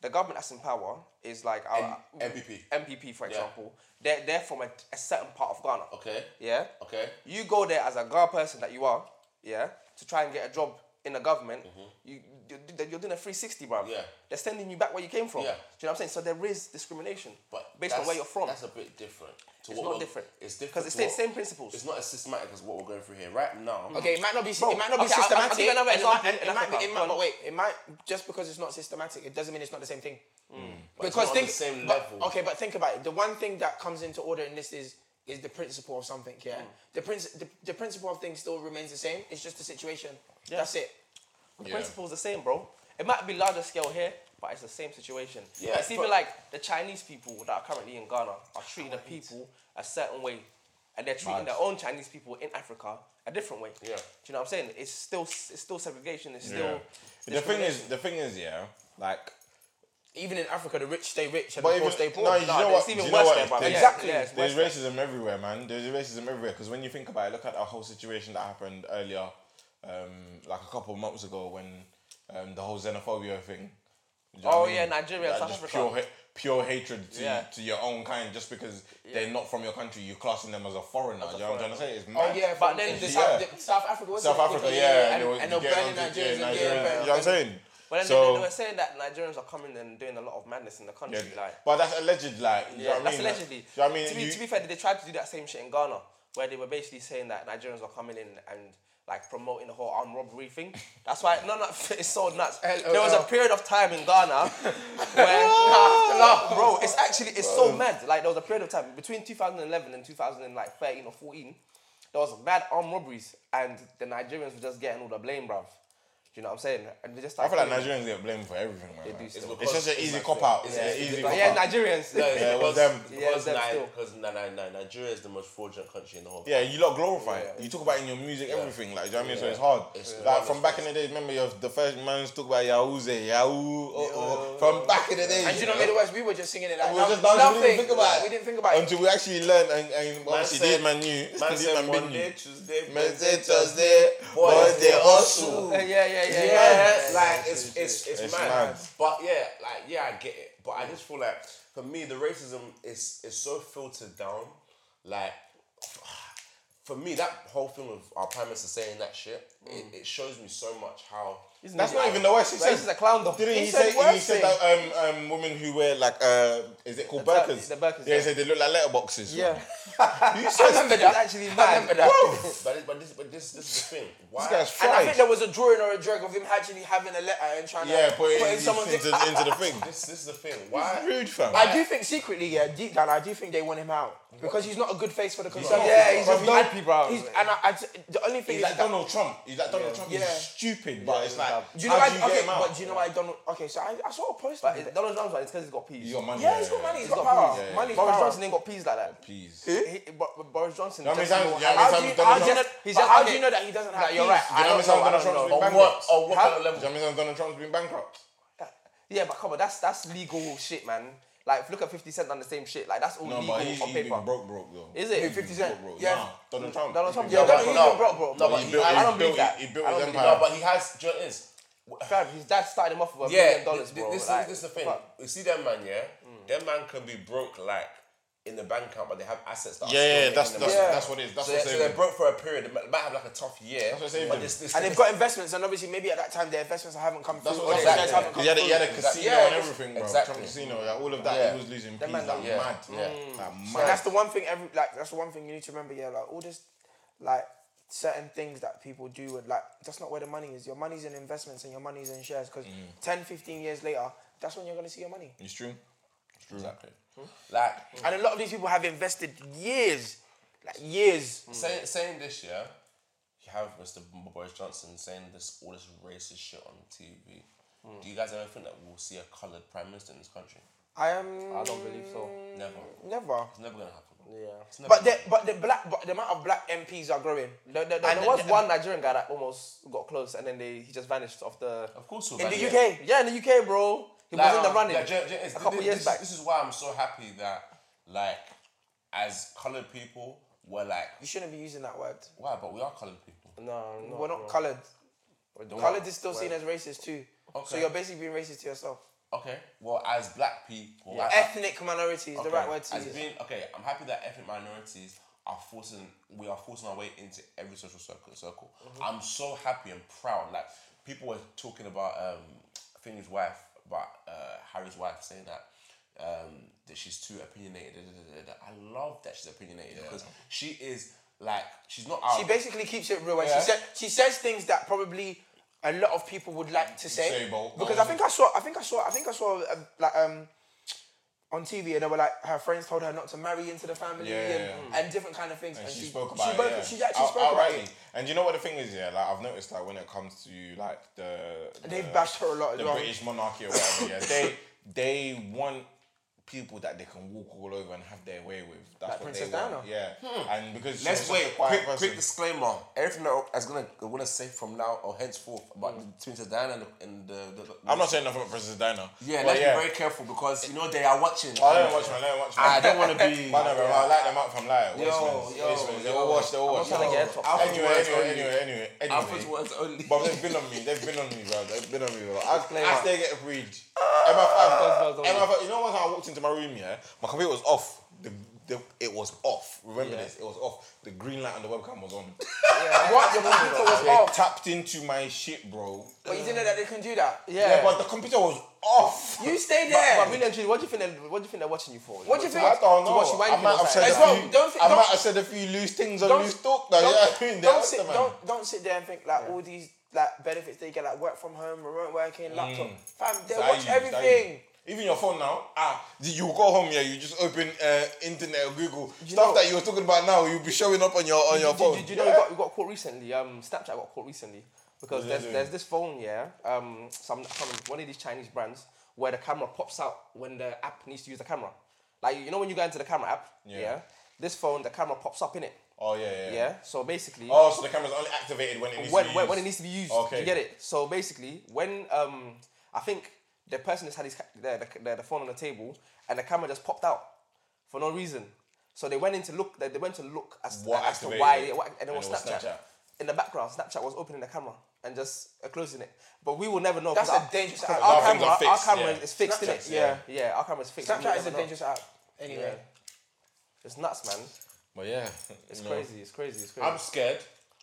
Speaker 4: The government that's in power is like our
Speaker 3: M- MPP.
Speaker 4: MPP, for example. They're they're from a, a certain part of Ghana.
Speaker 3: Okay.
Speaker 4: Yeah.
Speaker 3: Okay.
Speaker 4: You go there as a Ghana person that you are, yeah, to try and get a job in the government. You you're, do- you're doing a 360, bro.
Speaker 3: Mm-hmm. Yeah.
Speaker 4: They're sending you back where you came from.
Speaker 3: Yeah.
Speaker 4: Do you know what I'm saying? So there is discrimination
Speaker 3: But
Speaker 4: based on
Speaker 3: that's-
Speaker 4: where you're from.
Speaker 3: That's a bit different. To
Speaker 4: it's
Speaker 3: what
Speaker 4: not
Speaker 3: we're-
Speaker 4: different.
Speaker 3: It's different.
Speaker 4: because it's
Speaker 3: to
Speaker 4: the
Speaker 3: what-
Speaker 4: same principles.
Speaker 3: It's not as systematic as what we're going through here right now.
Speaker 5: Okay, it might not be. it might not be
Speaker 4: okay, I'll- I'll
Speaker 5: systematic.
Speaker 4: give you another
Speaker 5: and it might,
Speaker 4: example
Speaker 5: and it
Speaker 4: in
Speaker 5: might be.
Speaker 4: Africa.
Speaker 5: It
Speaker 4: Go
Speaker 5: might,
Speaker 4: on.
Speaker 5: but wait, it might just because it's not systematic. It doesn't mean it's not the same thing.
Speaker 3: it's
Speaker 5: Because
Speaker 3: not on
Speaker 5: think.
Speaker 3: the same
Speaker 5: but-
Speaker 3: level.
Speaker 5: Okay, but think about it. The one thing that comes into order in this is is the principle of something. Yeah. The princi- the, the principle of things still remains the same. It's just the situation. That's it.
Speaker 4: The
Speaker 1: Yeah.
Speaker 4: principle's the same, bro. It might be larger scale here, but it's the same situation.
Speaker 3: Yeah,
Speaker 4: it's even
Speaker 3: but-
Speaker 4: like the Chinese people that are currently in Ghana are treating the people a certain way, and they're treating
Speaker 1: Mad.
Speaker 4: their own Chinese people in Africa a different way.
Speaker 3: Yeah.
Speaker 4: Do you know what I'm saying? It's still it's still segregation. It's
Speaker 1: Yeah.
Speaker 4: still
Speaker 1: The thing is, the thing is, yeah, like
Speaker 5: Even in Africa, the rich stay rich and
Speaker 1: But
Speaker 5: the poor
Speaker 1: even-
Speaker 5: stay poor.
Speaker 1: no, you
Speaker 4: Nah,
Speaker 1: know
Speaker 4: it's
Speaker 1: what?
Speaker 4: even
Speaker 1: you know
Speaker 4: worse
Speaker 1: what?
Speaker 4: there, bruv. Yeah,
Speaker 5: Exactly.
Speaker 4: yeah, it's
Speaker 1: There's
Speaker 4: worse
Speaker 1: racism everywhere, man. There's racism everywhere. Because when you think about it, look at the whole situation that happened earlier, um, like a couple of months ago, when um, the whole xenophobia thing. Do you know
Speaker 4: Oh,
Speaker 1: what I mean?
Speaker 4: yeah, Nigeria,
Speaker 1: Like,
Speaker 4: South
Speaker 1: just
Speaker 4: Africa.
Speaker 1: Pure, ha- pure hatred to,
Speaker 4: Yeah.
Speaker 1: to your own kind just because they're not from your country. You're classing them as a foreigner. do you know what I'm trying to say? It's
Speaker 5: Oh
Speaker 1: mad.
Speaker 5: yeah,
Speaker 4: But
Speaker 5: but
Speaker 4: then
Speaker 5: then the
Speaker 4: the-
Speaker 5: South,
Speaker 1: yeah.
Speaker 5: the South Africa, wasn't
Speaker 1: South
Speaker 5: it?
Speaker 1: Africa, yeah.
Speaker 5: and,
Speaker 1: they were
Speaker 5: and, and they'll
Speaker 1: getting
Speaker 5: burn
Speaker 1: onto- yeah,
Speaker 5: Nigerians, and
Speaker 1: Nigerians, You
Speaker 5: yeah,
Speaker 1: know what I'm saying?
Speaker 4: But then
Speaker 1: So-
Speaker 4: they, they were saying that Nigerians are coming and doing a lot of madness in the country.
Speaker 1: Yeah,
Speaker 4: Like,
Speaker 1: but that's alleged, like, you know
Speaker 4: yeah,
Speaker 1: what I
Speaker 4: that's
Speaker 1: mean? Like,
Speaker 4: allegedly.
Speaker 1: do you know what I mean?
Speaker 4: To be,
Speaker 1: You-
Speaker 4: to be fair, they tried to do that same shit in Ghana, where they were basically saying that Nigerians were coming in and like promoting the whole armed robbery thing. That's why no, no, it's so nuts. There was a period of time in Ghana where, Nah, bro, it's actually it's so mad. Like there was a period of time between 2011 and 2013 or 14, there was bad armed robberies, and the Nigerians were just getting all the blame, bruv. Do you know what I'm saying? And they just
Speaker 1: I feel like
Speaker 4: started-
Speaker 1: Nigerians get blamed for everything, man.
Speaker 4: do
Speaker 1: It's,
Speaker 4: still.
Speaker 1: it's such an easy cop out. It's an easy cop
Speaker 4: yeah,
Speaker 1: out.
Speaker 4: Nigerians.
Speaker 3: No, it's
Speaker 1: Yeah,
Speaker 3: because,
Speaker 1: with them.
Speaker 3: because,
Speaker 4: Yeah, with them
Speaker 3: Ni-
Speaker 4: still.
Speaker 3: because Ni- Ni- Ni- Nigeria is the most fraudulent country in the whole.
Speaker 1: Yeah, you lot glorify it. You talk about it in your music, everything. Like, do you know what I mean? So it's hard. like from back in the days, remember your, the first man talk about Yahooze, eh, Yahoo. Oh, oh. From back in the days,
Speaker 5: And you know,
Speaker 1: we
Speaker 5: otherwise we were just singing it like
Speaker 1: were just
Speaker 5: no-
Speaker 1: dancing. We didn't
Speaker 5: nothing.
Speaker 1: think about it. Um,
Speaker 5: We didn't think about it.
Speaker 1: until we actually learned. And, and well,
Speaker 3: Man
Speaker 1: actually, these
Speaker 3: said-
Speaker 1: man knew.
Speaker 3: Man
Speaker 1: These
Speaker 3: said
Speaker 1: man been
Speaker 3: Monday,
Speaker 1: knew.
Speaker 3: Tuesday,
Speaker 1: Man
Speaker 3: Wednesday,
Speaker 1: said uh,
Speaker 3: Thursday.
Speaker 1: Thursday,
Speaker 3: boys,
Speaker 1: boys
Speaker 3: they
Speaker 1: they
Speaker 3: hustle.
Speaker 1: hustle.
Speaker 4: Yeah, yeah, yeah.
Speaker 3: Yeah, like it's it's it's,
Speaker 1: It's
Speaker 3: mad.
Speaker 1: mad.
Speaker 3: But yeah, like yeah, I get it. But I just feel like for me, the racism is is so filtered down. Like for me, that whole thing of our prime minister saying that shit, it, it shows me so much how.
Speaker 1: That's not even the worst. He
Speaker 4: Like, he's
Speaker 1: says
Speaker 4: a clown though.
Speaker 1: Didn't he,
Speaker 4: He said
Speaker 1: say he
Speaker 4: worse
Speaker 1: said that um, um women who wear like uh is it called
Speaker 4: The tur-
Speaker 1: burkas?
Speaker 4: the burkas,
Speaker 1: Yeah,
Speaker 4: yeah.
Speaker 1: he said they look like letterboxes.
Speaker 4: Yeah.
Speaker 1: you said
Speaker 4: It's actually mad.
Speaker 3: But it- but this but this this is the thing. Why?
Speaker 1: this guy's
Speaker 5: And I think
Speaker 1: fried.
Speaker 5: there was a drawing or a drag of him actually having a letter and trying
Speaker 1: Yeah,
Speaker 5: to
Speaker 1: put it
Speaker 5: put in
Speaker 1: into,
Speaker 5: someone's.
Speaker 1: into, into the thing.
Speaker 3: this this is the thing. Why?
Speaker 1: Rude fam.
Speaker 5: I do think secretly, yeah, deep down, I do think they want him out because he's not a good face for the Conservatives.
Speaker 4: Yeah, he's
Speaker 5: Bro,
Speaker 4: just mad people out.
Speaker 5: He's, and I, I, the only thing
Speaker 1: He's
Speaker 5: is
Speaker 1: like
Speaker 5: that-
Speaker 1: Donald Trump. He's like Donald Trump. He's
Speaker 5: Yeah.
Speaker 1: stupid, but it's like,
Speaker 5: do you know
Speaker 1: how
Speaker 5: why?
Speaker 1: do you
Speaker 5: okay,
Speaker 1: get him out?
Speaker 5: but do you know why Donald? Okay, so I, I saw a post.
Speaker 4: But
Speaker 5: on
Speaker 4: it-
Speaker 5: it.
Speaker 4: Donald Trump's like, it's because he's got peas.
Speaker 1: He's got money.
Speaker 5: yeah, he's got money. He's got power.
Speaker 1: yeah, yeah.
Speaker 5: Money's
Speaker 4: Boris
Speaker 5: power.
Speaker 4: Johnson ain't got peas like that.
Speaker 1: Peas. Eh?
Speaker 4: He- he- Bo- Bo- Boris Johnson.
Speaker 1: You know how many
Speaker 4: just-
Speaker 1: times- you know how
Speaker 5: How do
Speaker 1: many
Speaker 5: you,
Speaker 1: times Donald
Speaker 5: how do you know,
Speaker 1: Trump?
Speaker 4: He's
Speaker 5: but
Speaker 4: just-
Speaker 5: how do
Speaker 4: okay.
Speaker 5: you know that he doesn't have
Speaker 4: Like, you're
Speaker 5: peas?
Speaker 4: right.
Speaker 1: You know how many
Speaker 4: I don't
Speaker 1: times
Speaker 4: know,
Speaker 1: Donald
Speaker 4: I don't
Speaker 1: Trump's been
Speaker 4: know.
Speaker 3: On what
Speaker 1: bankrupt?
Speaker 3: on what
Speaker 4: How-
Speaker 3: kind of
Speaker 1: Do you know
Speaker 3: level?
Speaker 1: how many times Donald Trump's been bankrupt?
Speaker 4: Yeah, but come on, that's that's legal shit, man. Like, if you look at 50 Cent on the same shit. Like, that's all
Speaker 1: No,
Speaker 4: legal
Speaker 1: but he's
Speaker 4: on
Speaker 1: he
Speaker 4: paper.
Speaker 1: been broke, broke though.
Speaker 4: Is it?
Speaker 1: He's been
Speaker 5: 50 Cent?
Speaker 1: broke, broke.
Speaker 5: Yeah.
Speaker 1: Nah, Donald Trump.
Speaker 4: Donald Trump,
Speaker 1: He's
Speaker 4: yeah,
Speaker 1: been broke,
Speaker 4: Donald Trump,
Speaker 1: broke.
Speaker 4: yeah. broke, bro.
Speaker 3: No, but
Speaker 1: He
Speaker 3: he-
Speaker 1: built-
Speaker 3: I
Speaker 1: he
Speaker 3: don't
Speaker 1: built-
Speaker 3: believe that.
Speaker 1: He built
Speaker 3: I
Speaker 1: his
Speaker 3: don't believe- No,
Speaker 1: empire.
Speaker 3: but he has. Do you know what it is?
Speaker 4: Fam, his dad started him off with a
Speaker 3: Yeah,
Speaker 4: million dollars,
Speaker 3: th- th-
Speaker 4: bro.
Speaker 3: This,
Speaker 4: like,
Speaker 3: is, this is the thing.
Speaker 4: fuck.
Speaker 3: You see them man, yeah.
Speaker 1: Mm.
Speaker 3: Them man can be broke like in the bank account, but they have assets that. are
Speaker 1: Yeah,
Speaker 3: still
Speaker 1: yeah,
Speaker 3: making
Speaker 1: that's-
Speaker 3: them
Speaker 1: that's-
Speaker 3: money.
Speaker 1: that's what it is, that's
Speaker 3: so,
Speaker 1: what
Speaker 3: they're, so
Speaker 1: saving
Speaker 3: they're broke for a period. They might might have like a tough year.
Speaker 1: That's what saving
Speaker 3: but
Speaker 1: them.
Speaker 3: this- this-
Speaker 5: And they've got investments, and obviously maybe at that time their investments haven't come through.
Speaker 4: Oh,
Speaker 1: That's
Speaker 5: or
Speaker 1: what I'm
Speaker 5: their
Speaker 1: saying.
Speaker 5: debts
Speaker 3: Exactly.
Speaker 5: haven't come
Speaker 1: He had a, he had a
Speaker 3: Exactly.
Speaker 1: casino
Speaker 5: Yeah,
Speaker 1: and everything, bro.
Speaker 3: exactly.
Speaker 1: Trump casino, like, all of that.
Speaker 3: Yeah.
Speaker 1: He was losing
Speaker 4: That
Speaker 1: peas,
Speaker 4: man-
Speaker 1: like
Speaker 3: yeah.
Speaker 1: mad,
Speaker 3: Yeah.
Speaker 1: like
Speaker 5: And
Speaker 1: mad.
Speaker 5: that's the one thing every like that's the one thing you need to remember, yeah, like all this like certain things that people do and like that's not where the money is. Your money's in investments and your money's in shares because 10, 15 years later, that's when you're gonna see your money.
Speaker 1: It's true. It's true.
Speaker 3: Exactly. Like
Speaker 1: Mm.
Speaker 5: And a lot of these people have invested years. Like years.
Speaker 3: saying saying this, yeah. You have Mr. B- Boris Johnson saying this all this racist shit on TV.
Speaker 1: Mm.
Speaker 3: Do you guys ever think that we'll
Speaker 4: um,
Speaker 3: see a coloured prime minister in this country?
Speaker 5: I am
Speaker 4: I don't believe so.
Speaker 3: Never.
Speaker 5: never.
Speaker 3: It's never gonna happen.
Speaker 4: Yeah.
Speaker 5: Mm. But the but the black but the amount of black MPs are growing. The, the, the,
Speaker 4: And
Speaker 5: the-
Speaker 4: there was
Speaker 5: the-
Speaker 4: one Nigerian guy that almost got close, and then they, he just vanished off the.
Speaker 3: Of course,
Speaker 4: In the UK, yeah, in the UK, bro, he was in the running
Speaker 3: um,
Speaker 4: a couple
Speaker 3: this,
Speaker 4: years
Speaker 3: this,
Speaker 4: back.
Speaker 3: This is why I'm so happy that, like, as coloured people, we're like,
Speaker 5: You shouldn't be using that word.
Speaker 3: wow, but we are coloured people.
Speaker 4: no, no,
Speaker 5: We're not coloured.
Speaker 4: don't
Speaker 5: Coloured is still seen as racist too. So
Speaker 3: Okay.
Speaker 5: you're basically being racist to yourself.
Speaker 3: Okay. Well, as black people, I- I-
Speaker 5: Ethnic minority is the right word to
Speaker 3: As
Speaker 5: use.
Speaker 3: being- okay, I'm happy that ethnic minorities are forcing we are forcing our way into every social circle. circle.
Speaker 5: Mm-hmm.
Speaker 3: I'm so happy and proud. Like people were talking about um Finney's wife, about uh, Harry's wife, saying that um that she's too opinionated. da, da, da, da, da. I love that she's opinionated because she is like she's not out.
Speaker 5: She basically keeps it real. And
Speaker 3: Yeah.
Speaker 5: she said she says things that probably a lot of people would like to say.
Speaker 1: Say, but-
Speaker 5: because I think I saw, I think I saw, I think I saw uh, like um on TV, and they were like her friends told her not to marry into the family
Speaker 1: Yeah,
Speaker 5: and,
Speaker 1: yeah,
Speaker 5: and different kind of things.
Speaker 1: And she, spoke about
Speaker 5: she
Speaker 1: it.
Speaker 5: spoke-
Speaker 1: yeah.
Speaker 5: She actually
Speaker 1: Out-
Speaker 5: spoke about
Speaker 1: outrightly.
Speaker 5: it.
Speaker 1: And you know what the thing is, yeah, like I've noticed that when it comes to like the, the
Speaker 5: They've bashed her a lot as
Speaker 1: the
Speaker 5: well.
Speaker 1: British monarchy or whatever, yeah, they they want people that they can walk all over and have their way with. That's
Speaker 5: Like
Speaker 1: what
Speaker 5: Princess
Speaker 1: they want.
Speaker 5: Diana.
Speaker 1: Yeah. And because
Speaker 3: Let's
Speaker 1: she's such a
Speaker 3: wait.
Speaker 1: quiet
Speaker 3: Quick, quick
Speaker 1: person-
Speaker 3: disclaimer. Everything that I was gonna I wanna say from now or henceforth about
Speaker 5: Mm.
Speaker 3: the Princess Diana and the, and the, the
Speaker 1: I'm not saying nothing about Princess Diana.
Speaker 3: Yeah,
Speaker 1: but
Speaker 3: let's be very Ah, careful because you know they are watching.
Speaker 1: I don't watch man, I don't watch man.
Speaker 3: I don't wanna be-
Speaker 1: Man, I I like them up from like. Yo,
Speaker 3: yo,
Speaker 1: They
Speaker 3: yo.
Speaker 1: all watch, they all watch.
Speaker 4: trying to get top five.
Speaker 1: Anyway, anyway, anyway, anyway,
Speaker 3: Alfred's
Speaker 1: anyway.
Speaker 3: words only.
Speaker 1: But they've been on me. They've been on me, bro. They've been on me, bro. I,
Speaker 4: Disclaimer.
Speaker 1: I still get a breach. Emma, five,
Speaker 4: don't- don't-
Speaker 1: Emma, five, you know one time I walked into my room, yeah, my computer was off. The, the, it was off. Remember
Speaker 4: Yeah.
Speaker 1: this? It was off. The green light on the webcam was on.
Speaker 5: What your computer was
Speaker 1: they
Speaker 5: off,
Speaker 1: tapped into my shit, bro.
Speaker 5: but you didn't know that they can do that.
Speaker 4: Yeah.
Speaker 1: Yeah, but the computer was off.
Speaker 5: You stay
Speaker 4: But,
Speaker 5: there.
Speaker 4: but really and truly, what do you think? They're, what do you think they're watching you for?
Speaker 5: What do you think?
Speaker 1: I don't
Speaker 4: To
Speaker 1: know.
Speaker 4: watch you wanking
Speaker 1: I might have
Speaker 4: outside.
Speaker 1: said
Speaker 5: As
Speaker 1: a
Speaker 5: well,
Speaker 1: few.
Speaker 5: don't think-
Speaker 1: I
Speaker 5: don't-
Speaker 1: might have said a few loose things on
Speaker 5: don't-
Speaker 1: loose talk. Though, you
Speaker 5: don't-
Speaker 1: know what I mean? They're
Speaker 5: don't
Speaker 1: after,
Speaker 5: sit,
Speaker 1: man.
Speaker 5: don't don't sit there and think like all these like benefits they get like work from home, remote working, laptop. Fam, they
Speaker 1: That Mm.
Speaker 5: watch
Speaker 1: you, that you.
Speaker 5: everything.
Speaker 1: Even your phone now. Ah, you go home yeah. You just open uh, internet or Google stuff
Speaker 5: know-
Speaker 1: that you were talking about now. You'll be showing up on your on your
Speaker 4: Do,
Speaker 1: phone.
Speaker 4: do, do you know we got, we got caught recently? Um, Snapchat got caught recently
Speaker 1: What are
Speaker 4: because
Speaker 1: they
Speaker 4: there's,
Speaker 1: doing?
Speaker 4: there's this phone, yeah, um, some, some one of these Chinese brands where the camera pops out when the app needs to use the camera. Like you know when you go into the camera app, yeah,
Speaker 1: Yeah.
Speaker 4: this phone the camera pops up in it,
Speaker 1: Oh yeah, yeah.
Speaker 4: yeah. So basically,
Speaker 1: Oh, so the camera's only activated when it needs
Speaker 4: when,
Speaker 1: to be
Speaker 4: when, when it
Speaker 1: used.
Speaker 4: needs to be used.
Speaker 1: Okay.
Speaker 4: You get it? So basically, when um, I think the person just had his ca- the, the, the, the phone on the table and the camera just popped out for no reason. So they went in to look. They, they went to look as,
Speaker 1: What
Speaker 4: as to
Speaker 1: activated
Speaker 4: why
Speaker 1: it?
Speaker 4: what, and it
Speaker 1: And
Speaker 4: was
Speaker 1: it was
Speaker 4: Snapchat.
Speaker 1: Snapchat.
Speaker 4: In the background, Snapchat was opening the camera and just uh, closing it. But we will never know.
Speaker 5: That's
Speaker 4: 'cause
Speaker 5: a dangerous
Speaker 4: Our,
Speaker 5: app.
Speaker 4: our
Speaker 1: Our things
Speaker 4: camera,
Speaker 1: are
Speaker 4: our
Speaker 1: fixed,
Speaker 4: camera
Speaker 1: yeah.
Speaker 4: is fixed, innit?
Speaker 5: Snapchat's,
Speaker 4: Yeah. yeah, our camera is fixed. we will
Speaker 5: Snapchat is a
Speaker 4: never know.
Speaker 5: dangerous app. Anyway.
Speaker 4: It's nuts, man.
Speaker 1: But yeah,
Speaker 4: It's
Speaker 1: you know.
Speaker 4: crazy. It's crazy. It's crazy.
Speaker 3: I'm scared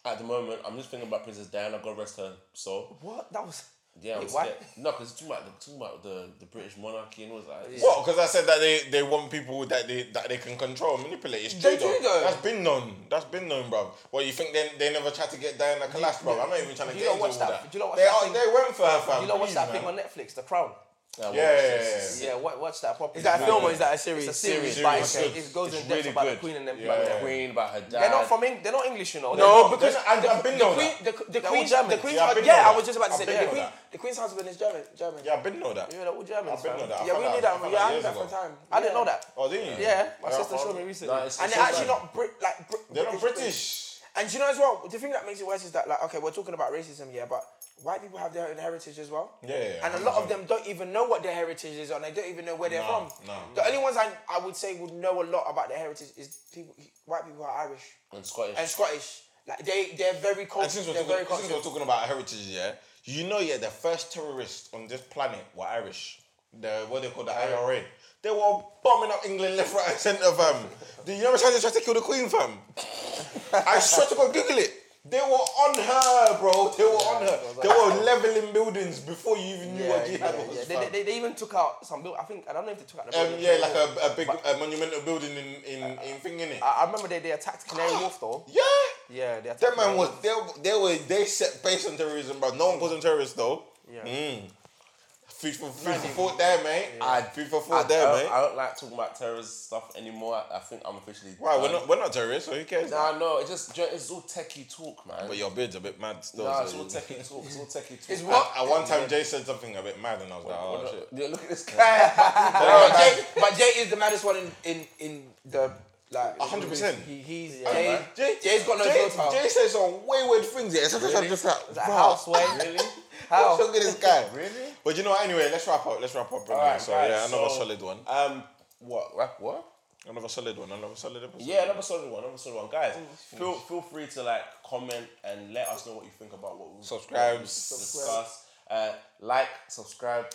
Speaker 3: at the moment. I'm just thinking about Princess Diana. God rest her soul.
Speaker 4: what? That was.
Speaker 3: Yeah, I'm
Speaker 4: Wait, why?
Speaker 3: scared. No, because talking about the talking about the, the British monarchy and all that.
Speaker 1: What? Because I said that they, they want people that they that they can control, manipulate. It's true
Speaker 5: They do, though.
Speaker 1: That's been known. That's been known, bro. Well, you think they, they never tried to get Diana Kalash, bro? I'm not even trying to
Speaker 4: do
Speaker 1: get into
Speaker 4: you not
Speaker 1: all
Speaker 4: watch
Speaker 1: that.
Speaker 4: that- do you not watch
Speaker 1: they
Speaker 4: that
Speaker 1: are-
Speaker 4: thing-
Speaker 1: they went for her, fam.
Speaker 4: You know what's
Speaker 1: Please,
Speaker 4: that
Speaker 1: man.
Speaker 4: thing on Netflix? The Crown.
Speaker 3: Yeah,
Speaker 1: Yeah, yeah, yeah, yeah.
Speaker 4: Yeah, wa- watch that properly.
Speaker 5: Is that a film or is that a series?
Speaker 4: It's a series,
Speaker 1: Series,
Speaker 4: but
Speaker 1: it's
Speaker 4: it's,
Speaker 1: good.
Speaker 4: it, goes
Speaker 3: It's
Speaker 4: in depth
Speaker 3: really
Speaker 4: about
Speaker 3: good.
Speaker 4: the Queen and them. people.
Speaker 1: Yeah.
Speaker 3: About the Queen, about her dad.
Speaker 4: They're not from England. They're not English, you know.
Speaker 5: No,
Speaker 1: No,
Speaker 5: because
Speaker 1: because I've, I've been
Speaker 5: the
Speaker 1: known
Speaker 5: queen,
Speaker 1: that.
Speaker 5: the, the
Speaker 4: all
Speaker 5: queen's,
Speaker 4: German.
Speaker 5: the queen's,
Speaker 1: Yeah, I've
Speaker 5: hus-
Speaker 1: been
Speaker 5: yeah,
Speaker 1: known
Speaker 5: I
Speaker 1: that.
Speaker 5: was just about to
Speaker 1: I've
Speaker 5: say
Speaker 1: been
Speaker 5: the
Speaker 1: known
Speaker 5: queen,
Speaker 1: that.
Speaker 5: the queen's husband is German, German.
Speaker 1: Yeah, I've been known that.
Speaker 4: yeah, they're all Germans.
Speaker 1: I've been
Speaker 4: fam.
Speaker 1: known that. I
Speaker 5: Yeah,
Speaker 1: found
Speaker 5: we
Speaker 1: out-
Speaker 5: knew
Speaker 1: I
Speaker 5: that.
Speaker 1: found
Speaker 5: Yeah,
Speaker 1: out
Speaker 5: I knew
Speaker 1: years
Speaker 5: that
Speaker 1: ago.
Speaker 5: for a time.
Speaker 4: I didn't know that.
Speaker 1: Oh, didn't you?
Speaker 4: Yeah, my sister
Speaker 1: oh,
Speaker 4: showed me recently.
Speaker 3: No, it's
Speaker 5: And
Speaker 3: just
Speaker 5: they're
Speaker 3: so
Speaker 5: actually
Speaker 3: bad.
Speaker 5: not Brit, like Brit,
Speaker 1: They're not British.
Speaker 5: And do you know as well, the thing that makes it worse is that like, okay, we're talking about racism, yeah, but white people have their own heritage as well.
Speaker 1: Yeah, yeah, yeah,
Speaker 5: And a lot of
Speaker 1: 100%.
Speaker 5: them don't even know what their heritage is, and they don't even know where they're
Speaker 1: No,
Speaker 5: from.
Speaker 1: no.
Speaker 5: The only ones I, I would say would know a lot about their heritage is people, white people who are Irish
Speaker 3: And Scottish.
Speaker 5: and Scottish. Like they, they're very cultured.
Speaker 1: And since we're,
Speaker 5: they're very
Speaker 1: talking, since
Speaker 5: cultured.
Speaker 1: we're talking about heritage, yeah, you know, yeah, the first terrorists on this planet were Irish. The what they call the IRA. They were bombing up England left, right, and centre, fam. Do you know how many times they tried to kill the Queen, fam? I swear to God, Google it. They were on her, bro. They were on her. They were leveling buildings before you even knew what
Speaker 4: yeah,
Speaker 1: jihad
Speaker 4: yeah,
Speaker 1: was.
Speaker 4: yeah.
Speaker 1: fam.
Speaker 4: They, they, they even took out some. Build, I think I don't know if they Uh, took out the.
Speaker 1: um,
Speaker 4: building.
Speaker 1: yeah, like a, a big a monumental building in in, in thing in it.
Speaker 4: I I remember they, they attacked Canary Wharf though.
Speaker 1: yeah.
Speaker 4: Yeah, they attacked.
Speaker 1: That man
Speaker 4: Canary
Speaker 1: was
Speaker 4: Wharf.
Speaker 1: they, they were they set based on terrorism, bro. No one calls them terrorists though.
Speaker 4: Yeah.
Speaker 1: Food for food for thought there, mate. Food for
Speaker 3: I,
Speaker 1: thought there,
Speaker 3: don't,
Speaker 1: mate.
Speaker 3: I don't like talking about terrorist stuff anymore. I, I think I'm officially.
Speaker 1: Why we're
Speaker 3: done.
Speaker 1: not we're not terrorists, so who cares?
Speaker 3: Nah, no, it's just it's all techie talk, man.
Speaker 1: But your beard's a bit mad still.
Speaker 3: nah, it's
Speaker 1: so
Speaker 3: all
Speaker 1: you-
Speaker 3: techie talk. It's all techie talk.
Speaker 5: It's
Speaker 1: At-
Speaker 5: what?
Speaker 1: At one time, Jay said something a bit mad, and I was like,
Speaker 3: We're
Speaker 1: oh
Speaker 3: not-
Speaker 1: shit.
Speaker 3: Yeah, look at this guy.
Speaker 5: No, Jay, but Jay is the maddest one in, in, in the Like
Speaker 1: A hundred percent.
Speaker 5: He, he's
Speaker 1: Yeah,
Speaker 5: Jay,
Speaker 1: man. Jay,
Speaker 5: Jay's got no
Speaker 1: Jay,
Speaker 5: filter.
Speaker 1: Jay says some wayward things. Yeah, sometimes I'm just like,
Speaker 4: Like,
Speaker 1: bro,
Speaker 4: how, Sway?
Speaker 3: Really?
Speaker 4: How?
Speaker 1: look at this guy.
Speaker 3: Really?
Speaker 1: But you know what? Anyway, let's wrap up. Let's wrap up. Brendan.
Speaker 3: Alright,
Speaker 1: so
Speaker 3: guys,
Speaker 1: yeah, another
Speaker 3: so-
Speaker 1: solid one.
Speaker 3: Um, what? What? what?
Speaker 1: Another solid one. Another solid episode.
Speaker 3: Yeah, another solid one. Another solid one, guys.
Speaker 4: Oh,
Speaker 3: Feel feel free to like comment and let us know what you think about what we
Speaker 1: Subscribe.
Speaker 3: discuss. Uh, like, subscribe.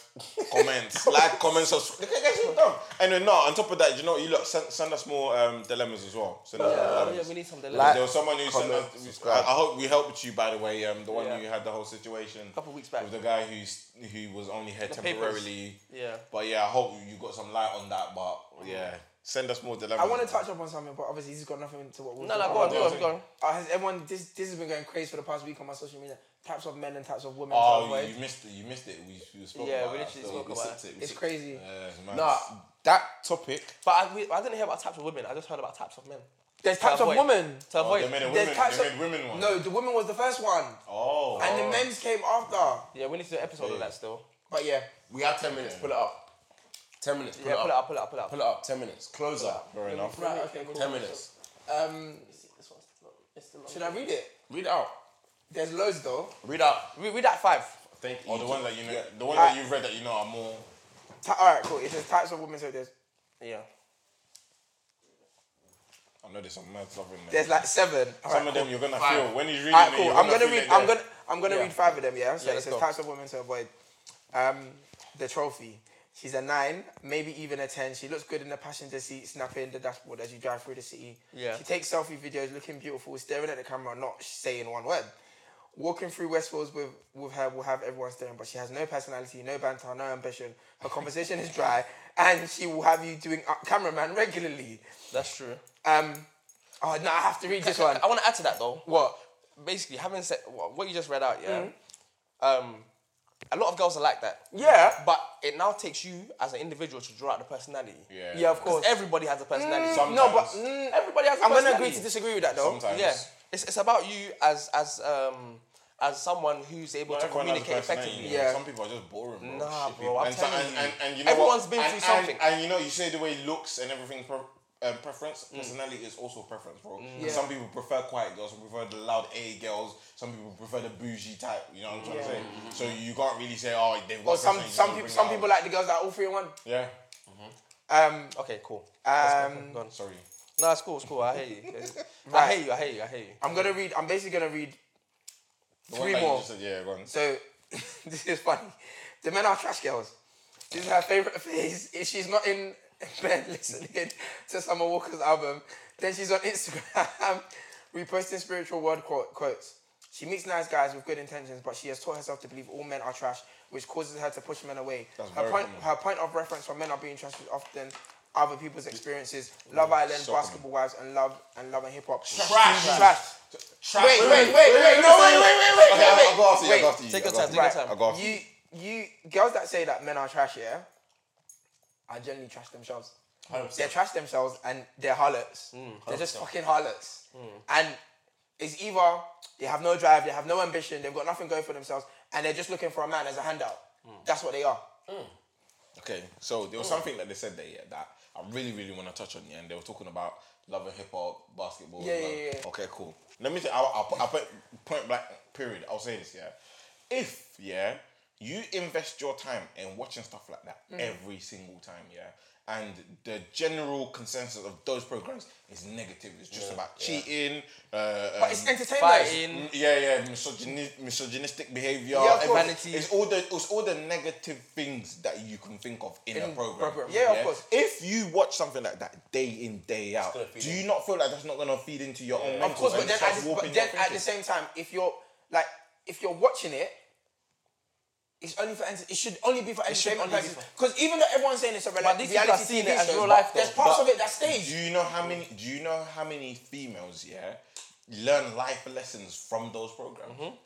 Speaker 1: comments, like, comment, subscribe. Look at guys, you're dumb. Anyway, no. On top of that, you know, you look send, send us more um, dilemmas as well. Send us more
Speaker 4: Yeah,
Speaker 5: Um,
Speaker 1: dilemmas.
Speaker 4: yeah, we need some delay.
Speaker 1: there was someone who sent
Speaker 3: comment,
Speaker 1: us. I,
Speaker 3: subscribe.
Speaker 1: I hope we helped you, by the way. Um, the one
Speaker 4: Yeah.
Speaker 1: who had the whole situation a
Speaker 4: Couple weeks back.
Speaker 1: with the guy who's who was only here
Speaker 4: papers.
Speaker 1: temporarily.
Speaker 4: yeah.
Speaker 1: But yeah, I hope you got some light on that. But yeah, send us more dilemmas.
Speaker 5: I want to touch up on something, but obviously he's got nothing to what we're
Speaker 4: No, no, go on, go on, go on.
Speaker 5: Uh, has everyone, this, this has been going crazy for the past week on my social media. Types of men and types of women. to
Speaker 1: Oh,
Speaker 5: avoid.
Speaker 1: you missed it. You missed it. We, we spoke
Speaker 4: Yeah,
Speaker 1: about
Speaker 4: we
Speaker 1: that,
Speaker 4: literally
Speaker 1: so
Speaker 4: spoke
Speaker 1: we
Speaker 4: about
Speaker 1: sipped it. we
Speaker 5: it's
Speaker 1: sipped-
Speaker 5: crazy.
Speaker 1: Yeah, it's mad.
Speaker 3: Nah, that topic.
Speaker 4: But I, we, I didn't hear about types of women. I just heard about types of men.
Speaker 5: There's
Speaker 4: To
Speaker 5: types of
Speaker 4: avoid.
Speaker 5: women.
Speaker 4: To
Speaker 1: Oh,
Speaker 4: avoid.
Speaker 1: they made a
Speaker 5: There's
Speaker 1: women.
Speaker 5: types
Speaker 1: They
Speaker 5: of-
Speaker 1: made women one.
Speaker 5: No, the women was the first one,
Speaker 1: Oh.
Speaker 5: and the men's came after.
Speaker 4: yeah, we need to do an episode of that still.
Speaker 5: But yeah,
Speaker 3: We have ten minutes. Pull it up. Ten minutes. Pull,
Speaker 4: Yeah,
Speaker 3: it,
Speaker 4: pull it
Speaker 3: up.
Speaker 4: up, pull it up, pull it up.
Speaker 3: Pull it up. Ten minutes. Close up.
Speaker 1: Fair enough.
Speaker 5: right, okay, cool.
Speaker 3: Ten minutes.
Speaker 5: Um,
Speaker 4: This one's not, it's still
Speaker 5: should I read it?
Speaker 3: Read out.
Speaker 5: There's loads though.
Speaker 3: Read out.
Speaker 4: Read, read that five.
Speaker 3: Thank
Speaker 1: Or the
Speaker 3: you.
Speaker 1: ones that you know, the ones
Speaker 5: Alright.
Speaker 1: that you've read that you know are more.
Speaker 5: Ta- all right, cool. It says types of women. So there's
Speaker 4: Yeah.
Speaker 1: I know there's some mad stuff in there.
Speaker 5: there's like seven. All right,
Speaker 1: some of them you're gonna
Speaker 3: Fine.
Speaker 1: feel when he's reading
Speaker 5: All right,
Speaker 1: it.
Speaker 5: cool.
Speaker 1: you're
Speaker 5: I'm gonna
Speaker 1: feel
Speaker 5: read.
Speaker 1: it
Speaker 5: I'm
Speaker 1: there.
Speaker 5: gonna. I'm gonna
Speaker 4: Yeah.
Speaker 5: read five of them. Yeah. So
Speaker 4: Yeah,
Speaker 5: it
Speaker 4: let's
Speaker 5: says
Speaker 4: go.
Speaker 5: types of women to avoid. Um, the trophy. She's a nine, maybe even a ten. She looks good in the passenger seat, snapping the dashboard as you drive through the city.
Speaker 4: Yeah.
Speaker 5: She takes selfie videos, looking beautiful, staring at the camera, not saying one word. Walking through Westfields with, with her will have everyone staring, but she has no personality, no banter, no ambition. Her conversation is dry, and she will have you doing up cameraman regularly.
Speaker 4: That's true.
Speaker 5: Um, oh no, I have to read this one.
Speaker 4: I want to add to that though. What? Basically, having said what what you just read out,
Speaker 5: Mm.
Speaker 4: yeah. Um, a lot of girls are like that.
Speaker 5: Yeah.
Speaker 4: But it now takes you as an individual to draw out the personality.
Speaker 1: Yeah.
Speaker 5: Yeah, of
Speaker 4: Because
Speaker 5: course.
Speaker 4: everybody has a personality.
Speaker 1: Sometimes.
Speaker 5: No, but mm,
Speaker 4: Everybody has. A
Speaker 5: I'm going to
Speaker 4: personality.
Speaker 5: agree to disagree with that though.
Speaker 1: Sometimes.
Speaker 4: Yeah. It's, it's about you as as um as someone who's able
Speaker 1: Not
Speaker 4: to
Speaker 1: everyone has a
Speaker 4: communicate
Speaker 1: personality,
Speaker 4: effectively.
Speaker 1: you know.
Speaker 5: Yeah.
Speaker 1: Some people are just boring, bro.
Speaker 4: Nah,
Speaker 1: Shit
Speaker 4: bro,
Speaker 1: people.
Speaker 4: I'm
Speaker 1: and,
Speaker 4: telling
Speaker 1: and,
Speaker 4: you.
Speaker 1: and, and you know
Speaker 4: Everyone's
Speaker 1: what?
Speaker 4: been
Speaker 1: and,
Speaker 4: through
Speaker 1: and-
Speaker 4: something.
Speaker 1: And, you know, you say the way looks and everything. Pre- um, preference, personality is also preference, bro.
Speaker 5: Mm. Yeah.
Speaker 1: Some people prefer quiet girls, some prefer the loud A girls, some people prefer the bougie type. You know what I'm trying to say? So you can't really say, oh, they've got.
Speaker 5: Or some
Speaker 1: personality,
Speaker 5: some
Speaker 1: you
Speaker 5: people
Speaker 1: bring
Speaker 5: some
Speaker 1: it out.
Speaker 5: people like the girls that are all three in one.
Speaker 1: Yeah,
Speaker 5: Um,
Speaker 4: Okay, cool.
Speaker 5: um,
Speaker 4: Go on.
Speaker 1: sorry.
Speaker 4: No, it's cool, it's cool. I hate you. I
Speaker 5: Right.
Speaker 4: hate you, I hate you, I hate you.
Speaker 5: I'm gonna read. I'm basically gonna read
Speaker 1: The one
Speaker 5: three
Speaker 1: that you
Speaker 5: more.
Speaker 1: just said, yeah, go on.
Speaker 5: So this is funny. The men are trash girls. This is her favorite phase. If she's not in bed listening to Summer Walker's album, then she's on Instagram reposting spiritual word quote, quotes. She meets nice guys with good intentions, but she has taught herself to believe all men are trash, which causes her to push men away.
Speaker 1: That's
Speaker 5: her
Speaker 1: very
Speaker 5: point,
Speaker 1: common.
Speaker 5: her point of reference for men are being trash is often other people's experiences, Love Island,
Speaker 1: so
Speaker 5: Basketball Wives, and Love and Love and Hip Hop.
Speaker 1: Trash.
Speaker 5: trash.
Speaker 1: Trash.
Speaker 5: Wait, wait, wait, wait, wait, no, wait, wait, wait, wait,
Speaker 1: Okay, I'll-
Speaker 5: wait,
Speaker 1: I'll go after you. I'll go
Speaker 5: wait.
Speaker 1: after you.
Speaker 4: Take
Speaker 1: I'll
Speaker 4: your
Speaker 1: go
Speaker 4: time,
Speaker 1: after
Speaker 4: take your
Speaker 5: Right.
Speaker 4: time.
Speaker 1: I'll go after
Speaker 5: You, you girls that say that men are trash, yeah, are generally trash themselves. They're trash themselves and they're harlots.
Speaker 4: Mm,
Speaker 5: they're just fucking harlots. And it's either they have no drive, they have no ambition, they've got nothing going for themselves, and they're just looking for a man as a handout.
Speaker 4: Mm.
Speaker 5: That's what they are.
Speaker 1: Okay, so
Speaker 5: Mm.
Speaker 1: there was something that they said there yeah, that I really, really want to touch on, yeah, and they were talking about love and hip hop, basketball.
Speaker 5: Yeah,
Speaker 1: love.
Speaker 5: yeah, yeah.
Speaker 1: Okay, cool. Let me. Say, I'll, I'll, put, I'll put point blank. Period. I'll say this. Yeah, if yeah, you invest your time in watching stuff like that
Speaker 5: Mm.
Speaker 1: every single time. Yeah. And the general consensus of those programs is negative. It's just about cheating. Uh,
Speaker 5: But it's entertainment.
Speaker 4: Fighting.
Speaker 1: Mm, yeah, yeah, misogyni- misogynistic behavior,
Speaker 5: Yeah, of course.
Speaker 1: vanity. It's all the it's all the negative things that you can think of in, a
Speaker 5: In
Speaker 1: program.
Speaker 5: program. Yeah, of course.
Speaker 1: If you watch something like that day in day out,
Speaker 3: gonna feed
Speaker 1: do
Speaker 3: in.
Speaker 1: you not feel like that's not gonna feed into your own?
Speaker 5: Of course, but then, at, the, but then at the same time, if you're like, if you're watching it, it's only for enter- it should only be for
Speaker 4: should
Speaker 5: entertainment
Speaker 4: only be
Speaker 5: purposes. Because even though everyone's saying it's a rela-
Speaker 4: But these people
Speaker 5: reality
Speaker 4: are seeing
Speaker 5: TV
Speaker 4: it as
Speaker 5: show,
Speaker 4: real
Speaker 5: but
Speaker 4: life though.
Speaker 5: there's parts
Speaker 4: But-
Speaker 5: of it that's staged.
Speaker 1: do you know how many? Do you know how many females? Yeah, learn life lessons from those programs.
Speaker 4: Mm-hmm.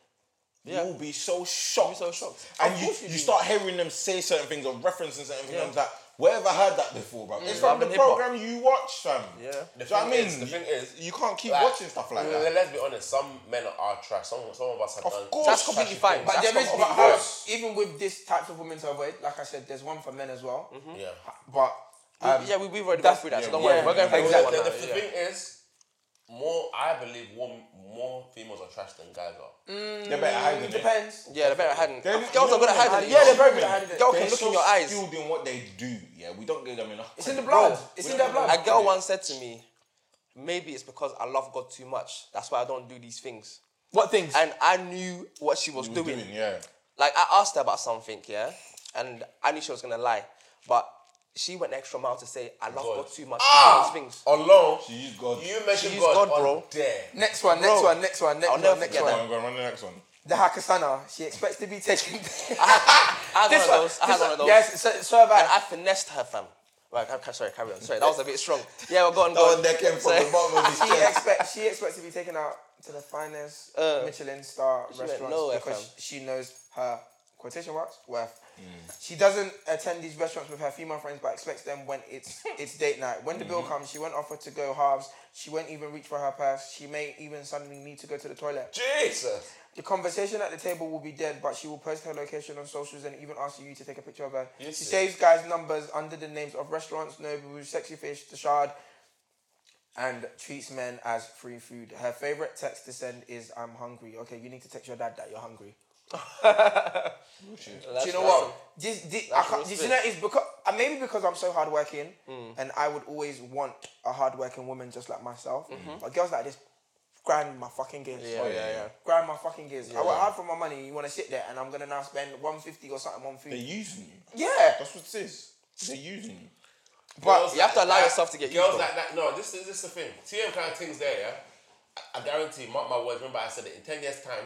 Speaker 1: You'll be so shocked.
Speaker 4: so shocked.
Speaker 1: And
Speaker 4: Of
Speaker 1: you,
Speaker 4: course you
Speaker 1: you
Speaker 4: do.
Speaker 1: start hearing them say certain things or referencing certain things. I'm like, where have I heard that before, bro? It's from
Speaker 4: Mm. Love
Speaker 1: the
Speaker 4: and hip hop.
Speaker 1: program you watch, fam.
Speaker 4: Yeah.
Speaker 1: Do
Speaker 4: The
Speaker 1: you know what I
Speaker 3: thing
Speaker 1: mean?
Speaker 3: is- the thing is,
Speaker 1: you can't keep
Speaker 3: Like,
Speaker 1: watting stuff like
Speaker 3: let-
Speaker 1: that.
Speaker 4: mm,
Speaker 3: Let's be honest. Some men are trash. Some, some of us have done.
Speaker 1: course.
Speaker 4: That's completely
Speaker 3: trashy
Speaker 4: fine.
Speaker 3: things.
Speaker 5: But
Speaker 4: That's
Speaker 5: there is,
Speaker 4: not
Speaker 5: but
Speaker 4: what
Speaker 5: how-
Speaker 4: it Mm-hmm.
Speaker 5: even with this types of women to avoid, like I said, there's one for men as well.
Speaker 3: Yeah.
Speaker 5: But
Speaker 4: We- Um, yeah, we, we've already gone
Speaker 5: that's-
Speaker 4: through that, so
Speaker 3: yeah,
Speaker 4: don't
Speaker 3: we-
Speaker 4: worry.
Speaker 5: yeah,
Speaker 4: We're going through
Speaker 3: The,
Speaker 5: exactly.
Speaker 4: exactly. one now.
Speaker 3: the thing is, more I believe more more females are trash than guys are.
Speaker 1: They're better hiding it.
Speaker 5: Depends.
Speaker 4: Yeah, they're better at hiding.
Speaker 1: They're-
Speaker 4: Girls are good at
Speaker 1: they're
Speaker 4: hiding.
Speaker 5: Yeah, they're very
Speaker 1: women.
Speaker 5: good at hiding it.
Speaker 4: Girl
Speaker 1: They're
Speaker 4: can look
Speaker 1: so
Speaker 4: in your eyes.
Speaker 1: skilled in what they do. Yeah, we don't give them enough.
Speaker 5: It's in the
Speaker 1: credit.
Speaker 5: blood.
Speaker 1: Bro,
Speaker 5: it's
Speaker 1: we don't
Speaker 5: in their
Speaker 1: give them
Speaker 5: blood.
Speaker 4: A girl once said to me, maybe it's because I love God too much. That's why I don't do these things.
Speaker 5: What things?
Speaker 4: And I knew what she was
Speaker 1: We're
Speaker 4: doing.
Speaker 1: doing, yeah.
Speaker 4: Like I asked her about something, yeah, and I knew she was gonna lie, but she went the extra mile to say I love God, too much. to do these things.
Speaker 3: Alone,
Speaker 1: She used Oh, God. Oh.
Speaker 3: you mentioned
Speaker 4: She's
Speaker 3: God,
Speaker 4: God, bro.
Speaker 3: on there.
Speaker 5: next one, next
Speaker 4: Bro,
Speaker 5: one, next one, next
Speaker 4: I'll
Speaker 5: one,
Speaker 4: never
Speaker 5: next
Speaker 4: forget
Speaker 1: Go
Speaker 5: one.
Speaker 1: on, go on, run the next one.
Speaker 5: The Hakasana. She expects to be taken.
Speaker 4: I had, I had
Speaker 5: This
Speaker 4: one of those. I had
Speaker 5: this
Speaker 4: one of those.
Speaker 5: Yes, so, so have I.
Speaker 4: And I finessed her, fam. Right, I'm, sorry, carry on. Sorry, that was a bit strong. Yeah, we're going.
Speaker 1: Oh, that came from the bottom of his
Speaker 5: she
Speaker 1: chest.
Speaker 5: expects she expects to be taken out to the finest Michelin star
Speaker 4: Uh. went
Speaker 5: restaurants
Speaker 4: nowhere,
Speaker 5: because
Speaker 4: fam.
Speaker 5: she knows her quotation marks worth.
Speaker 4: Mm.
Speaker 5: She doesn't attend these restaurants with her female friends, but expects them when it's it's date night. When the bill
Speaker 4: Mm-hmm.
Speaker 5: comes, she won't offer to go halves. She won't even reach for her purse. She may even suddenly need to go to the toilet.
Speaker 3: Jesus.
Speaker 5: The conversation at the table will be dead, but she will post her location on socials and even ask you to take a picture of her.
Speaker 3: Yes,
Speaker 5: she
Speaker 3: yes.
Speaker 5: saves guys' numbers under the names of restaurants, Nobu, Sexy Fish, The Shard, and treats men as free food. Her favorite text to send is "I'm hungry." Okay, you need to text your dad that you're hungry. Do you know what? This, this, I
Speaker 4: that's
Speaker 5: can't,
Speaker 4: real Mm.
Speaker 5: this,
Speaker 4: spit.
Speaker 5: you know, it's because uh, maybe because I'm so hardworking, and I would always want a hardworking woman just like myself. But girls like this grind my fucking gears.
Speaker 4: Mm-hmm. Yeah, yeah, yeah.
Speaker 5: Grind my fucking gears. I work hard for my money. You want to sit there, and I'm gonna now spend 150 or something on food.
Speaker 1: They're using you.
Speaker 5: yeah,
Speaker 1: That's what it is. They're using you.
Speaker 5: but
Speaker 4: you have to allow yourself to get
Speaker 3: girls
Speaker 4: used,
Speaker 3: like that. No, this is this is the thing. TM kind of things there. Yeah, I, I guarantee. Mark my words. Remember, I said it in ten years' time.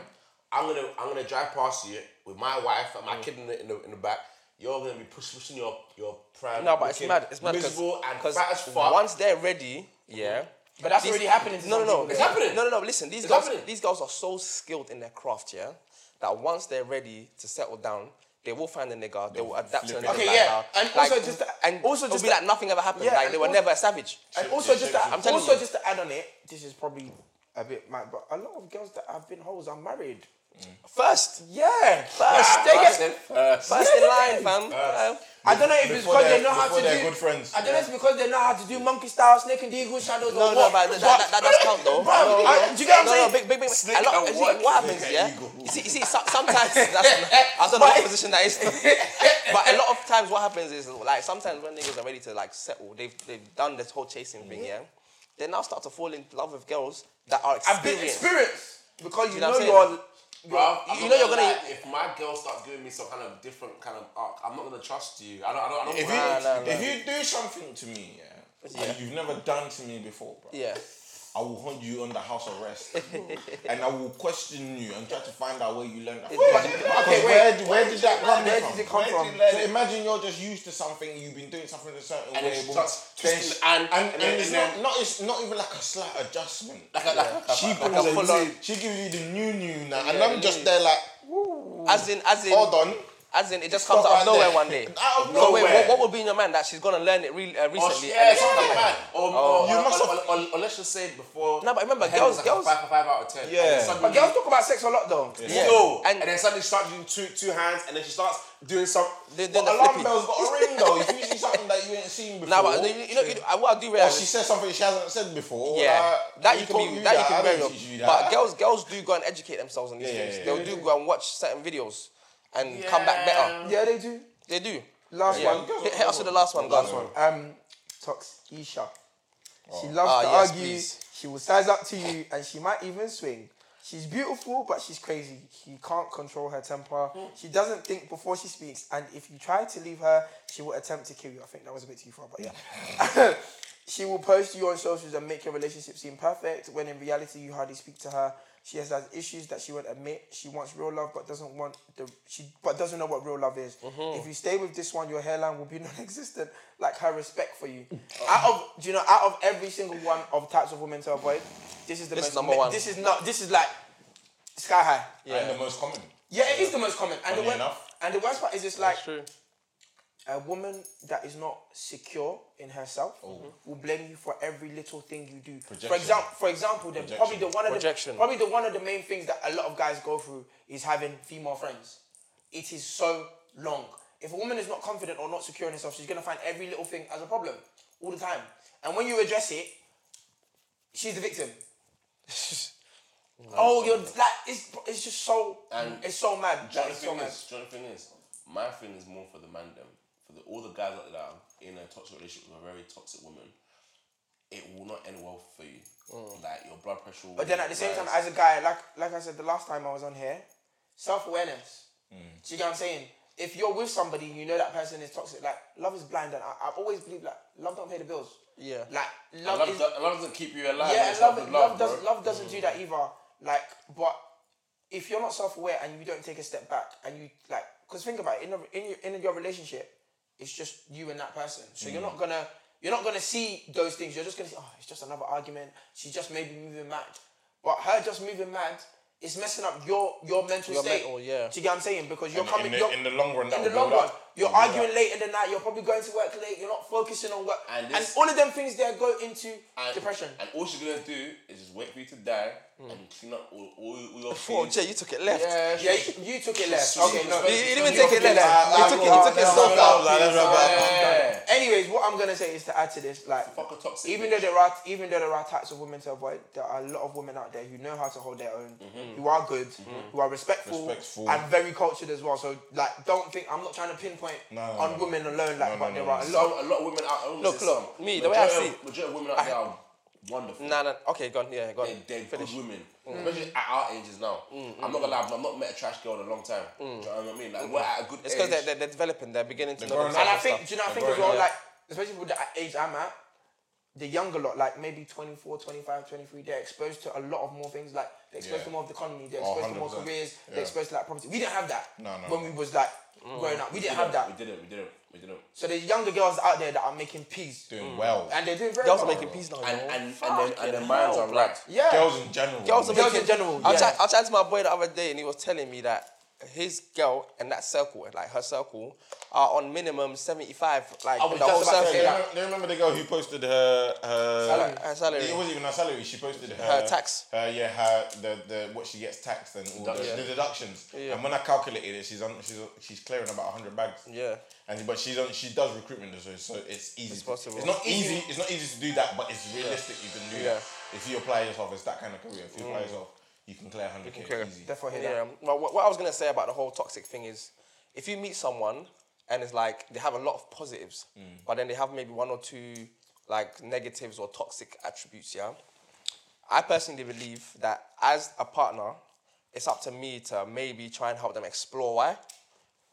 Speaker 3: I'm gonna I'm gonna drive past you with my wife and my
Speaker 4: Mm.
Speaker 3: kid in the, in the in the back. You're gonna be push, pushing your your prime.
Speaker 4: No, but it's
Speaker 3: looking
Speaker 4: mad. It's mad
Speaker 3: miserable and
Speaker 4: because
Speaker 3: fat as fuck.
Speaker 4: once they're ready, yeah.
Speaker 5: but that's
Speaker 4: These-
Speaker 5: already happening. To
Speaker 4: No, no,
Speaker 5: some
Speaker 4: no.
Speaker 5: people.
Speaker 3: It's happening.
Speaker 4: No, no, no. but Listen, these
Speaker 3: It's
Speaker 4: girls,
Speaker 3: happening.
Speaker 4: these girls are so skilled in their craft, yeah, that once they're ready to settle down, they will find a nigga. They will adapt to a
Speaker 1: flip
Speaker 4: nigga.
Speaker 1: it. Okay,
Speaker 4: like
Speaker 5: yeah,
Speaker 4: her.
Speaker 5: and
Speaker 4: Like,
Speaker 5: also just-
Speaker 4: and
Speaker 5: also
Speaker 4: it'll
Speaker 5: just
Speaker 4: be
Speaker 5: that-
Speaker 4: like nothing ever happened.
Speaker 5: Yeah,
Speaker 4: like
Speaker 5: and
Speaker 4: they were
Speaker 5: also-
Speaker 4: never a savage.
Speaker 5: And also, just to,
Speaker 4: I'm telling
Speaker 5: also
Speaker 4: you.
Speaker 5: just to add on it, this is probably a bit mad, but a lot of girls that have been hoes are married.
Speaker 4: First,
Speaker 5: Yeah,
Speaker 4: first,
Speaker 5: they
Speaker 4: they get
Speaker 5: get.
Speaker 4: first in line, fam.
Speaker 5: I don't know if it's
Speaker 1: Before
Speaker 5: because they
Speaker 1: they're-
Speaker 5: know how
Speaker 1: before
Speaker 5: to
Speaker 1: they're
Speaker 5: do.
Speaker 1: good friends.
Speaker 5: I don't know if it's because they know how to do monkey style, snake and eagle shadows.
Speaker 4: No,
Speaker 5: or
Speaker 4: no,
Speaker 5: what,
Speaker 4: but that, that, that does count though.
Speaker 5: Bro,
Speaker 4: no,
Speaker 5: I-
Speaker 4: no.
Speaker 5: do you get what I'm
Speaker 4: no,
Speaker 5: saying?
Speaker 4: No, big, big, big.
Speaker 3: Slick
Speaker 4: A lot,
Speaker 3: and
Speaker 4: you see,
Speaker 3: what?
Speaker 4: what happens,
Speaker 1: Slick
Speaker 4: yeah?
Speaker 1: and eagle.
Speaker 4: You see, you see so- sometimes, that's, I don't know what position that is. but a lot of times what happens is, like, sometimes when niggas are ready to, like, settle, they've, they've done this whole chasing thing,
Speaker 1: Mm-hmm.
Speaker 4: yeah? They now start to fall in love with girls that are
Speaker 5: I've been
Speaker 4: experienced.
Speaker 5: experienced because you,
Speaker 4: You
Speaker 5: know,
Speaker 4: know what I'm
Speaker 5: you're.
Speaker 4: saying?
Speaker 3: Bruv,
Speaker 4: You-
Speaker 3: I'm
Speaker 4: you
Speaker 3: not
Speaker 4: know you're
Speaker 3: lie,
Speaker 4: gonna-
Speaker 3: If my girl starts giving me some kind of different kind of arc, I'm not gonna trust you. I don't. I don't. I don't
Speaker 1: If you,
Speaker 3: Nah, nah.
Speaker 1: if you do something to me, yeah, and you've never done to me before, bro,
Speaker 4: Yeah.
Speaker 1: I will hold you under house arrest, and I will question you and try to find out where you learned that.
Speaker 4: But-
Speaker 1: okay, where, d- where did that come
Speaker 5: Where
Speaker 1: from?
Speaker 5: did it come
Speaker 1: Where did
Speaker 5: from?
Speaker 1: you learn it? imagine you're just used to something, you've been doing something a certain
Speaker 3: And
Speaker 1: way,
Speaker 3: it's
Speaker 1: boom,
Speaker 3: just
Speaker 1: then
Speaker 3: twisting
Speaker 1: sh-
Speaker 3: the hand,
Speaker 1: and,
Speaker 3: and
Speaker 1: and
Speaker 3: then-
Speaker 1: it's
Speaker 3: and then-
Speaker 1: not, not it's not even like a slight adjustment. she
Speaker 3: She
Speaker 1: brings
Speaker 4: a
Speaker 1: a
Speaker 4: full-on-
Speaker 1: new- she gives you the new new now, and I'm just there like,
Speaker 4: As in, as in,
Speaker 1: hold on.
Speaker 4: as in, it just
Speaker 1: Stop
Speaker 4: comes out
Speaker 1: right
Speaker 4: of nowhere
Speaker 1: there.
Speaker 4: one day.
Speaker 1: Out of
Speaker 4: So wait,
Speaker 1: nowhere. Oh,
Speaker 4: what, what would be in your mind that she's gonna learn it re- uh, recently?
Speaker 3: Or,
Speaker 4: and
Speaker 3: yeah,
Speaker 4: it's Oh.
Speaker 3: something
Speaker 4: like-
Speaker 3: bad. Or, or,
Speaker 1: You
Speaker 3: or,
Speaker 1: must have-
Speaker 3: or, or, or let's just say before.
Speaker 4: No, but remember,
Speaker 3: her head
Speaker 4: girls-
Speaker 3: was like a
Speaker 4: girls-
Speaker 3: five, five out of ten.
Speaker 1: Yeah.
Speaker 3: And then
Speaker 1: But
Speaker 5: But
Speaker 3: suddenly-
Speaker 5: girls talk about sex a lot though.
Speaker 4: Yeah.
Speaker 3: No.
Speaker 4: And-
Speaker 3: And, then suddenly she starts doing two two hands and then she starts doing some.
Speaker 4: Then-
Speaker 1: But
Speaker 4: then the
Speaker 1: alarm
Speaker 4: flipping.
Speaker 1: bells got a ring though. If you see something that you ain't seen before,
Speaker 4: Nah, but you, you know, you know, what I do
Speaker 1: or
Speaker 4: realize.
Speaker 1: she says something she hasn't said before.
Speaker 4: Yeah,
Speaker 1: like,
Speaker 4: that
Speaker 1: we
Speaker 4: you can
Speaker 1: taught
Speaker 4: be that you
Speaker 1: I
Speaker 4: can bury
Speaker 1: didn't
Speaker 4: up.
Speaker 1: teach you
Speaker 4: But
Speaker 1: that.
Speaker 4: girls, girls do go and educate themselves on these
Speaker 1: Yeah, yeah,
Speaker 4: things.
Speaker 1: yeah,
Speaker 4: They'll
Speaker 1: yeah.
Speaker 4: do go and watch certain videos and come back better.
Speaker 5: Yeah, they do.
Speaker 4: They do.
Speaker 5: Last
Speaker 4: Yeah.
Speaker 5: one.
Speaker 4: Hit, hit us with the last one, guys.
Speaker 5: Um, Toxisha. She loves
Speaker 4: Ah,
Speaker 5: to
Speaker 4: yes,
Speaker 5: argue.
Speaker 4: please.
Speaker 5: She will size up to you, and she might even swing. She's beautiful, but she's crazy. She can't control her temper. She doesn't think before she speaks, and if you try to leave her, she will attempt to kill you. I think that was a bit too far, but yeah. she will post you on socials and make your relationship seem perfect, when in reality you hardly speak to her. She has had issues that she won't admit. She wants real love, but doesn't want the she but doesn't know what real love is.
Speaker 4: Mm-hmm.
Speaker 5: If you stay with this one, your hairline will be non-existent, like her respect for you.
Speaker 4: Oh.
Speaker 5: out of do you know, out of every single one of types of women to avoid, this is the
Speaker 4: This
Speaker 5: most
Speaker 4: is number one.
Speaker 5: This is not. This is like sky high. Yeah,
Speaker 1: and the most common.
Speaker 5: it is the most common. And the
Speaker 1: Funny
Speaker 5: worst,
Speaker 1: enough.
Speaker 5: and the worst part is it's like
Speaker 4: true.
Speaker 5: a woman that is not secure in herself Mm-hmm. will blame you for every little thing you do. For
Speaker 1: Projection.
Speaker 5: example, for example, the, probably the one of
Speaker 4: Projection.
Speaker 5: the probably the one of the main things that a lot of guys go through is having female friends. It is so long. If a woman is not confident or not secure in herself, she's gonna find every little thing as a problem all the time. And when you address it, she's the victim. oh, you're like it's it's just so
Speaker 3: And-
Speaker 5: it's so mad.
Speaker 3: Do you know
Speaker 5: Like,
Speaker 3: what
Speaker 5: it's
Speaker 3: the
Speaker 5: so
Speaker 3: thing
Speaker 5: mad.
Speaker 3: is? Do you know what the thing is? My thing is more for the man them. For the, all the guys out there that are in a toxic relationship with a very toxic woman, it will not end well for you. Like your blood pressure. Will
Speaker 5: But then at the same
Speaker 3: rise.
Speaker 5: time, as a guy, like like I said the last time I was on here, self awareness.
Speaker 3: Mm.
Speaker 5: Do you get what I'm saying? If you're with somebody, you know that person is toxic. Like love is blind, and I, I've always believed like love don't pay the bills.
Speaker 4: Yeah.
Speaker 5: Like
Speaker 3: And
Speaker 5: love,
Speaker 3: love,
Speaker 5: is,
Speaker 3: do- and love doesn't keep you alive.
Speaker 5: yeah,
Speaker 3: it's
Speaker 5: love,
Speaker 3: not
Speaker 5: love,
Speaker 3: the
Speaker 5: does,
Speaker 3: bro.
Speaker 5: love doesn't do that either. Like, but if you're not self aware and you don't take a step back and you like, because think about it, in, a, in your in your relationship, it's just you and that person. So you're not gonna you're not gonna see those things. You're just gonna see, oh, it's just another argument. She just maybe moving mad, but her just moving mad. is messing up your your mental
Speaker 4: Your
Speaker 5: state.
Speaker 4: mental, yeah.
Speaker 5: Do you get what I'm saying? Because you're
Speaker 1: In-
Speaker 5: coming
Speaker 1: in, the,
Speaker 5: you're-
Speaker 1: in the long run, that
Speaker 5: in the
Speaker 1: will
Speaker 5: long
Speaker 1: build
Speaker 5: run.
Speaker 1: up.
Speaker 5: You're
Speaker 1: It will build
Speaker 5: arguing
Speaker 1: up.
Speaker 5: late in the night. You're probably going to work late. You're not focusing on work,
Speaker 3: And
Speaker 5: and,
Speaker 3: this-
Speaker 5: all of them things there go into depression.
Speaker 3: And all she's gonna do is just wait for you to die and clean up all, all, all your
Speaker 4: Oh,
Speaker 3: things.
Speaker 4: Jay, you took it left.
Speaker 3: Yeah,
Speaker 5: Yeah, you, you took it left. Okay, no.
Speaker 4: You, you didn't even take
Speaker 5: took
Speaker 4: it left. You took it. You took it so far.
Speaker 3: Yeah.
Speaker 5: Anyways, what I'm gonna say is to add to this, like,
Speaker 3: Fuck a toxic
Speaker 5: even
Speaker 3: bitch.
Speaker 5: though there are even though there are types of women to avoid, there are a lot of women out there who know how to hold their own, who are good, who are respectful,
Speaker 1: Respectful.
Speaker 5: and very cultured as well. So like, don't think I'm not trying to pinpoint
Speaker 1: No, no,
Speaker 5: on
Speaker 1: no.
Speaker 5: women alone, like,
Speaker 1: No,
Speaker 5: but
Speaker 1: no,
Speaker 5: there
Speaker 1: no,
Speaker 5: are a
Speaker 1: no.
Speaker 5: lot.
Speaker 3: a lot of women out there.
Speaker 4: Look, look, me, the way I see it-
Speaker 3: Majority of women out there are wonderful.
Speaker 4: Nah, nah. Okay, gone. Yeah, gone.
Speaker 3: They're, they're good women.
Speaker 4: Mm.
Speaker 3: Especially at our ages now. I'm not gonna lie, I've not met a trash girl in a long time. Do you know what I mean? Like, we're at a good
Speaker 4: Mm, It's
Speaker 3: age.
Speaker 4: because they're, they're, they're developing. They're beginning to
Speaker 1: They're
Speaker 4: know
Speaker 1: growing
Speaker 4: themselves.
Speaker 1: up.
Speaker 5: And I
Speaker 4: and
Speaker 5: think,
Speaker 4: stuff.
Speaker 5: do you know, I
Speaker 1: They're
Speaker 5: think as
Speaker 1: growing
Speaker 5: well,
Speaker 1: up.
Speaker 5: like, especially with the age I'm at, the younger lot, like maybe 24, 25, 23, they're exposed to a lot of more things. Like, they're exposed
Speaker 1: Yeah.
Speaker 5: to more of the economy, they're
Speaker 1: Oh,
Speaker 5: exposed to more
Speaker 1: 100%.
Speaker 5: careers,
Speaker 1: Yeah.
Speaker 5: they're exposed to like property. We didn't have that
Speaker 1: No, no,
Speaker 5: when
Speaker 1: no.
Speaker 5: we was like
Speaker 4: Mm.
Speaker 5: growing up. We didn't have
Speaker 3: We
Speaker 5: that.
Speaker 3: didn't, we didn't, we didn't.
Speaker 5: So there's younger girls out there that are making peas.
Speaker 1: Doing well.
Speaker 5: And they're doing very
Speaker 4: Girls are
Speaker 5: well.
Speaker 4: making peace now.
Speaker 3: And,
Speaker 4: you know?
Speaker 3: and, and, then, and their
Speaker 4: Fucking
Speaker 3: minds
Speaker 4: hell,
Speaker 3: are right.
Speaker 5: Yeah.
Speaker 1: Girls in general.
Speaker 4: Girls are
Speaker 5: Girls in
Speaker 4: making-
Speaker 5: general,
Speaker 4: I, was
Speaker 5: yeah.
Speaker 4: chat- I was chatting to my boy the other day, and he was telling me that his girl and that circle, like her circle, are on minimum seventy-five. Like
Speaker 5: I was
Speaker 4: the whole
Speaker 5: just about to
Speaker 4: circle.
Speaker 1: Do you
Speaker 5: say
Speaker 4: Like,
Speaker 1: remember- do you remember the girl who posted her her
Speaker 4: Salary. Her salary.
Speaker 1: It wasn't even her salary. She posted her,
Speaker 4: Her tax.
Speaker 1: Her yeah, her the, the what she gets taxed and all the,
Speaker 3: Deduction.
Speaker 1: the deductions.
Speaker 4: Yeah.
Speaker 1: And when I calculated it, she's on she's on- she's clearing about hundred bags.
Speaker 4: Yeah.
Speaker 1: And but she's on she does recruitment so so it's easy. It's
Speaker 4: possible.
Speaker 1: It's not easy. It's not easy to do that, but it's realistic. You can do
Speaker 4: Yeah. Mm.
Speaker 1: that if you apply yourself. It's that kind of career. If you apply yourself, you can clear hundred k
Speaker 4: clear.
Speaker 1: easy.
Speaker 5: Therefore, hear
Speaker 4: yeah.
Speaker 5: that.
Speaker 4: Um, Well, what, what I was gonna say about the whole toxic thing is, if you meet someone and it's like they have a lot of positives,
Speaker 1: Mm.
Speaker 4: but then they have maybe one or two like negatives or toxic attributes. Yeah. I personally believe that as a partner, it's up to me to maybe try and help them explore why,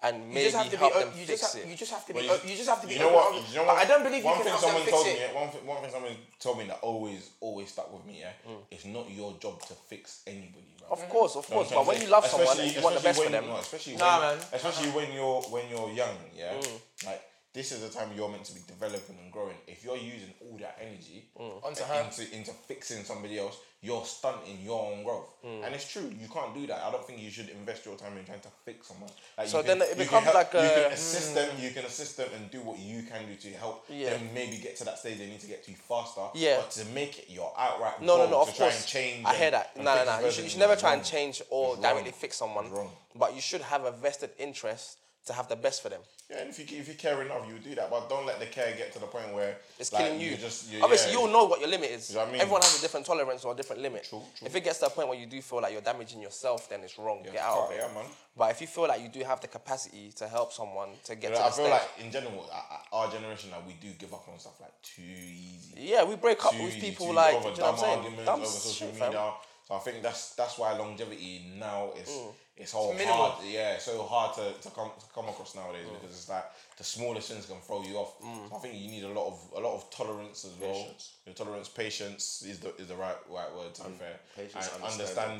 Speaker 4: and
Speaker 5: You
Speaker 4: maybe
Speaker 5: just have to be.
Speaker 4: help
Speaker 5: o-
Speaker 4: them
Speaker 5: you,
Speaker 4: fix
Speaker 5: just
Speaker 4: it.
Speaker 5: have, you just have to be.
Speaker 1: But
Speaker 5: o- You just have to be.
Speaker 1: You know
Speaker 5: open
Speaker 1: what?
Speaker 5: and honest.
Speaker 1: You know
Speaker 5: But
Speaker 1: what?
Speaker 5: I don't believe
Speaker 1: one
Speaker 5: you
Speaker 1: thing
Speaker 5: can help them
Speaker 1: someone
Speaker 5: fix
Speaker 1: told
Speaker 5: it.
Speaker 1: me. yeah, One, thi- one thing someone told me that always always stuck with me. Yeah, it's not your job to fix anybody. Bro.
Speaker 4: Of course, of
Speaker 1: You know
Speaker 4: course.
Speaker 1: what Mm. I'm
Speaker 4: But when
Speaker 1: saying?
Speaker 4: you love someone and
Speaker 1: Especially-
Speaker 4: you want the best
Speaker 1: especially
Speaker 4: for
Speaker 1: when-
Speaker 4: them,
Speaker 1: no, especially
Speaker 5: Nah,
Speaker 1: when,
Speaker 5: man.
Speaker 1: especially when you're when you're young, yeah.
Speaker 4: Mm.
Speaker 1: Like this is the time you're meant to be developing and growing. If you're using all that energy
Speaker 4: Mm.
Speaker 5: Onto
Speaker 1: uh,
Speaker 5: her.
Speaker 1: into into fixing somebody else, you're stunting your own growth.
Speaker 4: Mm.
Speaker 1: And it's true, you can't do that. I don't think you should invest your time in trying to fix someone. Like,
Speaker 4: So
Speaker 1: you can-
Speaker 4: then it
Speaker 1: you can
Speaker 4: becomes
Speaker 1: help-
Speaker 4: like
Speaker 1: you
Speaker 4: a- mm.
Speaker 1: can assist them. You can assist them and do what you can do to help
Speaker 4: Yeah.
Speaker 1: them maybe get to that stage they need to get to faster.
Speaker 4: Yeah.
Speaker 1: But to make it your outright goal
Speaker 4: No, no, no.
Speaker 1: to
Speaker 4: Of
Speaker 1: try
Speaker 4: course,
Speaker 1: and change.
Speaker 4: I
Speaker 1: and-
Speaker 4: hear that.
Speaker 1: and
Speaker 4: No, no,
Speaker 1: fix
Speaker 4: no.
Speaker 1: this
Speaker 4: You
Speaker 1: person
Speaker 4: should, you should
Speaker 1: is
Speaker 4: never try and
Speaker 1: wrong.
Speaker 4: change or
Speaker 1: It's wrong.
Speaker 4: directly fix someone,
Speaker 1: It's wrong.
Speaker 4: but you should have a vested interest to have the best for them.
Speaker 1: Yeah, and if you if you care enough, you do that. But don't let the care get to the point where
Speaker 4: It's
Speaker 1: like,
Speaker 4: killing you.
Speaker 1: Just you,
Speaker 4: Obviously,
Speaker 1: yeah,
Speaker 4: you'll know what your limit is.
Speaker 1: You know what I mean?
Speaker 4: Everyone has a different tolerance or a different limit.
Speaker 1: True, true.
Speaker 4: If it gets to a point where you do feel like you're damaging yourself, then it's wrong.
Speaker 1: Yeah,
Speaker 4: Get out of
Speaker 1: fuck
Speaker 4: it.
Speaker 1: yeah, man.
Speaker 4: But if you feel like you do have the capacity to help someone to
Speaker 1: You
Speaker 4: get
Speaker 1: know,
Speaker 4: to
Speaker 1: I
Speaker 4: the
Speaker 1: feel
Speaker 4: stage,
Speaker 1: like in general, our- our generation, like we do give up on stuff like too easy.
Speaker 4: yeah, we break up
Speaker 1: too
Speaker 4: with
Speaker 1: easy,
Speaker 4: people
Speaker 1: too
Speaker 4: like
Speaker 1: easy,
Speaker 4: do
Speaker 1: over
Speaker 4: you know
Speaker 1: dumb
Speaker 4: what I'm saying?
Speaker 1: arguments
Speaker 4: Dumb
Speaker 1: over social
Speaker 4: shit, fam.
Speaker 1: media. So I think that's that's why longevity now is it's all
Speaker 5: Mm. minimal.
Speaker 1: hard. Yeah, it's so hard to, to come to come across nowadays because it's like the smallest things can throw you off.
Speaker 5: Mm.
Speaker 1: So I think you need a lot of a lot of tolerance as well. Your tolerance, patience is the is the right right word to be fair.
Speaker 3: patience,
Speaker 1: and
Speaker 3: understanding.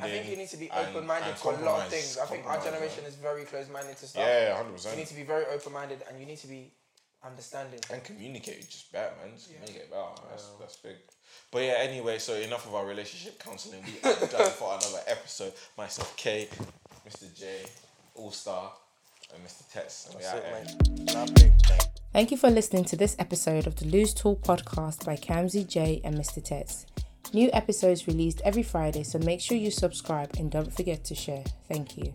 Speaker 1: understanding.
Speaker 5: Mm. I think you need to be
Speaker 1: and-
Speaker 5: open minded
Speaker 1: and
Speaker 5: to a lot of
Speaker 1: compromise,
Speaker 5: things. I think our
Speaker 1: compromise, yeah.
Speaker 5: generation is very closed minded to stuff.
Speaker 1: Yeah, hundred
Speaker 5: You need
Speaker 1: percent.
Speaker 5: to be very open minded and you need to be understanding.
Speaker 1: And communicate just better, man. Just communicate better. That's, that's big. But yeah, anyway, so enough of our relationship counselling. We are done for another episode. Myself, K, Mr. J, All Star, and Mr. Tess. And we out here.
Speaker 4: That's it, mate.
Speaker 2: Thank you for listening to this episode of the Lose Talk podcast by Kamzi J and Mr. Tets. New episodes released every Friday, so make sure you subscribe and don't forget to share. Thank you.